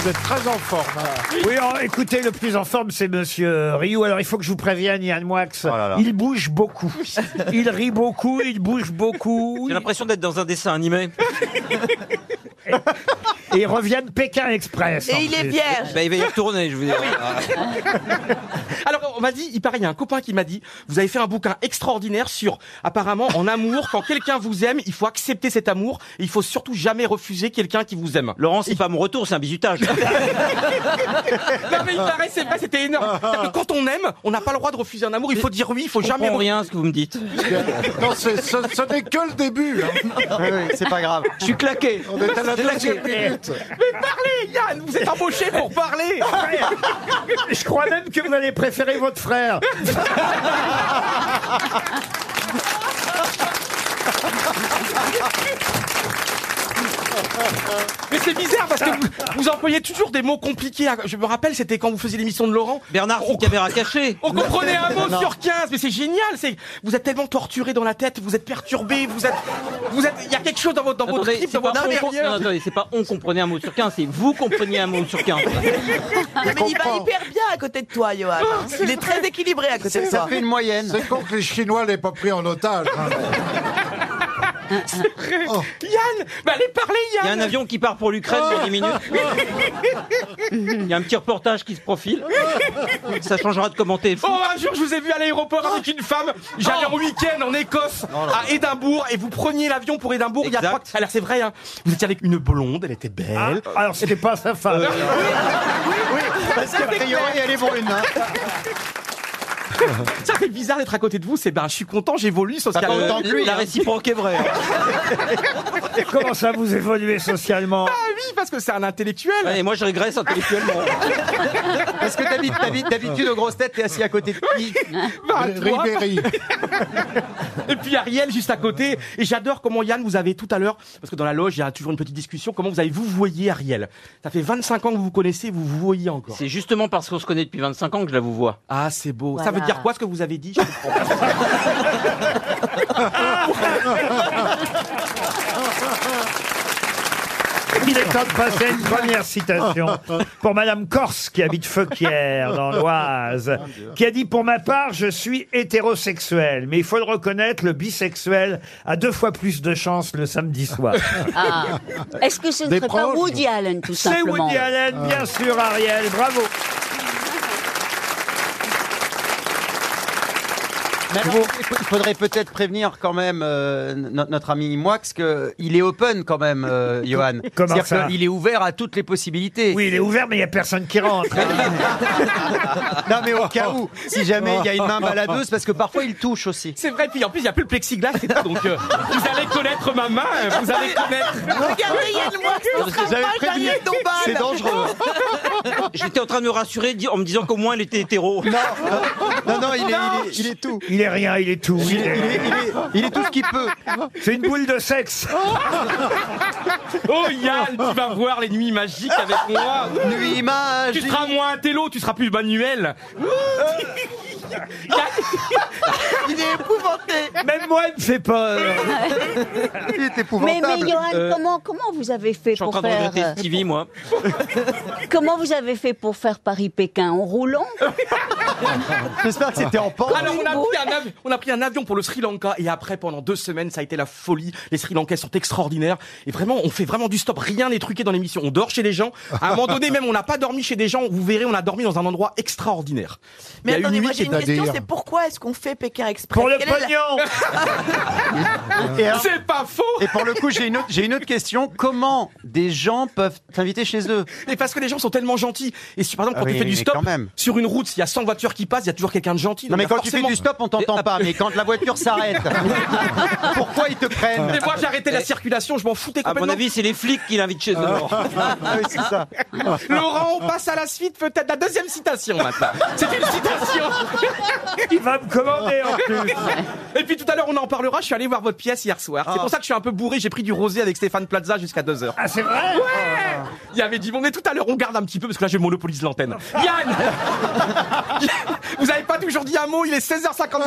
Speaker 11: Vous êtes très en forme.
Speaker 2: Oui, oh, écoutez, le plus en forme, c'est Monsieur Rioux. Alors, il faut que je vous prévienne, Yann Moix,
Speaker 10: là.
Speaker 2: il bouge beaucoup. (laughs) Il rit beaucoup, il bouge beaucoup.
Speaker 10: J'ai l'impression d'être dans un dessin animé.
Speaker 2: (laughs) Et il revient de Pékin Express. en plus.
Speaker 10: Bah, il va y retourner, je Ah. vous dis.
Speaker 8: Alors, on m'a dit, il paraît, il y a un copain qui m'a dit, vous avez fait un bouquin extraordinaire sur, apparemment, en amour, quand quelqu'un vous aime, il faut accepter cet amour, et il faut surtout jamais refuser quelqu'un qui vous aime.
Speaker 10: Laurent, c'est pas mon retour, c'est un
Speaker 8: (laughs)
Speaker 10: bisutage.
Speaker 8: non, mais il paraît, c'est vrai,
Speaker 10: (laughs)
Speaker 8: c'était énorme. C'est-à-dire que quand on aime, on n'a pas le droit de refuser un amour, il faut dire oui, il faut
Speaker 10: Je
Speaker 8: jamais.
Speaker 10: comprends rien à ce que vous me dites.
Speaker 11: (laughs) Non, c'est- ce, ce n'est que le début. hein.
Speaker 10: (laughs) c'est pas grave. Je suis claqué.
Speaker 11: On est à la deuxième minute.
Speaker 8: Mais parlez, Yann, vous êtes embauché pour
Speaker 2: (laughs)
Speaker 8: parler.
Speaker 11: Ah,
Speaker 2: Je crois même que vous allez préférer votre frère.
Speaker 8: Mais c'est bizarre parce que vous, vous employez toujours des mots compliqués. Je me rappelle, c'était quand vous faisiez l'émission de Laurent.
Speaker 10: Bernard, c'est une caméra cachée.
Speaker 8: (laughs) On comprenait un mot
Speaker 10: Non.
Speaker 8: sur 15, mais c'est génial. C'est vous êtes tellement torturé dans la tête, vous êtes perturbé, vous êtes, vous êtes. Il y a quelque chose dans votre dans votre
Speaker 10: Attendez,
Speaker 8: trip,
Speaker 10: c'est
Speaker 8: dans
Speaker 10: pas,
Speaker 8: votre
Speaker 10: on comp- non,
Speaker 8: (laughs) intérieur.
Speaker 10: attendez, c'est pas on comprenait un mot sur 15, c'est vous compreniez un mot sur 15.
Speaker 26: mais il va hyper bien à côté de toi, Johan. hein. Il est très équilibré à côté de toi.
Speaker 11: moyenne. C'est con que les Chinois l'aient pas pris en otage. Oh. hein.
Speaker 8: Yann, bah allez parler, Yann. Oh.
Speaker 10: Il y a un avion qui part pour l'Ukraine dans 10
Speaker 8: (laughs)
Speaker 10: minutes. Il y a un petit reportage qui se profile. Ça changera de commenter. Oh.
Speaker 8: Oh, un jour, je vous ai vu à l'aéroport avec une femme. J'allais en week-end en Écosse, à Édimbourg, et vous preniez l'avion pour Édimbourg. Il y a trois- Alors, c'est vrai, hein. vous étiez avec une blonde, elle était belle.
Speaker 2: Ah,
Speaker 8: Euh,
Speaker 2: Alors, c'était pas sa femme. (laughs)
Speaker 8: parce qu'a priori,
Speaker 11: elle est brune.
Speaker 8: Ça fait bizarre d'être à côté de vous, c'est ben, je suis content, j'évolue
Speaker 10: Bah,
Speaker 8: socialement.
Speaker 10: pas autant que lui, la réciproque est vraie.
Speaker 2: Comment ça vous évoluez socialement
Speaker 8: hein. Ah oui, parce que c'est un intellectuel.
Speaker 10: Ouais, Et moi, je régresse intellectuellement.
Speaker 8: Parce que t'habites- t'habites- d'habitude,
Speaker 10: aux grosses têtes, t'es assis à côté de qui
Speaker 8: Bah, toi. Et puis Ariel juste à côté. Et j'adore comment Yann, vous avez tout à l'heure, parce que dans la loge, il y a toujours une petite discussion, comment vous avez vous voyez Ariel Ça fait 25 ans que vous vous connaissez, vous vous voyez encore.
Speaker 10: C'est justement parce qu'on se connaît depuis 25 ans que je la vous vois.
Speaker 8: Ah, c'est beau. Ça
Speaker 10: Voilà.
Speaker 8: veut dire quoi ce que vous avez dit Je comprends.
Speaker 2: Il est temps de passer une première citation pour Madame Corse qui habite Feuquières dans l'Oise, qui a dit pour ma part je suis hétérosexuel, mais il faut le reconnaître le bisexuel a deux fois plus de chances le samedi soir.
Speaker 18: Ah. Est-ce que ce ne
Speaker 2: Des
Speaker 18: serait pas
Speaker 2: proches.
Speaker 18: Woody Allen, tout
Speaker 2: C'est
Speaker 18: simplement
Speaker 2: Woody Allen,
Speaker 20: Ah.
Speaker 2: bien sûr, Ariel. Bravo.
Speaker 1: il faudrait peut-être prévenir quand même euh, no- notre ami Moix qu'il est open quand même,
Speaker 2: (laughs)
Speaker 1: euh, Johan.
Speaker 2: Comment
Speaker 1: C'est-à-dire
Speaker 2: ça
Speaker 1: qu'il est ouvert à toutes les possibilités.
Speaker 2: Oui, il est ouvert, mais il n'y a personne qui rentre.
Speaker 1: (laughs) non, mais au cas où, si jamais il y a une main baladeuse, parce que parfois il touche aussi.
Speaker 8: C'est vrai, puis en plus, il n'y a plus le plexiglas et tout, donc euh, vous allez connaître ma main, euh, vous allez connaître.
Speaker 26: Regardez, Yann Moix, on sera
Speaker 8: J'avais
Speaker 26: mal
Speaker 8: prévenu,
Speaker 26: gagné ton bal.
Speaker 8: c'est dangereux.
Speaker 10: J'étais en train de me rassurer di- en me disant qu'au moins il était hétéro. Non,
Speaker 1: non, non, il est- il est- il est tout.
Speaker 2: Il est rien, il est tout.
Speaker 1: Il est, il est- il est- il est tout ce qu'il peut.
Speaker 2: C'est une boule de sexe.
Speaker 8: Oh Yann, tu vas voir les nuits magiques avec moi.
Speaker 1: Nuit
Speaker 8: magique. Tu seras moins un télo, tu seras plus manuel.
Speaker 26: Il est épouvanté.
Speaker 2: Même moi, il me fait peur.
Speaker 1: il est
Speaker 18: Mais, mais Johan,
Speaker 10: Euh,
Speaker 18: comment, comment vous avez fait
Speaker 10: Je suis en
Speaker 18: pour
Speaker 10: train de
Speaker 18: faire...
Speaker 10: regretter Stevie, moi.
Speaker 18: euh, Comment vous avez fait pour faire Paris-Pékin En roulant
Speaker 1: (laughs) J'espère que c'était en pente.
Speaker 8: Alors, on, a pris un avi- on a pris un avion pour le Sri Lanka et après, pendant deux semaines, ça a été la folie. Les Sri Lankais sont extraordinaires et vraiment, on fait vraiment du stop. Rien n'est truqué dans l'émission. On dort chez les gens. À un moment donné, même, on n'a pas dormi chez des gens. Vous verrez, on a dormi dans un endroit extraordinaire.
Speaker 26: Mais
Speaker 8: Il y a
Speaker 26: attendez,
Speaker 8: nuit
Speaker 26: moi j'ai
Speaker 8: qui
Speaker 26: une
Speaker 8: est-
Speaker 26: question, c'est pourquoi est-ce qu'on fait Pékin Express
Speaker 2: Pour le
Speaker 26: Quelle est la-
Speaker 8: (laughs)
Speaker 1: (laughs)
Speaker 8: C'est pas faux
Speaker 1: Et pour le coup, j'ai une, autre- j'ai une autre question. Comment des gens peuvent t'inviter chez eux
Speaker 8: Mais parce que les gens sont tellement gentils. Et si par exemple,
Speaker 1: Ah
Speaker 8: quand
Speaker 1: oui,
Speaker 8: tu fais
Speaker 1: mais
Speaker 8: du stop,
Speaker 1: quand même.
Speaker 8: sur une route, il y a 100 voitures qui passent, il y a toujours quelqu'un de gentil.
Speaker 1: Non, mais
Speaker 8: Donc, il y a
Speaker 1: quand tu fais
Speaker 8: forcément-
Speaker 1: du stop, on t'entend pas. Mais quand la voiture
Speaker 8: (laughs)
Speaker 1: s'arrête, pourquoi ils te prennent
Speaker 8: Mais moi, j'ai arrêté la circulation, je m'en foutais
Speaker 10: À
Speaker 8: complètement. Ah.
Speaker 10: mon avis, c'est les flics qui l'invitent chez eux. alors.
Speaker 1: (laughs) Oui, c'est ça.
Speaker 8: Laurent, on passe à la suite, peut-être la deuxième citation maintenant. C'est une citation.
Speaker 2: Il va me commander en plus.
Speaker 8: Et puis tout à l'heure, on en parlera. Je suis allé voir votre pièce hier soir. C'est pour ça que je suis un peu bourré. J'ai pris du rosé avec Stéphane Plaza jusqu'à 2h.
Speaker 2: Ah, c'est vrai
Speaker 8: Ouais Il y avait dit, bon, mais tout à l'heure, on garde un petit peu parce que là, je monopolise l'antenne.
Speaker 5: (laughs)
Speaker 8: Yann Vous avez pas toujours dit un mot, il est 16h54.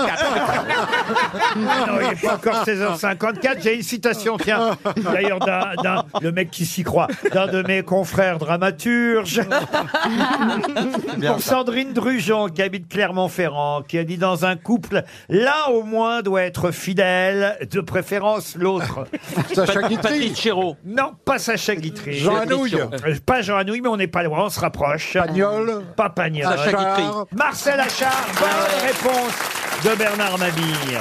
Speaker 2: Non, il n'est pas encore 16h54. J'ai une citation, tiens, d'ailleurs, d'un, d'un- le mec qui s'y croit, d'un de mes confrères dramaturges.
Speaker 1: Bien,
Speaker 2: Pour
Speaker 1: ça.
Speaker 2: Sandrine Drujon, qui habite Clermont-Ferrand, qui a dit dans un couple, l'un au moins doit être fidèle, de préférence l'autre.
Speaker 10: Pat- Patrice Chéreau.
Speaker 2: Non, pas Sacha Guitry.
Speaker 10: Jean Anouilh.
Speaker 2: Euh, Pas Jean Anouilh, mais on n'est pas loin, on se rapproche. Pagnol. Pas Pagnol.
Speaker 10: Sacha Guitry.
Speaker 2: Marcel Achard, bonne réponse de Bernard Mabille.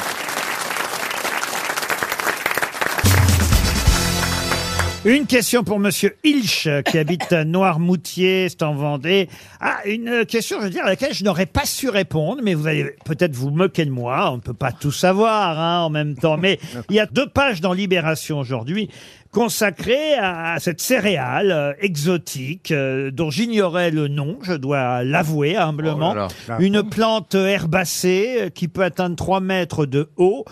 Speaker 2: Une question pour Monsieur Hilch, qui habite à Noirmoutier, c'est en Vendée. Ah, une question, je veux dire, à laquelle je n'aurais pas su répondre, mais vous allez peut-être vous moquer de moi. On ne peut pas tout savoir hein, en même temps. Mais il y a deux pages dans Libération aujourd'hui consacrées à, à cette céréale euh, exotique euh, dont j'ignorais le nom, je dois l'avouer humblement.
Speaker 20: Oh là là.
Speaker 2: Une plante herbacée euh, qui peut atteindre 3 mètres de haut,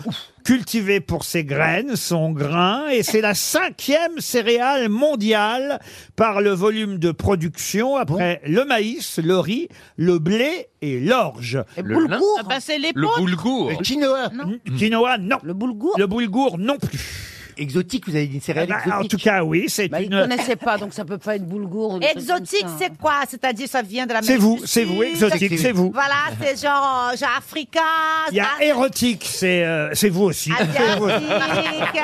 Speaker 2: cultivée pour ses graines, son grain, et c'est la cinquième céréale mondiale par le volume de production après le maïs, le riz, le blé et l'orge.
Speaker 4: (laughs) Le boulgour lin Ah bah, c'est l'épeautre. Le boulgour.
Speaker 2: Le quinoa. N- Quinoa, non. Le boulgour. Le boulgour, non plus. Exotique, vous avez dit céréale En tout cas, oui, c'est
Speaker 3: Il
Speaker 2: une.
Speaker 3: connaissait pas, donc ça peut pas être boulgour. ou des trucs comme
Speaker 4: Exotique,
Speaker 3: ça.
Speaker 4: c'est quoi C'est-à-dire, ça vient de la
Speaker 2: C'est vous, c'est vous, exotique, c'est vous. Ah
Speaker 4: Voilà, c'est genre, euh, genre africain,
Speaker 2: Il y a érotique, c'est euh, c'est vous aussi. (laughs) C'est vous.
Speaker 4: asiatique.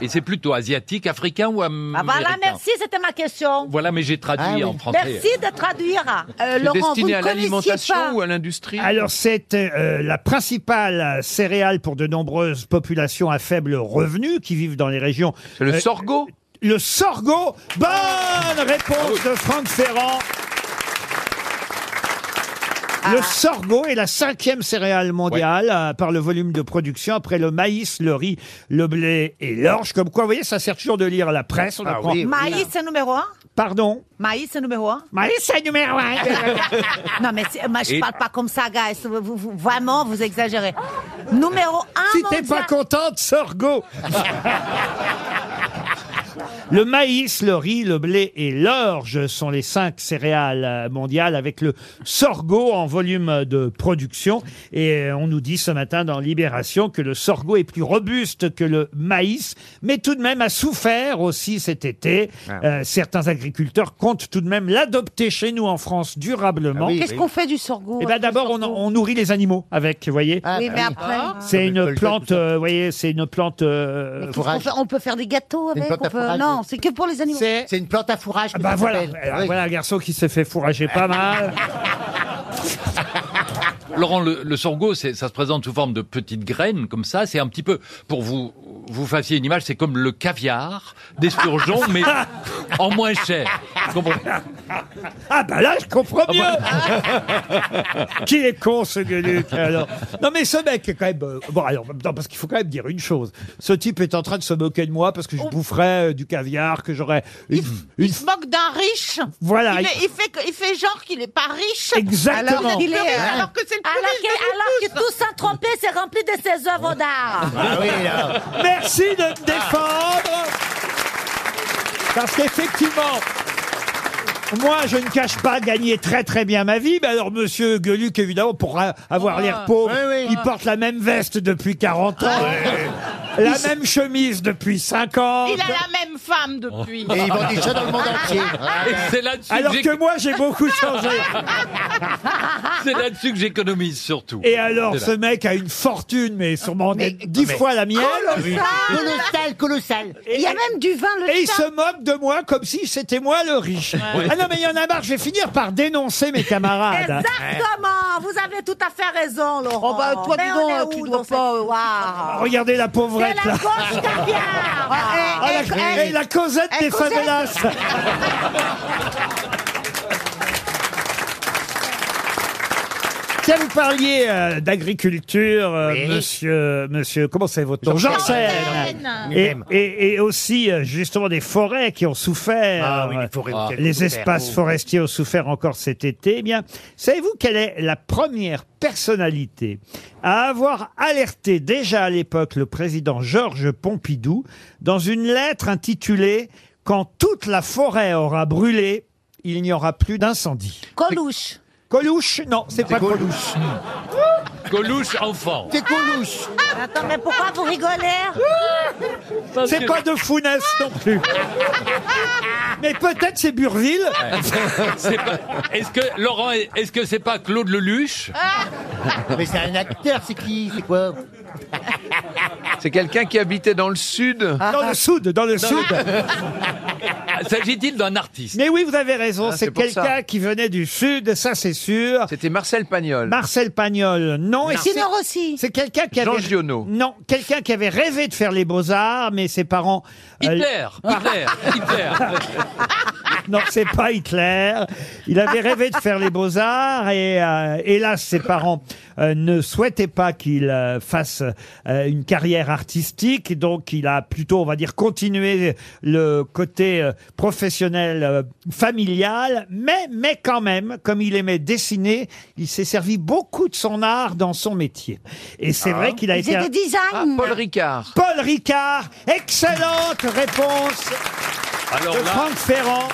Speaker 6: Et c'est plutôt asiatique, africain ou am-
Speaker 3: Ah,
Speaker 6: américain
Speaker 3: voilà, merci, c'était ma question.
Speaker 6: Voilà, mais j'ai
Speaker 8: Ah
Speaker 6: traduit en français.
Speaker 3: Merci de traduire. euh,
Speaker 6: C'est
Speaker 3: Laurent, vous
Speaker 6: destiné
Speaker 3: ne
Speaker 6: à
Speaker 3: connaissiez pas.
Speaker 6: l'alimentation ou à l'industrie
Speaker 2: Alors, c'est euh, la principale céréale pour de nombreuses populations à faible revenu qui vivent dans les régions. C'est
Speaker 6: le
Speaker 2: sorgho Le sorgho Bonne réponse de Franck Ferrand
Speaker 3: Ah.
Speaker 2: le sorgho est la cinquième céréale mondiale euh, par le volume de production après le maïs, le riz, le blé et l'orge. Comme quoi, vous voyez, ça sert toujours de lire la presse. On
Speaker 6: Ah
Speaker 2: apprend-
Speaker 4: Maïs, c'est numéro un
Speaker 2: Pardon
Speaker 4: Maïs, c'est numéro un
Speaker 2: Maïs, c'est numéro un.
Speaker 4: (laughs) non, mais c'est- moi, je
Speaker 2: Et-
Speaker 4: parle pas comme ça, guys. Vous- vous- vous- vraiment, vous exagérez. Numéro un
Speaker 2: Si t'es pas contente, sorgho Le maïs, le riz, le blé et l'orge sont les cinq céréales euh, mondiales avec le sorgho en volume de production. Et euh, on nous dit ce matin dans Libération que le sorgho est plus robuste que le maïs, mais tout de même a souffert aussi cet été.
Speaker 3: Ah
Speaker 2: Euh, certains agriculteurs comptent tout de même l'adopter chez nous en France durablement.
Speaker 3: Qu'est-ce qu'on hein, fait du sorgho Ah, bah
Speaker 2: Eh ben d'abord on, on nourrit les animaux avec, vous voyez.
Speaker 3: Oui, Ah, mais après.
Speaker 2: C'est une plante, euh, vous voyez, c'est une plante. euh,
Speaker 3: Qu'est-ce qu'on fait on peut faire des gâteaux
Speaker 2: une
Speaker 3: avec
Speaker 2: plante à
Speaker 3: on peut-
Speaker 2: fourrage.
Speaker 3: Non, c'est que pour les animaux. C'est
Speaker 2: une plante à fourrage. bah
Speaker 3: ça
Speaker 2: voilà,
Speaker 3: s'appelle.
Speaker 2: Alors, voilà un garçon qui s'est fait fourrager pas mal.
Speaker 6: Laurent, le, le sorgho, c'est- ça se présente sous forme de petites graines, comme ça. C'est un petit peu, pour vous, vous fassiez une image, c'est comme le caviar
Speaker 2: (laughs)
Speaker 6: d'esturgeon, mais en moins cher. Vous comprenez
Speaker 2: Ah bah là, je comprends
Speaker 6: Ah
Speaker 2: mieux
Speaker 4: (laughs)
Speaker 18: bah.
Speaker 6: bon
Speaker 2: Qui est con, ce gueuluc alors Non mais ce mec est quand même... euh, Bon, alors, en même temps, parce qu'il faut quand même dire une chose. Ce type est en train de se moquer de moi parce que je boufferais euh, du caviar, que j'aurais... Une, une-
Speaker 4: se moque d'un riche.
Speaker 2: Voilà.
Speaker 4: Il, fait- il fait, que- il fait genre qu'il n'est pas riche.
Speaker 2: Exactement.
Speaker 4: Alors,
Speaker 2: Il est-
Speaker 4: alors que c'est le plus
Speaker 18: Alors
Speaker 4: riche
Speaker 18: que,
Speaker 4: de nous
Speaker 18: alors que
Speaker 4: tous.
Speaker 18: tout Saint-Tropez s'est rempli de ses œuvres d'art.
Speaker 2: Ah Merci de me
Speaker 4: (laughs)
Speaker 2: défendre Parce qu'effectivement... Moi, je ne cache pas gagner très très bien ma vie, mais alors Monsieur Gueuluc, évidemment, pour a- avoir
Speaker 11: Ah,
Speaker 2: l'air pauvre,
Speaker 11: ouais, ouais.
Speaker 2: il porte la même veste depuis 40 ans,
Speaker 6: Ah.
Speaker 11: ouais.
Speaker 2: (laughs) la
Speaker 11: Il s-
Speaker 2: même chemise depuis 5
Speaker 9: Oh,
Speaker 2: ans.
Speaker 4: Il a la même femme depuis.
Speaker 2: Et
Speaker 4: (laughs)
Speaker 2: ils vendent ça dans le monde entier.
Speaker 6: Et c'est là-dessus
Speaker 2: Alors
Speaker 6: j'ai-
Speaker 2: que moi, j'ai beaucoup changé.
Speaker 6: C'est là-dessus que j'économise surtout.
Speaker 2: Et alors,
Speaker 6: C'est là.
Speaker 2: ce mec a une fortune, mais sûrement dix
Speaker 6: mais-
Speaker 2: fois la mienne.
Speaker 6: Colossale,
Speaker 2: Colossal, colossal. Il y a même du vin,
Speaker 3: le
Speaker 2: Et il
Speaker 3: sang.
Speaker 2: se moque de moi comme si c'était moi le riche.
Speaker 3: Ouais.
Speaker 2: Ah non, mais il y en a marre, je vais finir par dénoncer mes camarades.
Speaker 18: Exactement, vous avez tout à fait raison, Laurent.
Speaker 3: Oh, bah, toi, dis
Speaker 18: Mais
Speaker 3: donc,
Speaker 18: on est
Speaker 3: euh,
Speaker 18: où
Speaker 3: tu
Speaker 18: dans
Speaker 3: dois
Speaker 18: cette-
Speaker 3: pas-
Speaker 18: Waouh.
Speaker 2: Regardez la pauvrette,
Speaker 18: C'est la
Speaker 2: là.
Speaker 18: gauche caviar.
Speaker 2: Ah, la, eh, la Cosette des favelas
Speaker 18: (laughs)
Speaker 2: (laughs) Tiens, vous parliez euh, d'agriculture, euh, monsieur, monsieur, comment c'est votre nom
Speaker 11: Jean
Speaker 2: Janssen
Speaker 11: Janssen.
Speaker 2: et, et, et aussi, euh, justement, des forêts qui ont souffert.
Speaker 11: Ah oui, les forêts ont tellement
Speaker 2: Les
Speaker 11: souffert.
Speaker 2: espaces
Speaker 11: Oh.
Speaker 2: forestiers ont souffert encore cet été. Eh bien, savez-vous quelle est la première personnalité à avoir alerté déjà à l'époque le président Georges Pompidou dans une lettre intitulée « Quand toute la forêt aura brûlé, il n'y aura plus d'incendie ». Coluche Coluche Non, c'est pas Coluche.
Speaker 6: Coluche enfant.
Speaker 2: C'est Coluche
Speaker 18: Ah, Attends, mais pourquoi vous rigolez
Speaker 2: C'est pas de Founès non plus. Mais peut-être c'est Burville.
Speaker 12: (laughs)
Speaker 6: C'est pas- Est-ce que, Laurent, est-ce que c'est pas Claude Leluche
Speaker 2: Ah.
Speaker 9: (laughs) Mais c'est un acteur, c'est qui C'est quoi
Speaker 5: (laughs) C'est quelqu'un qui habitait dans le sud.
Speaker 2: Dans le sud, dans le sud.
Speaker 6: S'agit-il d'un artiste
Speaker 2: (laughs) Mais oui, vous avez raison,
Speaker 5: Ah,
Speaker 2: c'est
Speaker 5: c'est pour
Speaker 2: quelqu'un
Speaker 5: ça.
Speaker 2: qui venait du sud, ça c'est sûr.
Speaker 5: C'était Marcel Pagnol.
Speaker 2: Marcel Pagnol, non. Et
Speaker 5: Non.
Speaker 2: c'est-
Speaker 5: Signor
Speaker 2: C'est quelqu'un qui avait...
Speaker 5: Jean Giono.
Speaker 2: Non, quelqu'un qui avait rêvé de faire les beaux-arts, mais ses parents... euh,
Speaker 6: Hitler, Hitler, Hitler.
Speaker 2: Non, c'est pas Hitler. Il avait rêvé de faire les beaux-arts et euh, hélas, ses parents euh, ne souhaitaient pas qu'il euh, fasse euh, une carrière artistique. Donc, il a plutôt, on va dire, continué le côté euh, professionnel euh, familial. Mais, mais quand même, comme il aimait dessiner, il s'est servi beaucoup de son art dans son métier. Et
Speaker 8: Ah.
Speaker 2: c'est vrai qu'il a
Speaker 5: Il
Speaker 2: été...
Speaker 5: faisait
Speaker 2: un-
Speaker 5: des designs. Ah, Paul Ricard.
Speaker 2: Paul Ricard. Excellente réponse
Speaker 6: Alors
Speaker 2: de
Speaker 6: là-
Speaker 2: Franck Ferrand.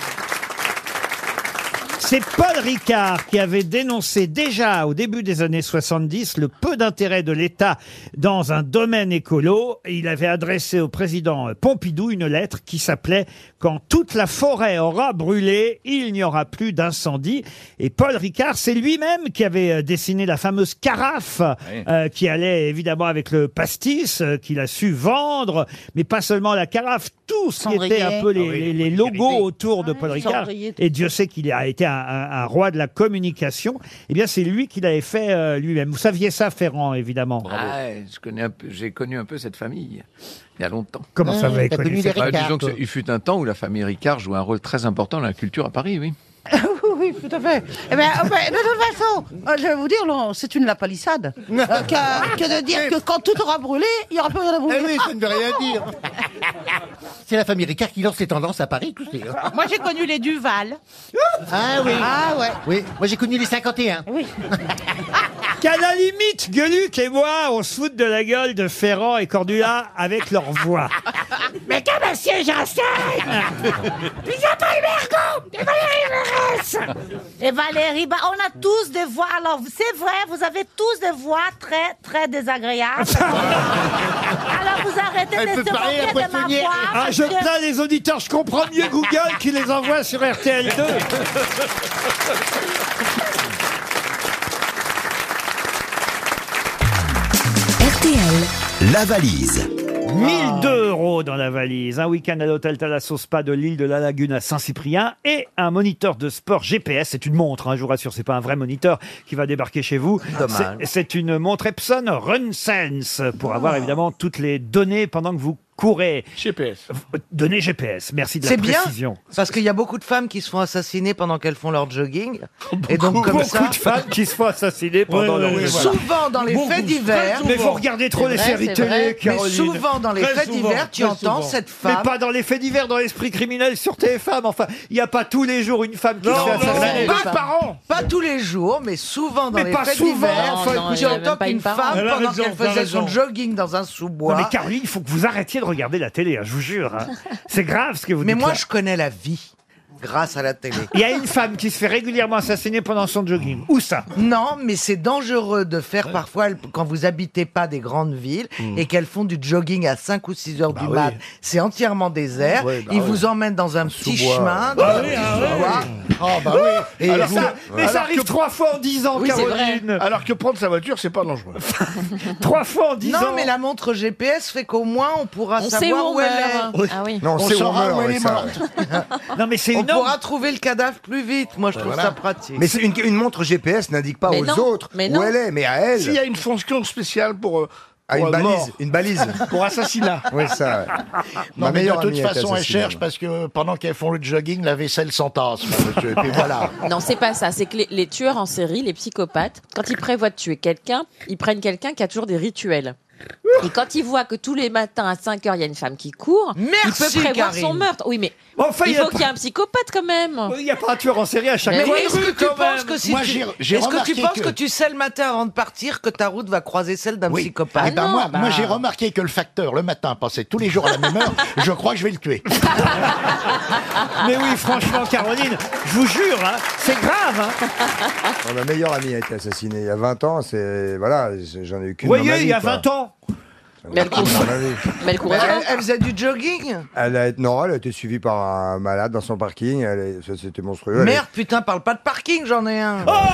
Speaker 2: C'est Paul Ricard qui avait dénoncé déjà au début des années 70 le peu d'intérêt de l'État dans un domaine écolo. Et Il avait adressé au président Pompidou une lettre qui s'appelait Quand toute la forêt aura brûlé, il n'y aura plus d'incendie. Et Paul Ricard, c'est lui-même qui avait euh, dessiné la fameuse carafe
Speaker 11: Oui.
Speaker 2: euh, qui allait évidemment avec le pastis euh, qu'il a su vendre, mais pas seulement la carafe, tout ce qui était un peu les,
Speaker 11: Ah oui,
Speaker 2: les- les logos autour de Paul Ricard.
Speaker 11: Cendrier, tout
Speaker 2: Et Dieu sait qu'il a été un, un- un roi de la communication. Eh bien, c'est lui qui l'avait fait euh, lui-même. Vous saviez ça, Ferrand, évidemment.
Speaker 5: Ah, je connais un peu- j'ai connu un peu cette famille il y a longtemps.
Speaker 2: Comment ça, vous avez Ah, T'as connu connu les cette-
Speaker 5: Bah,
Speaker 2: Ricard,
Speaker 5: Disons
Speaker 2: toi.
Speaker 5: qu'il fut un temps où la famille Ricard jouait un rôle très important dans la culture à Paris, oui.
Speaker 3: oui, oui, tout à fait. Eh ben, euh, ben, de toute façon, euh, je vais vous dire, Laurent, c'est une lapalissade. Euh,
Speaker 9: (laughs)
Speaker 3: que, que de dire que quand tout aura brûlé, il n'y aura plus rien à brûler.
Speaker 9: Eh oui, ça ne veut rien dire. C'est la famille Ricard qui lance les tendances à Paris, tout
Speaker 7: Ah,
Speaker 9: ça.
Speaker 4: (laughs) Moi, j'ai connu les Duval.
Speaker 9: Ah oui.
Speaker 4: Ah ouais.
Speaker 9: Oui, moi j'ai connu les 51.
Speaker 4: Oui.
Speaker 2: Qu'à la limite, Gueluc et moi, on se fout de la gueule de Ferrand et Cordula avec leur
Speaker 11: (laughs)
Speaker 2: voix.
Speaker 11: Mais que monsieur Janssen
Speaker 18: Ils s'appellent Bergo et Valérie Mérès Et Valérie, bah, on a tous des voix. Alors, c'est vrai, vous avez tous des voix très, très désagréables. Alors, vous arrêtez
Speaker 11: Elle
Speaker 18: de se
Speaker 11: peut parler, la
Speaker 18: moquer de ma
Speaker 11: poissonnière.
Speaker 18: voix.
Speaker 2: Ah, je
Speaker 18: parce que-
Speaker 2: plains les auditeurs, je comprends mieux Google qui les envoie sur
Speaker 18: (laughs)
Speaker 2: RTL2.
Speaker 11: (laughs)
Speaker 19: RTL. La valise.
Speaker 2: 1002 euros dans la valise, un week-end à l'hôtel Thalasso Spa de l'île de la Lagune à Saint-Cyprien et un moniteur de sport GPS. C'est une montre, hein, je vous rassure, c'est pas un vrai moniteur qui va débarquer chez vous.
Speaker 9: Dommage.
Speaker 2: C'est c'est une montre Epson Run Sense pour avoir évidemment toutes les données pendant que vous courez.
Speaker 5: GPS.
Speaker 2: Données GPS. Merci de la
Speaker 13: C'est bien,
Speaker 2: précision.
Speaker 13: parce qu'il y a beaucoup de femmes qui se font assassiner pendant qu'elles font leur jogging. et donc,
Speaker 2: Beaucoup,
Speaker 13: comme
Speaker 2: beaucoup
Speaker 13: ça.
Speaker 2: de femmes qui se font assassiner pendant
Speaker 13: Ouais,
Speaker 2: leur
Speaker 13: ouais, ouais,
Speaker 2: jogging.
Speaker 13: Souvent dans les
Speaker 2: Beaucoup,
Speaker 13: faits divers.
Speaker 2: très Mais
Speaker 13: souvent.
Speaker 2: vous regardez trop
Speaker 13: C'est
Speaker 2: les
Speaker 13: vrai,
Speaker 2: séries
Speaker 13: c'est
Speaker 2: télé,
Speaker 13: vrai.
Speaker 2: Caroline.
Speaker 13: Mais souvent dans les
Speaker 2: Très
Speaker 13: faits
Speaker 2: souvent,
Speaker 13: divers, tu
Speaker 2: très
Speaker 13: entends
Speaker 2: souvent.
Speaker 13: cette femme.
Speaker 2: Mais pas dans les faits divers, dans l'esprit criminel sur TF1. Enfin, il n'y a pas tous les jours une femme qui
Speaker 13: Non,
Speaker 2: se fait
Speaker 13: non,
Speaker 2: assassiner.
Speaker 13: pas par an. Pas tous les jours, mais souvent dans
Speaker 2: Mais
Speaker 13: les
Speaker 2: pas
Speaker 13: faits
Speaker 2: souvent,
Speaker 13: divers.
Speaker 2: enfin, écoute,
Speaker 13: tu
Speaker 2: elle a même
Speaker 13: entends
Speaker 2: pas
Speaker 13: qu'une
Speaker 2: une parole.
Speaker 13: femme,
Speaker 2: Elle a
Speaker 13: pendant
Speaker 2: raison,
Speaker 13: qu'elle
Speaker 2: elle a
Speaker 13: faisait son
Speaker 2: raison.
Speaker 13: jogging dans un
Speaker 2: Non
Speaker 13: sous-bois.
Speaker 2: mais Caroline, il faut que vous arrêtiez de regarder la télé, hein, je vous jure.
Speaker 13: (laughs)
Speaker 2: hein. C'est grave ce que vous
Speaker 13: Mais
Speaker 2: dites.
Speaker 13: moi,
Speaker 2: là.
Speaker 13: je connais la vie grâce à la télé.
Speaker 2: Il y a une femme qui se fait régulièrement assassiner pendant son jogging. Où ça
Speaker 13: Non, mais c'est dangereux de faire parfois le- quand vous habitez pas des grandes villes
Speaker 2: Mm.
Speaker 13: et qu'elles font du jogging à 5 ou 6 heures du
Speaker 2: Bah oui.
Speaker 13: mat. C'est entièrement désert.
Speaker 2: Ouais, bah
Speaker 13: Ils
Speaker 2: oui.
Speaker 13: vous emmènent dans un petit
Speaker 2: sous-bois. Bah
Speaker 13: chemin. dans un
Speaker 2: oui,
Speaker 13: petit
Speaker 2: ah oui.
Speaker 13: sous-bois.
Speaker 3: Oh,
Speaker 2: Ah bah oui. Alors ça- mais ça arrive trois fois en dix ans, Oui, c'est vrai. Caroline.
Speaker 7: Alors que prendre sa voiture, c'est pas dangereux.
Speaker 2: Trois fois en
Speaker 13: non, mais la montre GPS fait qu'au moins on pourra
Speaker 7: On sait
Speaker 13: savoir
Speaker 7: où on
Speaker 13: où, elle
Speaker 7: meurt.
Speaker 13: est.
Speaker 7: Oui. Ah oui. Non, on sait où on
Speaker 13: saura
Speaker 7: meurt, ouais,
Speaker 13: est (laughs)
Speaker 7: ça,
Speaker 13: morte.
Speaker 2: Non, mais c'est
Speaker 13: On
Speaker 2: une honte.
Speaker 13: pourra trouver le cadavre plus vite. Moi, je trouve ça pratique.
Speaker 19: Mais c'est une, une montre GPS n'indique pas
Speaker 13: Mais
Speaker 19: aux
Speaker 13: non,
Speaker 19: autres
Speaker 13: mais
Speaker 19: où
Speaker 13: non.
Speaker 19: elle est, mais à elle.
Speaker 7: S'il y a une fonction spéciale pour. euh,
Speaker 19: Ah,
Speaker 7: pour,
Speaker 19: une
Speaker 7: euh,
Speaker 19: balise,
Speaker 7: mort.
Speaker 2: (laughs)
Speaker 19: une balise.
Speaker 7: Pour
Speaker 3: (laughs)
Speaker 7: assassinat.
Speaker 19: Oui, ça, ouais.
Speaker 7: Ma
Speaker 19: Ma
Speaker 7: non, mais
Speaker 19: meilleure
Speaker 7: de toute
Speaker 19: amie a été
Speaker 7: façon, elle
Speaker 19: assassinée,
Speaker 7: cherche
Speaker 19: ouais.
Speaker 7: parce que pendant qu'elles font le jogging, la vaisselle s'entasse. monsieur, Et puis voilà.
Speaker 22: Non, c'est pas ça. C'est que les, les tueurs en série, les psychopathes, quand ils prévoient de tuer quelqu'un, ils prennent quelqu'un qui a toujours des rituels. Et quand ils voient que tous les matins à 5 heures, il y a une femme qui court, il peut
Speaker 13: Merci,
Speaker 22: prévoir
Speaker 13: Karine.
Speaker 22: son meurtre. Oui, mais
Speaker 2: enfin,
Speaker 22: il
Speaker 2: il y a
Speaker 22: faut
Speaker 2: pas-
Speaker 22: qu'il y ait un psychopathe quand même.
Speaker 2: Il n'y a pas un tueur en série à chaque
Speaker 13: Mais
Speaker 2: fois.
Speaker 13: est-ce que tu penses que si
Speaker 7: Moi,
Speaker 13: tu,
Speaker 7: j'ai- j'ai
Speaker 13: est-ce que tu
Speaker 7: remarqué
Speaker 13: penses
Speaker 7: que-
Speaker 13: que... tu sais le matin avant de partir que ta route va croiser celle d'un psychopathe Ah bah.
Speaker 7: Eh ben, moi, moi, j'ai remarqué que le facteur, le matin, passait tous les jours à la même heure. je crois que je vais le tuer.
Speaker 2: Mais oui, franchement, Caroline, je vous jure, hein, c'est grave. hein.
Speaker 19: Bon, ma meilleure amie a été assassinée il y a 20 ans. C'est voilà, j'en ai eu qu'une.
Speaker 2: Vous voyez, il y a 20 ans.
Speaker 19: Mais elle
Speaker 13: Mais elle, elle faisait du jogging
Speaker 19: Elle a, non, elle a été suivie par un malade dans son parking. Elle est- ça, c'était monstrueux. Elle est-
Speaker 13: Merde, putain, parle pas de parking, j'en ai
Speaker 2: Oh,
Speaker 13: un.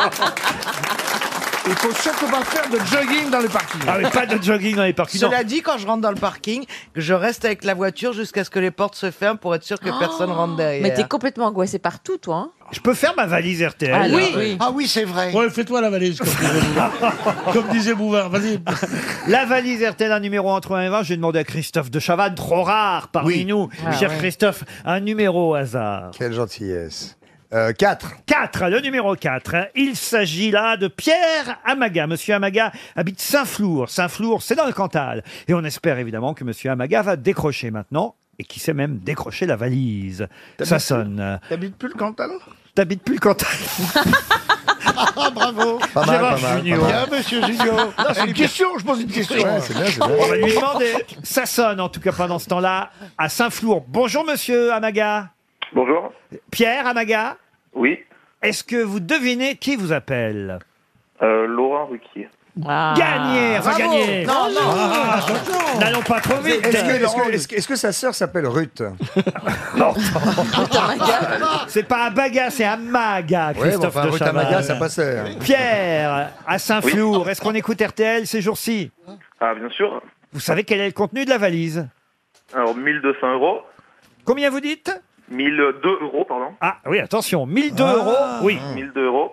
Speaker 13: (laughs)
Speaker 7: Il faut surtout pas faire de jogging dans le parking.
Speaker 2: Ah, mais pas de jogging dans les parkings. non.
Speaker 13: Cela dit, quand je rentre dans le parking, que je reste avec la voiture jusqu'à ce que les portes se ferment pour être sûr que personne rentre derrière.
Speaker 22: Oh. Mais t'es complètement angoissé partout, toi. hein.
Speaker 24: Ah,
Speaker 2: Je peux faire ma valise RTL
Speaker 22: Ah,
Speaker 2: là
Speaker 13: oui. Oui.
Speaker 7: Ah oui, c'est vrai.
Speaker 11: Ouais, fais-toi la valise, comme disait
Speaker 2: (laughs)
Speaker 11: Bouvard. Comme disait Bouvard, vas-y.
Speaker 2: La valise RTL, un numéro entre 1 et 20. J'ai demandé à Christophe de Chavannes, trop rare parmi
Speaker 19: Oui.
Speaker 2: nous.
Speaker 19: Ah,
Speaker 2: Cher
Speaker 19: ouais.
Speaker 2: Christophe, un numéro au hasard.
Speaker 19: Quelle gentillesse. Euh, 4.
Speaker 2: 4, le numéro 4. Il s'agit là de Pierre Amaga. Monsieur Amaga habite Saint-Flour. Saint-Flour, c'est dans le Cantal. Et on espère évidemment que Monsieur Amaga va décrocher maintenant. Et qui sait même décrocher la valise. Ça sonne.
Speaker 7: T'habites plus le Cantal
Speaker 2: T'habites plus le Cantal.
Speaker 7: Ah, bravo.
Speaker 2: Pas mal, Gérard pas mal, Junior. pas mal.
Speaker 7: Bien, monsieur Junior.
Speaker 2: Non, c'est
Speaker 7: une
Speaker 2: bien.
Speaker 7: question, je pose une question.
Speaker 2: Ouais, c'est bien, c'est bien. On va lui demander. Ça sonne en tout cas pendant ce temps-là à Saint-Flour. Bonjour Monsieur Amaga.
Speaker 21: Bonjour.
Speaker 2: Pierre Amaga.
Speaker 21: Oui.
Speaker 2: Est-ce que vous devinez qui vous appelle
Speaker 21: Euh, Laurent Ruquier.
Speaker 2: Gagné, enfin
Speaker 19: Ah. Bravo.
Speaker 2: gagné.
Speaker 19: Non, non.
Speaker 2: Ah,
Speaker 19: Non.
Speaker 2: N'allons pas trop vite.
Speaker 19: Est-ce que, est-ce que- est-ce que- est-ce que sa sœur s'appelle Ruth
Speaker 2: C'est pas Amaga, c'est Amaga,
Speaker 19: Oui,
Speaker 2: Christophe
Speaker 19: enfin,
Speaker 2: de
Speaker 19: Ruth Amaga,
Speaker 2: Chavannes.
Speaker 19: ça passait. hein.
Speaker 2: Pierre, à Saint-Flour, est-ce qu'on écoute RTL ces jours-ci
Speaker 21: Ah, bien sûr.
Speaker 2: Vous savez quel est le contenu de la valise
Speaker 21: Alors, 1200 euros.
Speaker 2: Combien vous dites
Speaker 21: 1002 euros, pardon.
Speaker 2: Ah oui, attention, 1002 euros,
Speaker 21: Ah.
Speaker 2: oui.
Speaker 21: 1002 euros.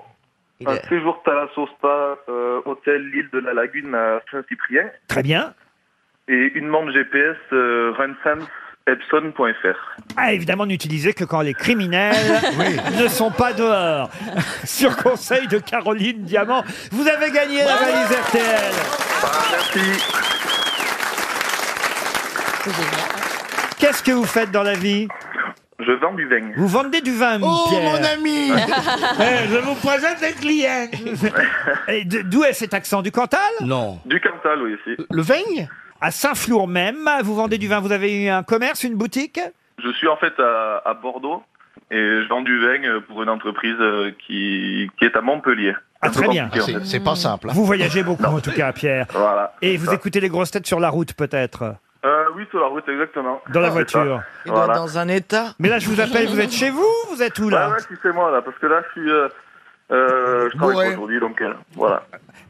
Speaker 21: Un séjour Thalasso Spa, euh, hôtel L'île de la Lagune à Saint-Cyprien.
Speaker 2: Très bien.
Speaker 21: Et une montre GPS euh, runsenseepson.fr.
Speaker 2: Ah, évidemment, n'utilisez que quand les criminels ne sont pas dehors. (laughs) Sur conseil de Caroline Diamant, vous avez gagné la valise RTL.
Speaker 21: merci.
Speaker 2: Qu'est-ce que vous faites dans la vie
Speaker 21: Je vends du vin.
Speaker 2: Vous vendez du vin,
Speaker 11: Oh,
Speaker 2: Pierre. (laughs)
Speaker 21: Eh,
Speaker 11: je vous présente les clients.
Speaker 2: Et d- D'où est cet accent Du Cantal Oh.
Speaker 11: Non.
Speaker 21: Du Cantal, oui, ici.
Speaker 2: Le vin À Saint-Flour même, vous vendez du vin. Vous avez eu un commerce, une boutique
Speaker 21: Je suis en fait à, à Bordeaux et je vends du vin euh, pour une entreprise euh, qui, qui est à Montpellier.
Speaker 2: Ah,
Speaker 21: Un peu
Speaker 2: très bien.
Speaker 21: compliqué, en
Speaker 2: Ah,
Speaker 21: fait.
Speaker 2: c'est- c'est pas simple, hein. Vous voyagez beaucoup, en tout cas, Pierre.
Speaker 21: Voilà.
Speaker 2: Et vous
Speaker 21: Ça.
Speaker 2: écoutez les grosses têtes sur la route, peut-être
Speaker 21: Euh, oui, sur la route, exactement.
Speaker 2: Dans la
Speaker 21: C'est
Speaker 2: voiture.
Speaker 21: ça.
Speaker 2: Il doit être
Speaker 21: Voilà.
Speaker 13: Dans un état.
Speaker 2: Mais là, je vous appelle, vous êtes chez vous Vous êtes où, là
Speaker 21: Ouais, ouais, si c'est moi, là, parce que là, je suis. Euh, euh, je travaille pas aujourd'hui, donc euh, voilà.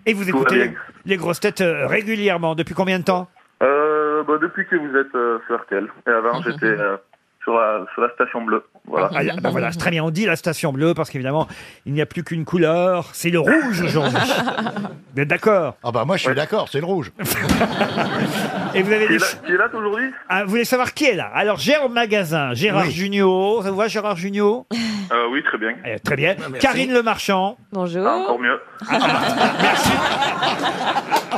Speaker 2: Et vous
Speaker 21: Tout va
Speaker 2: écoutez,
Speaker 21: bien.
Speaker 2: les grosses têtes euh, régulièrement. Depuis combien de temps
Speaker 21: Euh, bah, depuis que vous êtes euh, sur RTL,
Speaker 13: (laughs)
Speaker 21: et avant j'étais euh, sur, la, sur la station bleue. Voilà.
Speaker 2: Ah, là, bah voilà, c'est très bien. On dit la station bleue parce qu'évidemment, il n'y a plus qu'une couleur. C'est le rouge
Speaker 21: (laughs)
Speaker 2: aujourd'hui. Vous êtes d'accord
Speaker 9: Ah bah moi je suis d'accord, c'est le rouge.
Speaker 2: (laughs) Et vous avez
Speaker 21: Qui
Speaker 2: des
Speaker 21: est là, qui est là aujourd'hui
Speaker 2: Ah, vous voulez savoir qui est là Alors, Jérôme Magasin, Gérard
Speaker 21: Oui.
Speaker 2: Junior, ça vous voit Gérard Junior
Speaker 21: Euh, Oui, très bien.
Speaker 2: Eh, Très bien.
Speaker 13: Bah,
Speaker 2: Karine Le bah. Marchand.
Speaker 22: Bonjour.
Speaker 21: Ah, encore mieux.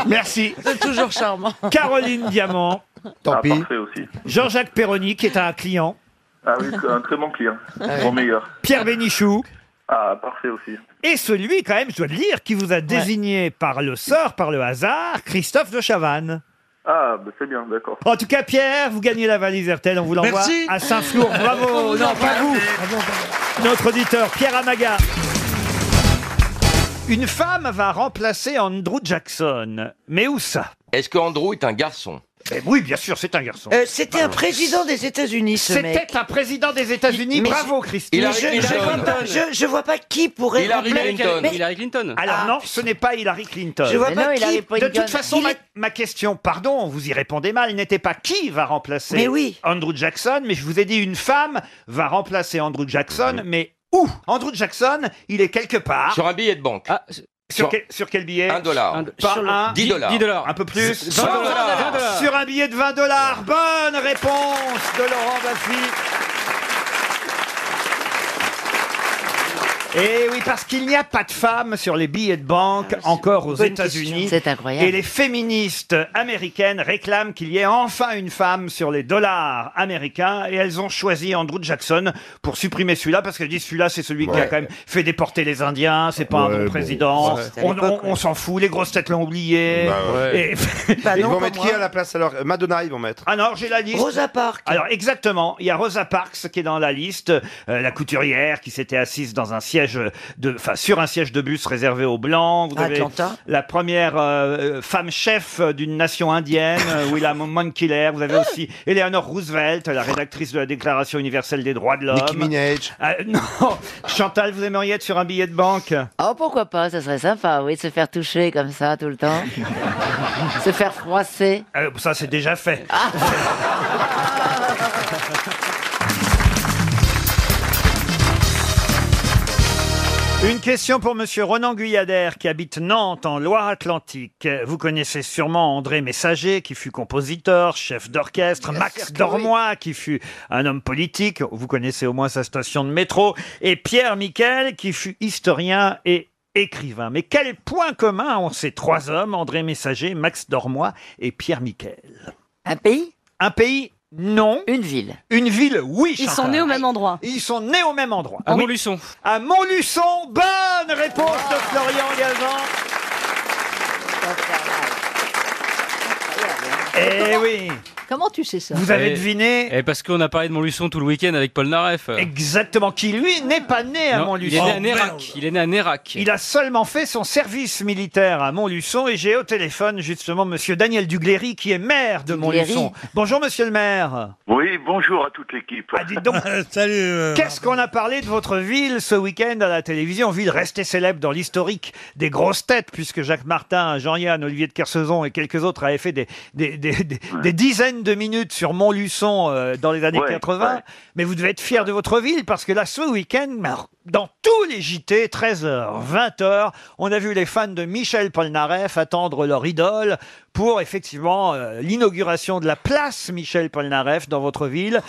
Speaker 2: Merci.
Speaker 22: C'est toujours charmant.
Speaker 2: Caroline Diamant.
Speaker 21: Tant ah, Parfait aussi.
Speaker 2: Jean-Jacques Perroni, qui est un client.
Speaker 21: Ah oui, c'est un très bon client.
Speaker 13: Ah
Speaker 2: Ouais.
Speaker 21: Mon meilleur.
Speaker 2: Pierre Bénichou.
Speaker 21: Ah, parfait aussi.
Speaker 2: Et celui, quand même, je dois le dire, qui vous a désigné par le sort, par le hasard, Christophe de Chavannes.
Speaker 21: Ah, bah, c'est bien, d'accord.
Speaker 2: En tout cas, Pierre, vous gagnez la valise RTL. On vous l'envoie
Speaker 21: Merci.
Speaker 2: à Saint-Flour. Bravo. non, pas vous.
Speaker 17: Ah,
Speaker 2: Notre auditeur, Pierre Amaga. Une femme va remplacer Andrew Jackson. Mais où ça
Speaker 17: Est-ce qu'Andrew est un garçon
Speaker 2: Eh Oui, bien sûr, c'est un garçon.
Speaker 17: Euh,
Speaker 16: C'était un président des États-Unis, ce
Speaker 2: C'était
Speaker 16: mec.
Speaker 2: un président des États-Unis.
Speaker 16: Mais
Speaker 2: Bravo,
Speaker 16: je-
Speaker 2: Christine.
Speaker 16: mais je, je vois pas, je- je vois pas qui pourrait. remplacer- Mais- Ah,
Speaker 2: Clinton. Alors non, ce n'est pas Hillary Clinton.
Speaker 16: Je vois Mais pas non, qui- Hillary
Speaker 2: De
Speaker 16: Clinton.
Speaker 2: toute façon,
Speaker 16: Il
Speaker 2: ma,
Speaker 16: est-
Speaker 2: ma question, pardon, vous y répondez mal, n'était pas qui va remplacer
Speaker 16: Mais oui.
Speaker 2: Andrew Jackson, mais je vous ai dit une femme va remplacer Andrew Jackson, mais où Andrew Jackson, il est quelque part.
Speaker 17: Sur un billet de banque.
Speaker 2: Sur, quel, sur quel billet
Speaker 17: Ah, Un dollar.
Speaker 2: Pas
Speaker 17: Sur le-
Speaker 2: un,
Speaker 17: Dix dollars.
Speaker 2: dix Un peu plus.
Speaker 17: Vingt
Speaker 2: Sur-
Speaker 17: dollars. Vingt dollars.
Speaker 2: Sur un billet de 20 dollars. Bonne réponse de Laurent Baffy. Et Eh oui, parce qu'il n'y a pas de femmes sur les billets de
Speaker 17: Ah,
Speaker 2: banque encore aux
Speaker 16: Bonne
Speaker 2: États-Unis.
Speaker 16: question. C'est incroyable.
Speaker 2: Et les féministes américaines réclament qu'il y ait enfin une femme sur les dollars américains. Et elles ont choisi Andrew Jackson pour supprimer celui-là parce qu'elles disent celui-là, c'est celui qui a
Speaker 16: Ouais.
Speaker 2: quand même fait déporter les Indiens. C'est pas un
Speaker 16: Ouais,
Speaker 2: bon
Speaker 16: bon,
Speaker 2: président.
Speaker 16: ouais. Bah
Speaker 2: On- on- on s'en fout. Les grosses têtes l'ont oublié.
Speaker 16: ouais.
Speaker 2: Et- Ah
Speaker 16: Ils vont mettre qui à
Speaker 2: la place alors Euh, Madonna, ils vont mettre. Ah non, j'ai la liste.
Speaker 16: Rosa Parks.
Speaker 2: Alors exactement, il y a Rosa Parks qui est dans la liste, euh, la couturière qui s'était assise dans un siège de, enfin sur un siège de bus réservé aux blancs. Vous
Speaker 16: À
Speaker 2: avez
Speaker 16: Atlanta.
Speaker 2: la première euh, femme chef d'une nation indienne, euh,
Speaker 16: (laughs)
Speaker 2: Willa Montkiler. Vous avez aussi Eleanor Roosevelt, la rédactrice de la Déclaration universelle des droits de l'homme.
Speaker 16: Nicki
Speaker 2: Minaj. non, Chantal, vous aimeriez être sur un billet de banque
Speaker 15: Oh, pourquoi pas, ça serait sympa, oui, de se faire toucher comme ça tout
Speaker 11: (laughs)
Speaker 15: le temps. se faire froisser.
Speaker 2: Euh, Ça c'est déjà fait.
Speaker 16: Ah.
Speaker 2: Une question pour Monsieur Ronan Guyader qui habite Nantes en Loire-Atlantique. Vous connaissez sûrement André Messager qui fut compositeur, chef d'orchestre, Max Dormois qui fut un homme politique, vous connaissez au moins sa station de métro, et Pierre Miquel qui fut historien et écrivain. Mais quel point commun ont ces trois hommes, André Messager, Max Dormois et Pierre Miquel Un pays Un pays non.
Speaker 15: Une ville.
Speaker 2: Une ville, oui.
Speaker 23: Ils
Speaker 2: Chantal.
Speaker 23: sont nés au même endroit.
Speaker 2: Ils sont nés au même endroit.
Speaker 23: En
Speaker 2: Ah oui.
Speaker 23: Montluçon.
Speaker 2: À Montluçon, bonne réponse de Florian Gazan. Eh oui.
Speaker 23: Comment tu sais ça
Speaker 2: Vous
Speaker 10: Eh,
Speaker 2: avez deviné
Speaker 23: Et parce qu'on a parlé de Montluçon tout le week-end avec Paul Naref.
Speaker 2: Exactement, qui lui n'est pas né à
Speaker 23: Non, il est
Speaker 2: Montluçon.
Speaker 23: né à
Speaker 8: Oh, ben
Speaker 23: Nérac. Il est né à Nérac.
Speaker 2: Il a seulement fait son service militaire à Montluçon et j'ai au téléphone justement monsieur Daniel Dugléry qui est maire de
Speaker 27: Dugléry.
Speaker 2: Montluçon. Bonjour monsieur le maire.
Speaker 27: Oui, bonjour à toute l'équipe.
Speaker 2: donc. Salut. Qu'est-ce qu'on a parlé de votre ville ce week-end à la télévision Ville restée célèbre dans l'historique des grosses têtes, puisque Jacques Martin, Jean-Yann, Olivier de Kersauzon et quelques autres avaient fait des, des, des- des- des dizaines de minutes sur Montluçon euh, dans les années
Speaker 27: Ouais,
Speaker 2: 80.
Speaker 27: ouais.
Speaker 2: Mais vous devez être fier de votre ville, parce que là, ce week-end, alors, dans tous les JT, 13h, 20h, on a vu les fans de Michel Polnareff attendre leur idole pour effectivement euh, l'inauguration de la place Michel Polnareff dans votre ville.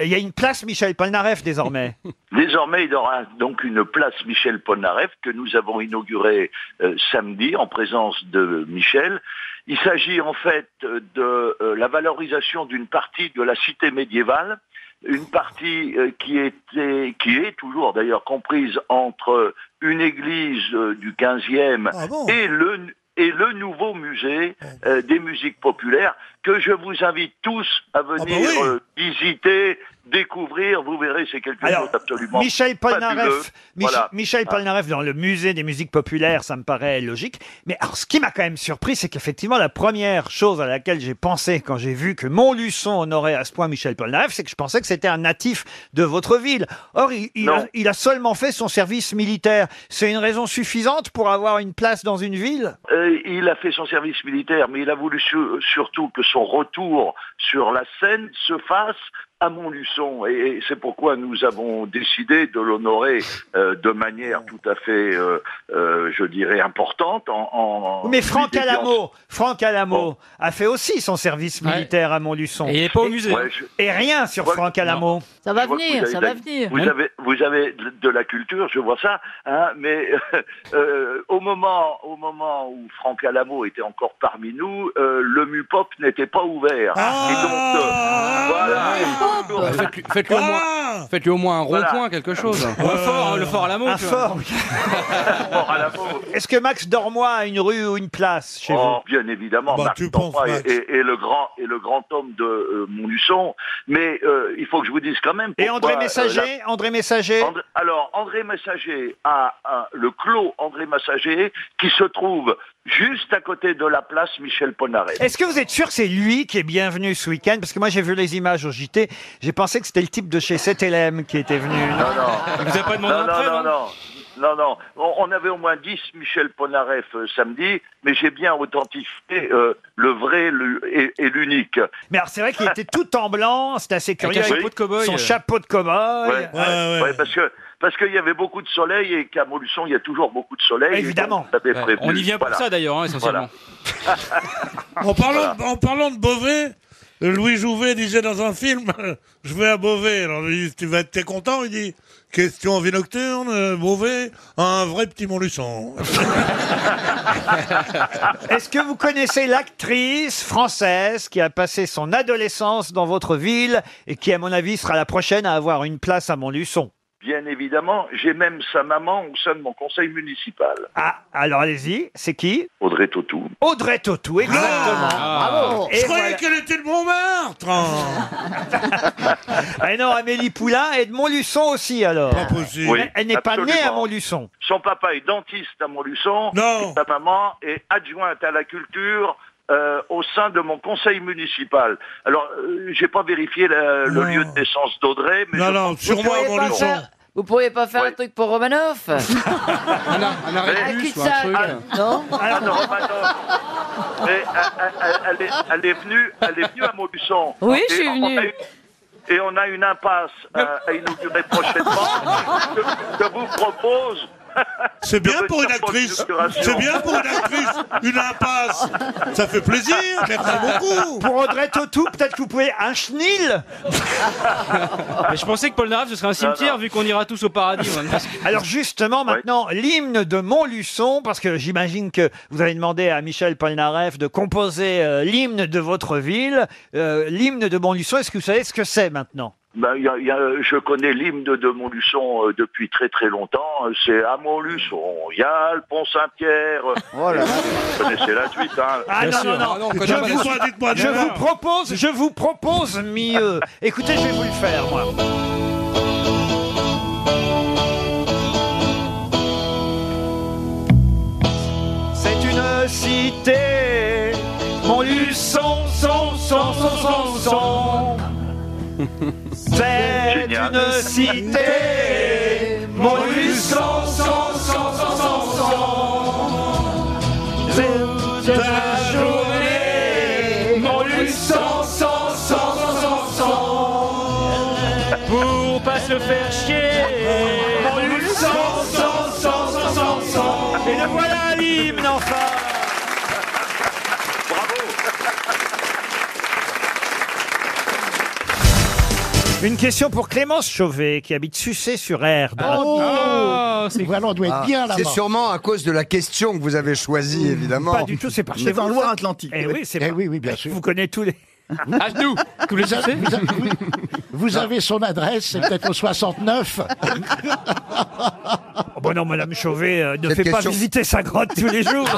Speaker 2: Il y a une place Michel Polnareff désormais.
Speaker 27: Désormais, il aura donc une place Michel Polnareff que nous avons inaugurée euh, samedi en présence de Michel. Il s'agit en fait euh, de euh, la valorisation d'une partie de la cité médiévale, une partie euh, qui, était, qui est toujours d'ailleurs comprise entre une église euh, du 15e et le et le nouveau musée euh, des musiques populaires que je vous invite tous à venir euh, visiter découvrir, vous verrez, c'est quelque
Speaker 2: Alors,
Speaker 27: chose absolument
Speaker 2: Michel
Speaker 27: fabuleux.
Speaker 2: Polnareff, Mich-
Speaker 27: Voilà. Ah.
Speaker 2: Michel Polnareff dans le musée des musiques populaires, ça me paraît logique. Mais alors, ce qui m'a quand même surpris, c'est qu'effectivement, la première chose à laquelle j'ai pensé quand j'ai vu que Montluçon honorait à ce point Michel Polnareff, c'est que je pensais que c'était un natif de votre ville. Or, il, il a,
Speaker 27: Non.
Speaker 2: il a seulement fait son service militaire. C'est une raison suffisante pour avoir une place dans une ville
Speaker 27: Euh, il a fait son service militaire, mais il a voulu su- surtout que son retour sur la scène se fasse à Montluçon. Et, et c'est pourquoi nous avons décidé de l'honorer euh, de manière tout à fait, euh, euh, je dirais, importante. En, en-
Speaker 2: Mais Franck
Speaker 27: en-
Speaker 2: Alamo, Franck Alamo a fait aussi son service militaire à Montluçon.
Speaker 27: Et il est pas au musée. Ouais, je-
Speaker 2: Et rien sur Franck Alamo.
Speaker 4: Ça va
Speaker 27: Je vois que
Speaker 4: venir,
Speaker 27: vous avez
Speaker 4: ça
Speaker 27: de la-
Speaker 4: va venir.
Speaker 27: Vous avez, vous avez de de la culture, je vois ça, hein, mais (laughs) euh, au, moment, au moment où Franck Alamo était encore parmi nous, euh, le Mupop n'était pas ouvert.
Speaker 2: Ah.
Speaker 27: Et donc, euh, voilà. euh,
Speaker 23: Bah, faites-lui- Faites-lui au, moins-
Speaker 2: Ah.
Speaker 23: faites-lui au moins un
Speaker 27: Voilà.
Speaker 23: rond-point, quelque chose. Ou un fort, hein, le fort à la
Speaker 2: Un fort, oui. Est-ce que Max Dormois a une rue ou une place chez
Speaker 27: Oh,
Speaker 2: vous
Speaker 27: bien évidemment,
Speaker 2: Bah,
Speaker 27: Marc
Speaker 2: tu
Speaker 27: Dutroit
Speaker 2: penses,
Speaker 27: est-
Speaker 2: Max.
Speaker 27: est- est le grand et le grand homme de euh, Montluçon, mais euh, il faut que je vous dise quand même.
Speaker 2: Et André
Speaker 27: pourquoi, euh,
Speaker 2: Messager
Speaker 27: la-
Speaker 2: André Messager
Speaker 27: André- alors, André Messager a un- le clos André Messager qui se trouve juste à côté de la place Michel Ponaret.
Speaker 2: Est-ce que vous êtes sûr que c'est lui qui est bienvenu ce week-end Parce que moi j'ai vu les images au JT, j'ai pensé que c'était le type de chez 7LM qui était venu.
Speaker 27: Non, non. non,
Speaker 2: après,
Speaker 27: non, non, non. Non, non. On, on avait au moins 10 Michel Ponareff euh, samedi, mais j'ai bien authentifié euh, le vrai le- et, et l'unique.
Speaker 2: Mais alors c'est vrai qu'il était tout en blanc, c'est assez curieux.
Speaker 27: un chapeau
Speaker 2: avec
Speaker 27: de cow-boy.
Speaker 2: Son chapeau de cow-boy.
Speaker 27: Ouais, ouais, ouais, parce que parce qu'il y avait beaucoup de soleil et qu'à Montluçon, il y a toujours beaucoup de soleil.
Speaker 2: Évidemment.
Speaker 27: Et donc, vous avez
Speaker 2: Ouais,
Speaker 27: prévenu.
Speaker 2: on y vient pour ça, d'ailleurs, hein, essentiellement.
Speaker 1: (laughs) En parlant, en parlant de Beauvais, euh, Louis Jouvet disait dans un film (laughs) Je vais à Beauvais. Alors il dit Tu vas être t'es content Il dit Question en vie nocturne, euh, Beauvais, un vrai petit Montluçon.
Speaker 2: Est-ce que vous connaissez l'actrice française qui a passé son adolescence dans votre ville et qui, à mon avis, sera la prochaine à avoir une place à Montluçon
Speaker 27: Bien évidemment, j'ai même sa maman au sein de mon conseil municipal.
Speaker 2: Ah, alors allez-y, c'est qui
Speaker 27: Audrey Tautou.
Speaker 2: Audrey Tautou, exactement.
Speaker 1: Ah, Bravo.
Speaker 2: Oh. Et
Speaker 1: (laughs) Je croyais
Speaker 2: voilà.
Speaker 1: qu'elle était de Montmartre
Speaker 2: (laughs) Ah non, Amélie Poulain et de Montluçon aussi, alors.
Speaker 27: Oui,
Speaker 2: Elle- Elle n'est pas née à
Speaker 27: absolument.
Speaker 2: Montluçon.
Speaker 27: Son papa est dentiste à Montluçon. Et sa maman est adjointe à la culture. euh, au sein de mon conseil municipal. Alors, euh, j'ai pas vérifié la- le lieu de naissance d'Audrey, mais je pense-
Speaker 15: Vous pourriez pas faire- Vous pourriez pas faire un truc
Speaker 2: (laughs)
Speaker 15: pour Romanov
Speaker 27: Un
Speaker 15: arrêt-bus ou un truc. euh, Non
Speaker 27: Ah, non, bah, non. Mais, euh, elle, elle- elle est, elle est venue, elle est venue à Montluçon.
Speaker 15: Oui, je
Speaker 27: Et
Speaker 15: suis
Speaker 27: on a
Speaker 15: venue.
Speaker 27: une- Et on a une impasse euh, à inaugurer prochainement que, que vous propose.
Speaker 1: (laughs) C'est bien
Speaker 27: de
Speaker 1: pour une
Speaker 27: venir
Speaker 1: actrice
Speaker 27: l'inauguration.
Speaker 1: C'est bien pour une actrice Une impasse Ça fait plaisir
Speaker 2: (laughs)
Speaker 1: Merci beaucoup
Speaker 2: Pour Audrey Tautou, peut-être que vous pouvez un chenil
Speaker 23: Mais je pensais que Polnareff, ce serait un cimetière, vu qu'on ira tous au paradis. on va-
Speaker 2: Alors justement, maintenant, l'hymne de Montluçon, parce que j'imagine que vous avez demandé à Michel Polnareff de composer euh, l'hymne de votre ville. Euh, l'hymne de Montluçon, est-ce que vous savez ce que c'est maintenant
Speaker 27: Ben, il y a- il y a- je connais l'hymne de Montluçon euh, depuis très très longtemps. Euh, C'est à Montluçon, il y a le pont Saint-Pierre. Vous connaissez la suite, hein.
Speaker 2: Ah non, non, non, je, vous, je vous propose, je vous propose mieux. Écoutez, je vais vous le faire, moi. C'est une cité, Montluçon, son, son, son, son, son. C'est
Speaker 27: Génial.
Speaker 2: une cité, Montluçon, son, son, son, son, son. C'est la journée, Montluçon, son, son, son, son, son. Pour pas se faire chier, Montluçon, son, son, son, son, son. Et le voilà l'hymne, enfin Une question pour Clémence Chauvet, qui habite Sucé-sur-Erdre. Oh,
Speaker 7: c'est voilà, on doit être
Speaker 19: Ah.
Speaker 7: bien là-bas.
Speaker 2: c'est
Speaker 19: sûrement à cause de la question que vous avez choisie, évidemment.
Speaker 2: Pas du tout, c'est par chez
Speaker 19: C'est
Speaker 2: vous,
Speaker 19: dans
Speaker 2: ça.
Speaker 19: Loire-Atlantique.
Speaker 2: Eh oui, c'est
Speaker 7: Eh
Speaker 2: par-
Speaker 7: oui, oui, bien sûr.
Speaker 2: Vous connaissez (laughs) tous les...
Speaker 7: À genoux,
Speaker 2: tous les
Speaker 7: vous, avez, vous avez- vous avez son adresse, c'est peut-être au 69.
Speaker 2: Oh, bon non, Madame Chauvet euh, ne
Speaker 7: Cette
Speaker 2: fait pas
Speaker 7: question-
Speaker 2: visiter sa grotte tous les jours.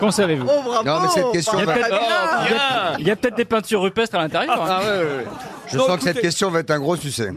Speaker 23: Qu'en savez-vous
Speaker 10: Oh, bravo, Non, mais cette question
Speaker 23: Il y a
Speaker 10: va-
Speaker 23: peut-être-
Speaker 10: Oh,
Speaker 23: il y a- il y a peut-être des peintures rupestres à l'intérieur. hein.
Speaker 10: Ah, ouais, ouais, ouais.
Speaker 19: Je sens que cette question va être un gros succès.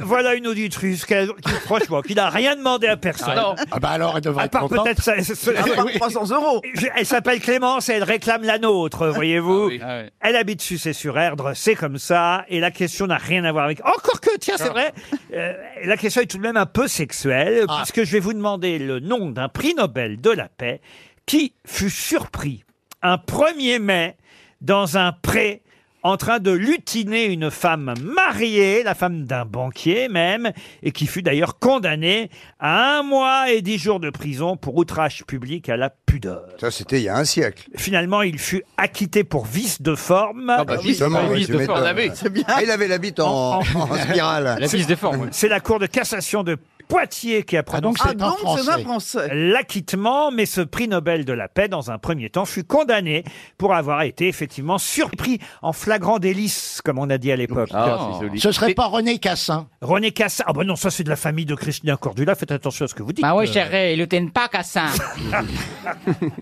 Speaker 2: Voilà une auditrice qu'elle- qui, franchement, qui n'a rien demandé à personne.
Speaker 10: Ah non.
Speaker 19: Ah bah alors, elle devrait
Speaker 2: À
Speaker 19: être
Speaker 2: part
Speaker 19: contente.
Speaker 2: peut-être ça- ça- ça-
Speaker 19: À part
Speaker 2: Oui. Je- Elle s'appelle Clémence et elle réclame la nôtre,
Speaker 19: Ah
Speaker 2: voyez-vous. Elle habite Sucé sur Erdre, c'est comme ça. Et la question n'a rien à voir avec. Encore que, tiens,
Speaker 19: Ah.
Speaker 2: c'est vrai. euh, la question est tout de même un peu sexuelle,
Speaker 19: Ah.
Speaker 2: puisque je vais vous demander le nom d'un prix Nobel de la paix qui fut surpris un 1er mai dans un pré en train de lutiner une femme mariée, la femme d'un banquier même, et qui fut d'ailleurs condamnée à un mois et dix jours de prison pour outrage public à la pudeur.
Speaker 19: Ça, c'était il y a un siècle.
Speaker 2: Finalement, il fut acquitté pour vice de forme.
Speaker 19: Ah bah, Ah oui, justement, oui, oui, vice tu de forme. m'étonnes.
Speaker 2: avait.
Speaker 19: C'est bien. Ah, il avait la bite en- en spirale. La vice de forme, oui.
Speaker 2: C'est la cour de cassation de Poitiers qui a prononcé
Speaker 10: c'est Ah, un donc, c'est Français. un Français.
Speaker 2: l'acquittement, mais ce prix Nobel de la paix, dans un premier temps, fut condamné pour avoir été effectivement surpris en flagrant délice, comme on a dit à l'époque.
Speaker 10: Ah, c'est joli.
Speaker 19: Ce serait
Speaker 2: pas René Cassin René Cassin, ah bah non, ça c'est de la famille de Christina Cordula, faites attention à ce que vous dites.
Speaker 12: Bah oui,
Speaker 2: Euh,
Speaker 12: chérie, il était pas cassin.
Speaker 2: (laughs)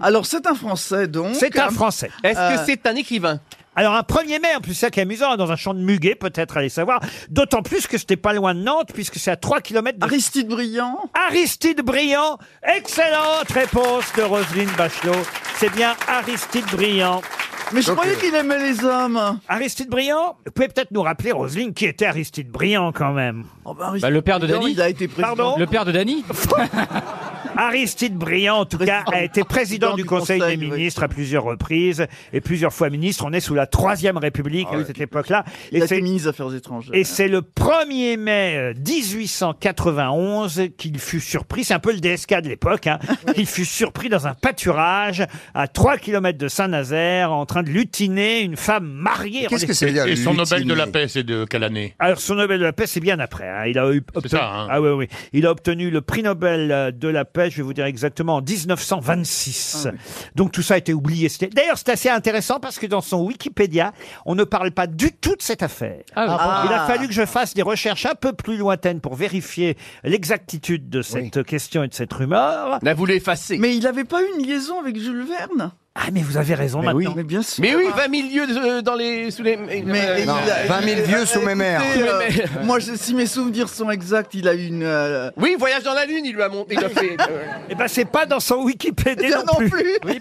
Speaker 10: Alors, c'est un Français, donc.
Speaker 2: C'est un Français.
Speaker 10: Euh,
Speaker 2: un écrivain alors un 1er mai, en plus ça qui est amusant, hein, dans un champ de muguet peut-être, allez savoir. D'autant plus que c'était pas loin de Nantes, puisque c'est à 3 km de... Aristide Briand Aristide Briand Excellente réponse de Roselyne Bachelot. C'est bien Aristide Briand.
Speaker 10: Mais je
Speaker 13: euh,
Speaker 10: croyais qu'il aimait les hommes.
Speaker 2: Aristide Briand Vous pouvez peut-être nous rappeler, Roselyne, qui était Aristide Briand quand même
Speaker 10: Bah, le père de Briand, Dany. il a été président.
Speaker 2: Pardon
Speaker 10: Le
Speaker 2: père de Dany (laughs) Aristide Briand, en tout cas, a été président du Conseil des ministres à plusieurs reprises et plusieurs fois ministre. On est sous la Troisième
Speaker 10: Ah
Speaker 2: République à cette époque-là.
Speaker 10: Il
Speaker 2: Et
Speaker 10: a été
Speaker 2: c'est-
Speaker 10: ministre des Affaires étrangères.
Speaker 2: et c'est le 1er mai euh, 1891 qu'il fut surpris, c'est un peu le DSK de l'époque, hein, qu'il fut surpris dans un pâturage à 3 km de Saint-Nazaire en train de lutiner une femme mariée.
Speaker 26: Qu'est-ce que ça veut dire, Et son Nobel de la paix, c'est de quelle année
Speaker 2: Alors son Nobel de la paix, c'est bien après. hein. Il a eu obtenu... Ah oui, oui. Il a obtenu le prix Nobel euh, de la paix, je vais vous dire exactement, en
Speaker 10: Ah
Speaker 2: 1926. Donc tout ça a été oublié. C'était- D'ailleurs, c'est assez intéressant parce que dans son Wikipédia, on ne parle pas du tout de cette affaire.
Speaker 10: Ah oui. Ah.
Speaker 2: Il a fallu que je fasse des recherches un peu plus lointaines pour vérifier l'exactitude de cette question et de cette rumeur.
Speaker 10: Là, vous l'effacez. Mais il n'avait pas eu une liaison avec Jules Verne
Speaker 2: Ah, mais vous avez raison
Speaker 10: mais
Speaker 2: maintenant.
Speaker 10: Oui. Mais bien sûr. Ah,
Speaker 5: Mais oui, 20 000 lieux euh, dans les, sous les.
Speaker 10: Mais il a- il a- écoutez, euh,
Speaker 5: (laughs)
Speaker 2: (laughs)
Speaker 10: moi, je- si mes souvenirs sont exacts, il a eu une. euh,
Speaker 5: Oui, voyage dans la lune, il lui a monté. Il a fait. euh.
Speaker 2: (laughs) Eh ben, c'est pas dans son Wikipédia non, plus. (laughs)
Speaker 5: Oui.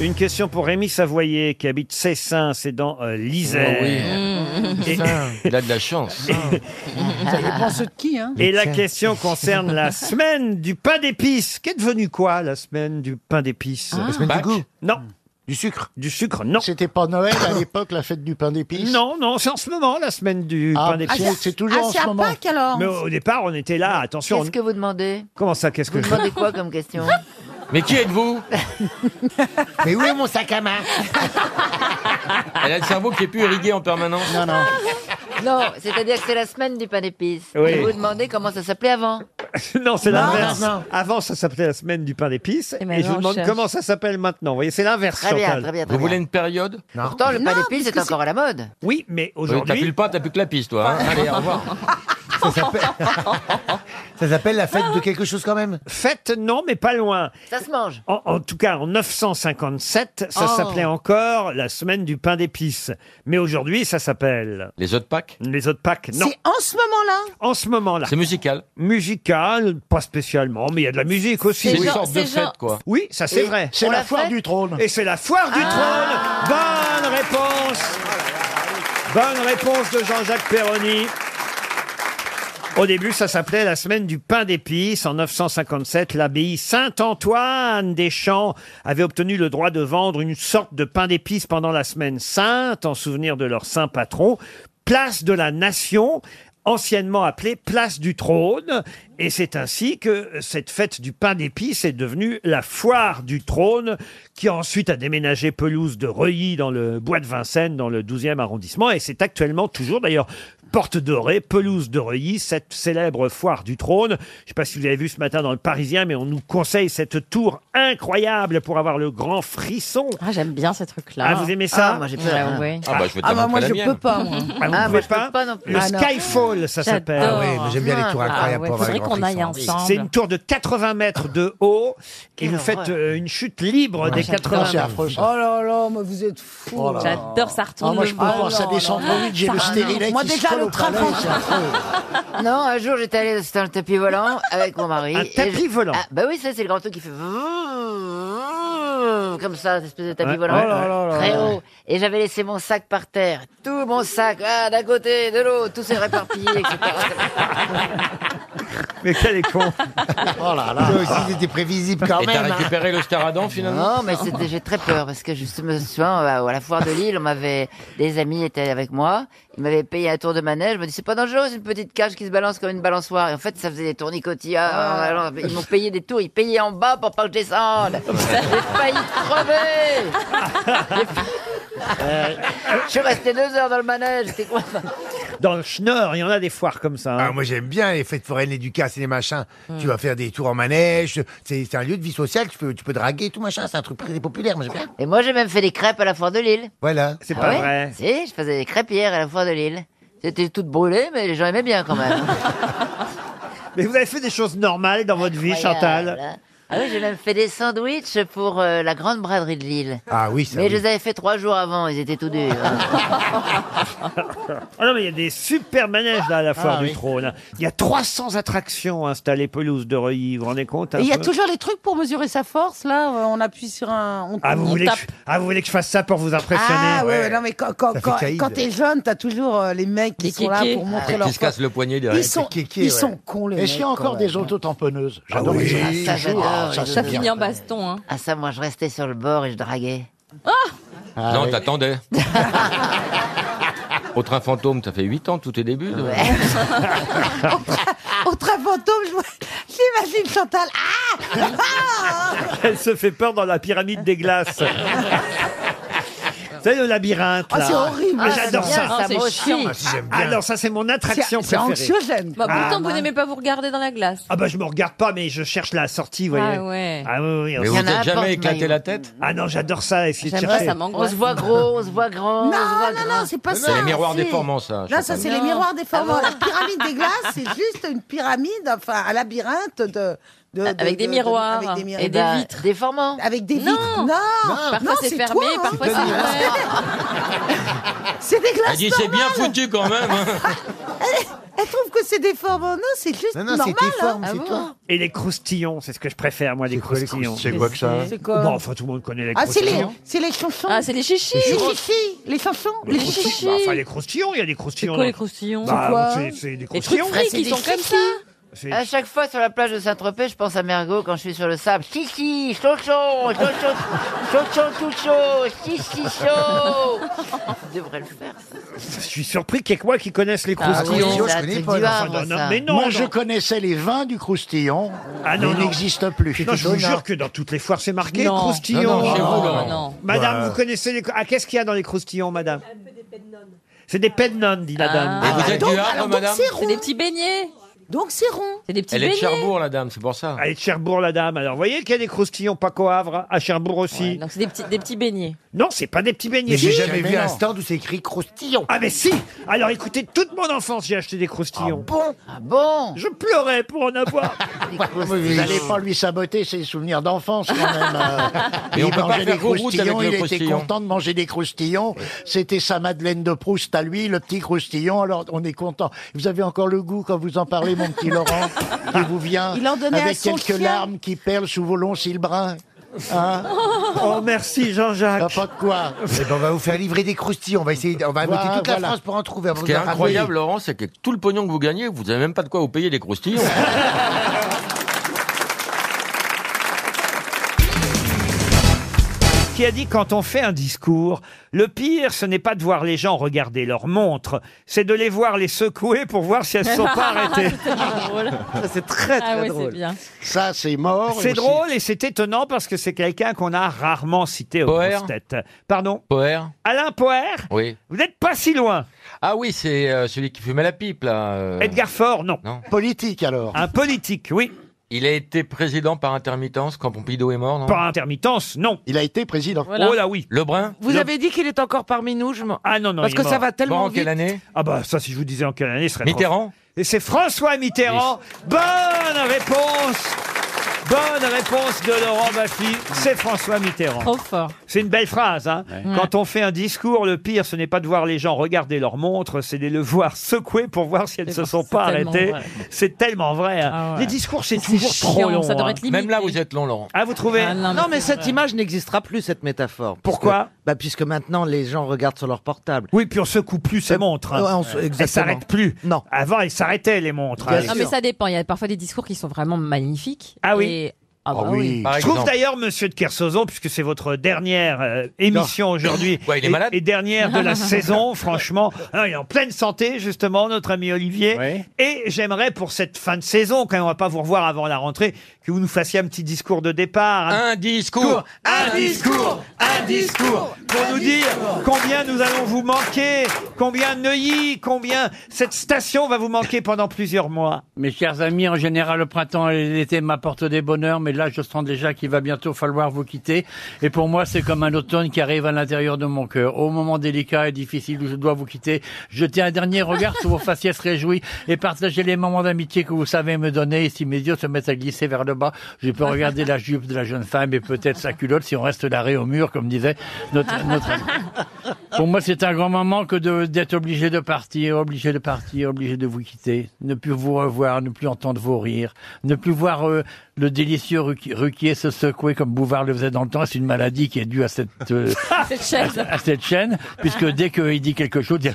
Speaker 2: Une question pour Rémi Savoyer qui habite Cessin, c'est dans euh, l'Isère.
Speaker 5: Oh oui.
Speaker 2: Et-
Speaker 5: (laughs) Il a de la chance.
Speaker 3: Mmh. Ça dépend ceux de qui, hein.
Speaker 2: Et la question
Speaker 10: (laughs)
Speaker 2: concerne la semaine du pain d'épices. Qu'est devenu quoi la semaine du pain d'épices
Speaker 10: Ah. La semaine du Pâques goût
Speaker 2: Non. Du sucre Du sucre, non.
Speaker 10: C'était pas Noël à l'époque, la fête du pain d'épices
Speaker 2: Non, non, c'est en ce moment la semaine du
Speaker 10: Ah,
Speaker 2: pain d'épices.
Speaker 10: ah, c'est- c'est toujours Ah, en c'est ce à moment. Pâques, alors
Speaker 2: Mais au départ, on était là, attention.
Speaker 15: Qu'est-ce que vous demandez
Speaker 2: on- Comment ça, qu'est-ce
Speaker 15: Vous
Speaker 2: que je
Speaker 15: demandez quoi comme question
Speaker 2: (laughs) Mais qui
Speaker 15: (laughs)
Speaker 2: êtes-vous
Speaker 10: Mais où est mon sac à main
Speaker 5: Elle a le cerveau qui est plus irrigué en permanence. Non, non.
Speaker 15: Non, c'est-à-dire que c'est la semaine du pain d'épices.
Speaker 2: Oui.
Speaker 15: Et Vous demandez comment ça s'appelait avant.
Speaker 2: Non, c'est
Speaker 15: Non,
Speaker 2: l'inverse.
Speaker 15: non, non.
Speaker 2: Avant, ça s'appelait la semaine du pain d'épices.
Speaker 15: Eh
Speaker 2: Et,
Speaker 15: ben
Speaker 2: je
Speaker 15: non,
Speaker 2: vous demande
Speaker 15: cherche.
Speaker 2: comment ça s'appelle maintenant. Vous voyez, c'est l'inverse,
Speaker 15: Très bien,
Speaker 2: Chantal.
Speaker 15: très bien, très Vous bien. voulez
Speaker 5: une période
Speaker 15: Pourtant, le pain d'épices est encore à la mode.
Speaker 2: Oui, mais
Speaker 5: T'as plus le pain, t'as plus que la piste, toi. hein. Allez, au revoir.
Speaker 10: Ça s'appelle-
Speaker 2: Ça s'appelle la
Speaker 12: Ah
Speaker 2: fête de quelque chose quand même Fête, non, mais pas loin.
Speaker 15: Ça se mange.
Speaker 2: En, en tout cas, en 957, ça
Speaker 15: Oh.
Speaker 2: s'appelait encore la semaine du pain d'épices. Mais aujourd'hui, ça s'appelle... Les œufs de Pâques Les œufs de Pâques, non.
Speaker 12: C'est en ce moment-là
Speaker 2: En ce moment-là. C'est musical Musical, pas spécialement, mais il y a de la musique aussi.
Speaker 12: C'est C'est une genre- sorte de c'est fête, genre- quoi.
Speaker 2: Oui, ça c'est
Speaker 12: Et
Speaker 2: vrai.
Speaker 12: c'est On la la foire Ah fête du
Speaker 2: trône. Et c'est la foire du trône Bonne réponse Bonne réponse de Jean-Jacques Perroni. Au début, ça s'appelait la semaine du pain d'épices. En 957, l'abbaye Saint-Antoine des Champs avait obtenu le droit de vendre une sorte de pain d'épices pendant la semaine sainte, en souvenir de leur saint patron, place de la nation, anciennement appelée place du trône. Et c'est ainsi que cette fête du pain d'épices est devenue la foire du trône, qui ensuite a déménagé pelouse de Reuilly dans le bois de Vincennes, dans le 12e arrondissement. Et c'est actuellement toujours, d'ailleurs, Porte Dorée, pelouse de Reuilly, cette célèbre foire du trône. Je sais pas si vous avez vu ce matin dans le Parisien, mais on nous conseille cette tour incroyable pour avoir le grand frisson.
Speaker 24: Ah, j'aime bien ces trucs-là.
Speaker 2: Ah, vous aimez ça
Speaker 24: Ah, moi, j'ai pas- Ah, ouais. Ah, bah, je vais te Ah, bah, moi, je peux pas,
Speaker 2: Ah, vous
Speaker 24: moi. Ah,
Speaker 2: pouvez
Speaker 24: moi, je peux pas non plus.
Speaker 2: Le
Speaker 24: Ah, non.
Speaker 2: Skyfall, ça
Speaker 24: J'adore.
Speaker 2: s'appelle.
Speaker 24: Ah oui, mais j'aime bien les tours Ah, incroyables ouais, pour avoir faudrait un grand qu'on aille frisson. ensemble.
Speaker 2: C'est une tour de 80 mètres de haut et
Speaker 24: Quelle
Speaker 2: vous faites
Speaker 24: horreur.
Speaker 2: euh, une chute libre
Speaker 24: Ouais,
Speaker 2: des
Speaker 24: j'adore.
Speaker 2: 80
Speaker 24: C'est
Speaker 2: mètres.
Speaker 24: affreux,
Speaker 4: Oh là là, mais vous êtes fous.
Speaker 24: Oh là là.
Speaker 4: (laughs)
Speaker 24: J'adore, ça retourne
Speaker 4: Ah, moi, je
Speaker 24: le
Speaker 4: peux pas,
Speaker 24: vent.
Speaker 4: ça
Speaker 24: Oh
Speaker 4: descend
Speaker 24: là
Speaker 4: trop
Speaker 24: là.
Speaker 4: vite, j'ai
Speaker 24: Ça
Speaker 4: le
Speaker 24: va, non.
Speaker 4: stérilet
Speaker 24: Moi,
Speaker 4: qui se
Speaker 24: déjà,
Speaker 4: colle
Speaker 24: le
Speaker 4: au
Speaker 24: train
Speaker 4: palais,
Speaker 24: prend-
Speaker 4: c'est affreux.
Speaker 15: Non, un jour, j'étais allée dans le tapis volant avec mon mari.
Speaker 2: Un
Speaker 15: et
Speaker 2: tapis
Speaker 15: je-
Speaker 2: volant.
Speaker 15: Ah, bah oui, ça, c'est le grand truc qui fait vroom, comme ça, cette espèce de tapis
Speaker 2: Ouais,
Speaker 15: volant.
Speaker 2: ouais, Oh là là là
Speaker 15: très
Speaker 2: là.
Speaker 15: haut. Et j'avais laissé mon sac par terre. Tout mon sac, ah, d'un côté, de l'autre, tout s'est réparpillé, etc.
Speaker 2: Mais quel est
Speaker 18: (laughs)
Speaker 2: con
Speaker 28: Oh là là. c'était prévisible quand
Speaker 8: Et t'as
Speaker 15: même, hein.
Speaker 8: récupéré le Staradan finalement
Speaker 15: Non, mais c'était- j'ai très peur parce que je me souviens, euh, à la foire de Lille, on m'avait, des amis étaient avec moi, ils m'avaient payé un tour de manège, je me dis c'est pas dangereux, c'est une petite cage qui se balance comme une balançoire. Et en fait, ça faisait des tournicotis. ah, ah, alors, ils m'ont payé des tours, ils payaient en bas pour pas que je descende. J'ai failli crever. Je suis resté deux heures dans le manège, c'était quoi ça
Speaker 2: (laughs) Dans le Schnorr, il y en a des foires comme ça. hein.
Speaker 18: Ah, moi j'aime bien les fêtes foraines, les ducasses et les machins. Tu vas faire des tours en manège, c'est c'est un lieu de vie sociale, tu peux, tu peux draguer et tout machin, c'est un truc très populaire, moi j'aime bien.
Speaker 15: Et moi, j'ai même fait des crêpes à la foire de Lille.
Speaker 18: Voilà. C'est
Speaker 15: Ah ouais Si, je faisais des crêpes hier à la foire de Lille. C'était toutes brûlées, mais les gens aimaient bien quand même.
Speaker 2: Mais vous avez fait des choses normales dans votre vie,
Speaker 15: Incroyable,
Speaker 2: Chantal
Speaker 15: hein. Ah oui, j'ai même fait des sandwichs pour euh, la grande braderie de Lille.
Speaker 18: Ah oui, ça
Speaker 15: Mais je
Speaker 18: oui.
Speaker 15: les avais fait trois jours avant, ils étaient hein. tout durs.
Speaker 2: Ah non, mais il y a des super manèges là à la foire
Speaker 15: Ah,
Speaker 2: du
Speaker 15: oui.
Speaker 2: trône. Il y a 300 attractions installées pelouse de Reuilly, vous vous rendez compte un
Speaker 4: Et Il y a
Speaker 2: peu
Speaker 4: toujours les trucs pour mesurer sa force, là. euh, On appuie sur un. On,
Speaker 2: ah vous,
Speaker 4: on
Speaker 2: voulez que
Speaker 4: tape.
Speaker 2: je, ah, vous voulez que je fasse ça pour vous impressionner
Speaker 4: Ah, ouais, ouais, non, mais quand, quand,
Speaker 2: Ça fait
Speaker 4: quand,
Speaker 2: caïd.
Speaker 4: quand t'es jeune, t'as toujours euh, les mecs qui
Speaker 18: Les
Speaker 4: sont là
Speaker 18: kékés.
Speaker 4: pour
Speaker 8: Et
Speaker 4: montrer leur
Speaker 8: qui se casse le poignet derrière.
Speaker 4: Ils sont- ils sont cons, les
Speaker 9: Est-ce qu'il y a
Speaker 4: mecs,
Speaker 9: encore
Speaker 4: quand
Speaker 9: des
Speaker 4: même.
Speaker 9: auto-tamponneuses
Speaker 15: J'adore
Speaker 9: les gens.
Speaker 15: Ah, ça,
Speaker 9: Toujours,
Speaker 15: j'adore.
Speaker 9: Ah, ça, c'est bien.
Speaker 15: baston. Hein. Ah ça, moi, je restais sur le bord et je draguais.
Speaker 8: Ah
Speaker 2: Ah
Speaker 8: Non,
Speaker 2: (laughs)
Speaker 8: t'attendais. Au train fantôme, ça fait 8 ans tous tes débuts. toi.
Speaker 4: Au train fantôme, je vois- j'imagine Chantal. Ah
Speaker 24: (laughs)
Speaker 4: Ah
Speaker 2: (laughs) Elle se fait peur dans la pyramide des
Speaker 4: (laughs)
Speaker 2: glaces. C'est le labyrinthe.
Speaker 4: Ah,
Speaker 2: là.
Speaker 4: c'est horrible.
Speaker 2: Ah,
Speaker 4: Ah,
Speaker 2: J'adore
Speaker 4: j'aime
Speaker 2: ça.
Speaker 4: bien, ça, Ah, c'est moi aussi. chiant.
Speaker 2: Ah, si, j'aime
Speaker 18: Ah,
Speaker 2: bien. Alors ça c'est mon attraction
Speaker 4: C'est- c'est
Speaker 2: préférée.
Speaker 4: anxiogène.
Speaker 24: Bah,
Speaker 2: Ah,
Speaker 24: pourtant, que vous n'aimez pas vous regarder dans la glace.
Speaker 2: Ah bah je me regarde pas mais je cherche la sortie, vous voyez.
Speaker 24: Ah ouais.
Speaker 2: Ah oui, oui,
Speaker 8: Mais
Speaker 2: on-
Speaker 8: vous Il y en a êtes un jamais porte-maillot. éclaté la
Speaker 2: tête Ah non, j'adore ça essayer de
Speaker 24: J'aime
Speaker 2: chercher.
Speaker 24: pas, ça m'angoisse.
Speaker 15: On se voit gros, on se voit grand.
Speaker 4: Non,
Speaker 15: on se voit
Speaker 4: non,
Speaker 15: grand.
Speaker 4: non, c'est pas
Speaker 8: C'est
Speaker 4: ça.
Speaker 8: les miroirs
Speaker 4: si.
Speaker 8: déformants, ça,
Speaker 4: Là,
Speaker 8: Chantal.
Speaker 4: Ah, ça, c'est
Speaker 15: Non.
Speaker 4: les miroirs déformants.
Speaker 15: Ah bon
Speaker 4: La pyramide des glaces, c'est juste une pyramide, enfin, un labyrinthe de. de-
Speaker 24: Ah, Avec
Speaker 4: de-
Speaker 24: des
Speaker 4: de-
Speaker 24: miroirs
Speaker 4: avec des miroirs.
Speaker 24: et des
Speaker 4: Bah,
Speaker 24: vitres.
Speaker 15: Déformant.
Speaker 4: Avec des
Speaker 24: Non.
Speaker 4: vitres. Non,
Speaker 22: Ah,
Speaker 24: Parfois,
Speaker 4: non,
Speaker 24: c'est fermé,
Speaker 4: toi, hein.
Speaker 24: parfois, c'est ouvert.
Speaker 4: C'est des glaces.
Speaker 8: Elle dit c'est bien
Speaker 4: normales.
Speaker 8: foutu quand même. hein.
Speaker 4: Elle, elle trouve que c'est déformant. Non, c'est juste
Speaker 18: Non, non, c'est
Speaker 4: normal.
Speaker 18: déforme,
Speaker 4: hein.
Speaker 18: c'est Ah bon toi.
Speaker 2: Et les croustillons, c'est ce que je préfère moi, les croustillons.
Speaker 18: croustillons C'est quoi que ça
Speaker 4: C'est quoi
Speaker 2: Bon, enfin tout le monde connaît les
Speaker 4: Ah, c'est les,
Speaker 2: croustillons.
Speaker 4: c'est les chaussons.
Speaker 24: Ah, c'est les chichis.
Speaker 4: Les
Speaker 24: Les
Speaker 4: chichis. Les chaussons. Les chichis.
Speaker 2: Bah, enfin les croustillons, il y a des croustillons.
Speaker 24: quoi,
Speaker 2: dans-
Speaker 24: les croustillons
Speaker 2: Bah,
Speaker 24: C'est quoi
Speaker 2: c'est- C'est des
Speaker 24: Les
Speaker 2: croustillons.
Speaker 24: trucs frits
Speaker 15: C'est
Speaker 24: qui
Speaker 15: des
Speaker 24: sont comme
Speaker 15: chichis.
Speaker 24: ça.
Speaker 2: C'est-
Speaker 15: À chaque fois sur la plage de Saint-Tropez, je pense à Mergot quand je suis sur le sable. Si, si, chaud, chaud, chaud, chaud, chaud, chaud, tout chaud, si, si, chaud. Je devrais le faire.
Speaker 2: Je suis surpris qu'il y ait que moi qui connaisse les
Speaker 15: Ah oui,
Speaker 2: croustillons.
Speaker 15: ça, c'est du Havre,
Speaker 2: non, non,
Speaker 15: ça.
Speaker 2: mais non,
Speaker 9: Moi,
Speaker 2: non.
Speaker 9: je connaissais les vins du croustillon,
Speaker 2: Ah
Speaker 9: mais
Speaker 2: non,
Speaker 9: ils
Speaker 2: non.
Speaker 9: n'existent plus.
Speaker 2: Non, je vous jure que dans toutes les foires, c'est marqué
Speaker 9: Non.
Speaker 2: croustillons.
Speaker 9: Non, non, chez vous, Bah.
Speaker 2: Ah.
Speaker 9: non. Non.
Speaker 2: Madame,
Speaker 9: Ouais.
Speaker 2: vous connaissez les. Ah, qu'est-ce qu'il y a dans les croustillons, madame C'est des pets de nonnes,
Speaker 24: Ah.
Speaker 2: dit la
Speaker 4: Ah.
Speaker 2: dame.
Speaker 8: Et vous êtes du Havre, madame
Speaker 24: C'est des petits beignets.
Speaker 4: Donc c'est rond.
Speaker 24: C'est des petits
Speaker 8: Elle est de
Speaker 24: beignets.
Speaker 8: Cherbourg, la dame, c'est pour ça.
Speaker 2: Elle est de Cherbourg, la dame. Alors, vous voyez qu'il y a des croustillons, pas qu'au Havre, à Cherbourg aussi.
Speaker 24: Donc c'est des petits, des petits beignets.
Speaker 2: non, c'est pas des petits beignets.
Speaker 18: Mais j'ai
Speaker 2: Si.
Speaker 18: jamais vu un stand où c'est écrit croustillon.
Speaker 2: Ah, mais si Alors, écoutez, toute mon enfance, j'ai acheté des croustillons.
Speaker 18: bon
Speaker 15: Ah bon
Speaker 2: Je pleurais pour en
Speaker 18: (laughs)
Speaker 2: avoir.
Speaker 9: Vous n'allez pas lui saboter ses souvenirs d'enfance quand même.
Speaker 18: (laughs)
Speaker 9: euh.
Speaker 8: Et on peut pas
Speaker 9: mangeait
Speaker 8: faire
Speaker 9: des
Speaker 8: route avec
Speaker 9: croustillons,
Speaker 8: le
Speaker 9: il était
Speaker 8: croustillon.
Speaker 9: content de manger des croustillons. C'était sa Madeleine de Proust à lui, le petit croustillon. Alors on est content. Vous avez encore le goût quand vous en parlez, mon
Speaker 18: (laughs)
Speaker 9: petit Laurent, qui vous vient
Speaker 4: Il en donnait à
Speaker 9: avec
Speaker 4: son
Speaker 9: quelques
Speaker 4: chien.
Speaker 9: larmes qui perlent sous vos longs cils bruns. Hein
Speaker 2: (laughs)
Speaker 9: Bah,
Speaker 2: Oh, merci, Jean-Jacques.
Speaker 9: Pas de quoi.
Speaker 18: Eh ben, on va vous faire livrer des croustillons, on va essayer, on va
Speaker 9: Voilà,
Speaker 18: noter toute la
Speaker 9: voilà.
Speaker 18: France pour en trouver. on
Speaker 8: Ce
Speaker 18: va vous
Speaker 8: qui est
Speaker 18: en ramener.
Speaker 8: incroyable, Laurent, c'est que tout le pognon que vous gagnez, vous n'avez même pas de quoi vous payer les
Speaker 2: (laughs)
Speaker 8: croustillons.
Speaker 2: Qui qui a dit quand on fait un discours, le pire, ce n'est pas de voir les gens regarder leur montre, c'est de les voir les secouer pour voir si elles ne sont pas
Speaker 24: (laughs)
Speaker 22: (laughs)
Speaker 2: arrêtées.
Speaker 24: Ah,
Speaker 13: Ça, c'est très,
Speaker 22: Ah
Speaker 13: très
Speaker 15: Ah
Speaker 13: drôle.
Speaker 2: Ça, c'est mort.
Speaker 13: et
Speaker 2: C'est
Speaker 13: aussi-
Speaker 2: drôle et c'est étonnant parce que c'est quelqu'un qu'on a rarement cité aux
Speaker 17: Poher
Speaker 2: grosses têtes. Pardon
Speaker 17: Poher
Speaker 2: Alain Poher
Speaker 17: Oui.
Speaker 2: Vous n'êtes pas si loin.
Speaker 17: Ah oui, c'est euh, celui qui fumait la pipe, là. euh.
Speaker 2: Edgar Faure, non.
Speaker 17: Politique, alors.
Speaker 2: Un politique, oui.
Speaker 17: Il a été président par intermittence quand Pompidou est mort, non
Speaker 2: Par intermittence, non.
Speaker 17: Il a été président.
Speaker 13: Voilà.
Speaker 17: Oh là oui. Lebrun
Speaker 13: Vous avez dit qu'il est encore parmi nous, je m'en-
Speaker 2: Ah non, non.
Speaker 13: Parce
Speaker 2: il
Speaker 13: que
Speaker 2: est
Speaker 13: ça
Speaker 2: mort.
Speaker 13: va tellement vite.
Speaker 2: Ah bah ça, si je vous disais en quelle année, ce serait
Speaker 17: Mitterrand
Speaker 2: trop- Et c'est François Mitterrand. Bonne réponse Bonne réponse de Laurent Baffy, c'est François Mitterrand.
Speaker 22: Trop fort.
Speaker 2: C'est une belle phrase, hein.
Speaker 22: Ouais.
Speaker 2: Quand on fait un discours, le pire, ce n'est pas de voir les gens regarder leur montre, c'est de les voir secouer pour voir si elles ne se sont pas
Speaker 22: tellement
Speaker 2: arrêtées.
Speaker 22: vrai. Ah
Speaker 2: C'est tellement vrai. hein. Les discours, c'est toujours trop long. hein.
Speaker 17: Même là, vous êtes long, Laurent.
Speaker 2: Ah, vous trouvez
Speaker 13: non, mais cette image n'existera plus, cette métaphore.
Speaker 2: Pourquoi
Speaker 13: puisque, bah, puisque maintenant, les gens regardent sur leur portable. Euh,
Speaker 2: Oui, puis on secoue plus ces montres. hein.
Speaker 13: ouais, on se-
Speaker 2: Elles
Speaker 13: exactement.
Speaker 2: s'arrêtent plus. Non. Avant, elles s'arrêtaient les montres. hein.
Speaker 22: Non, Ah, mais ça dépend. Il y a parfois des discours qui sont vraiment magnifiques.
Speaker 2: Ah oui.
Speaker 22: Et- Ah
Speaker 2: Ah
Speaker 22: bah (laughs) oui.
Speaker 2: Je trouve d'ailleurs, monsieur de Kersauzon, puisque c'est votre dernière euh, émission aujourd'hui
Speaker 17: Ouais, il est
Speaker 2: et,
Speaker 17: malade.
Speaker 2: et dernière de
Speaker 17: (laughs)
Speaker 2: la saison, franchement, Alors, il est en pleine santé, justement, notre ami Olivier. Et j'aimerais pour cette fin de saison, quand on va pas vous revoir avant la rentrée, que vous nous fassiez un petit discours de départ.
Speaker 17: Un discours,
Speaker 2: un discours, un discours, pour nous dire combien nous allons vous manquer, combien Neuilly, combien cette station va vous manquer pendant plusieurs mois.
Speaker 11: Mes chers amis, en général, le printemps et l'été m'apportent des bonheurs, mais là, je sens déjà qu'il va bientôt falloir vous quitter. Et pour moi, c'est comme un automne qui arrive à l'intérieur de mon cœur. Au moment délicat et difficile où je dois vous quitter, jetez un dernier regard sur vos faciès réjouis et partagez les moments d'amitié que vous savez me donner. Et si mes yeux se mettent à glisser vers le bas, je peux regarder la jupe de la jeune femme et peut-être sa culotte si on reste l'arrêt au mur, comme disait notre, notre ami. Pour moi, c'est un grand moment que de- d'être obligé de partir, obligé de partir, obligé de vous quitter, ne plus vous revoir, ne plus entendre vos rires, ne plus voir euh, le délicieux Ruqui- Ruquier se secouer comme Bouvard le faisait dans le temps. C'est une maladie qui est due à cette, euh,
Speaker 24: Ah,
Speaker 22: Cette chaise.
Speaker 11: à cette chaîne, puisque dès qu'il dit quelque chose, il,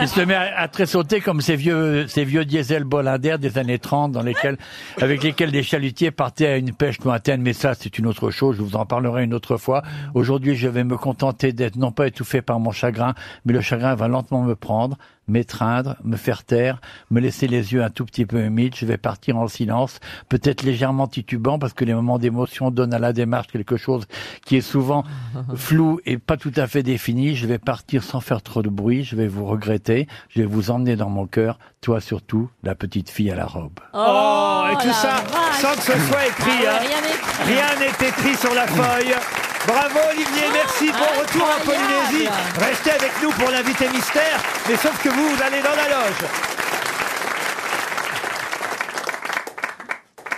Speaker 11: il se met à, à tressauter comme ces vieux, ces vieux diesel Bollinger des années 30, dans lesquels, avec lesquels les chalutiers partaient à une pêche lointaine. Mais ça, c'est une autre chose. Je vous en parlerai une autre fois. Aujourd'hui, je vais me contenter d'être non pas étouffé par mon chagrin, mais le chagrin va lentement me prendre m'étreindre, me faire taire, me laisser les yeux un tout petit peu humides, je vais partir en silence, peut-être légèrement titubant parce que les moments d'émotion donnent à la démarche quelque chose qui est souvent flou et pas tout à fait défini, je vais partir sans faire trop de bruit, je vais vous regretter, je vais vous emmener dans mon cœur, toi surtout, la petite fille à la robe.
Speaker 2: Oh, et tout ça sans que ce soit écrit.
Speaker 22: Ah
Speaker 2: hein.
Speaker 22: ouais, rien n'est écrit.
Speaker 2: Rien n'est écrit sur la feuille. Bravo Olivier, merci. Bon retour en Polynésie. Restez avec nous pour l'invité mystère. Mais sauf que vous, vous allez dans la loge.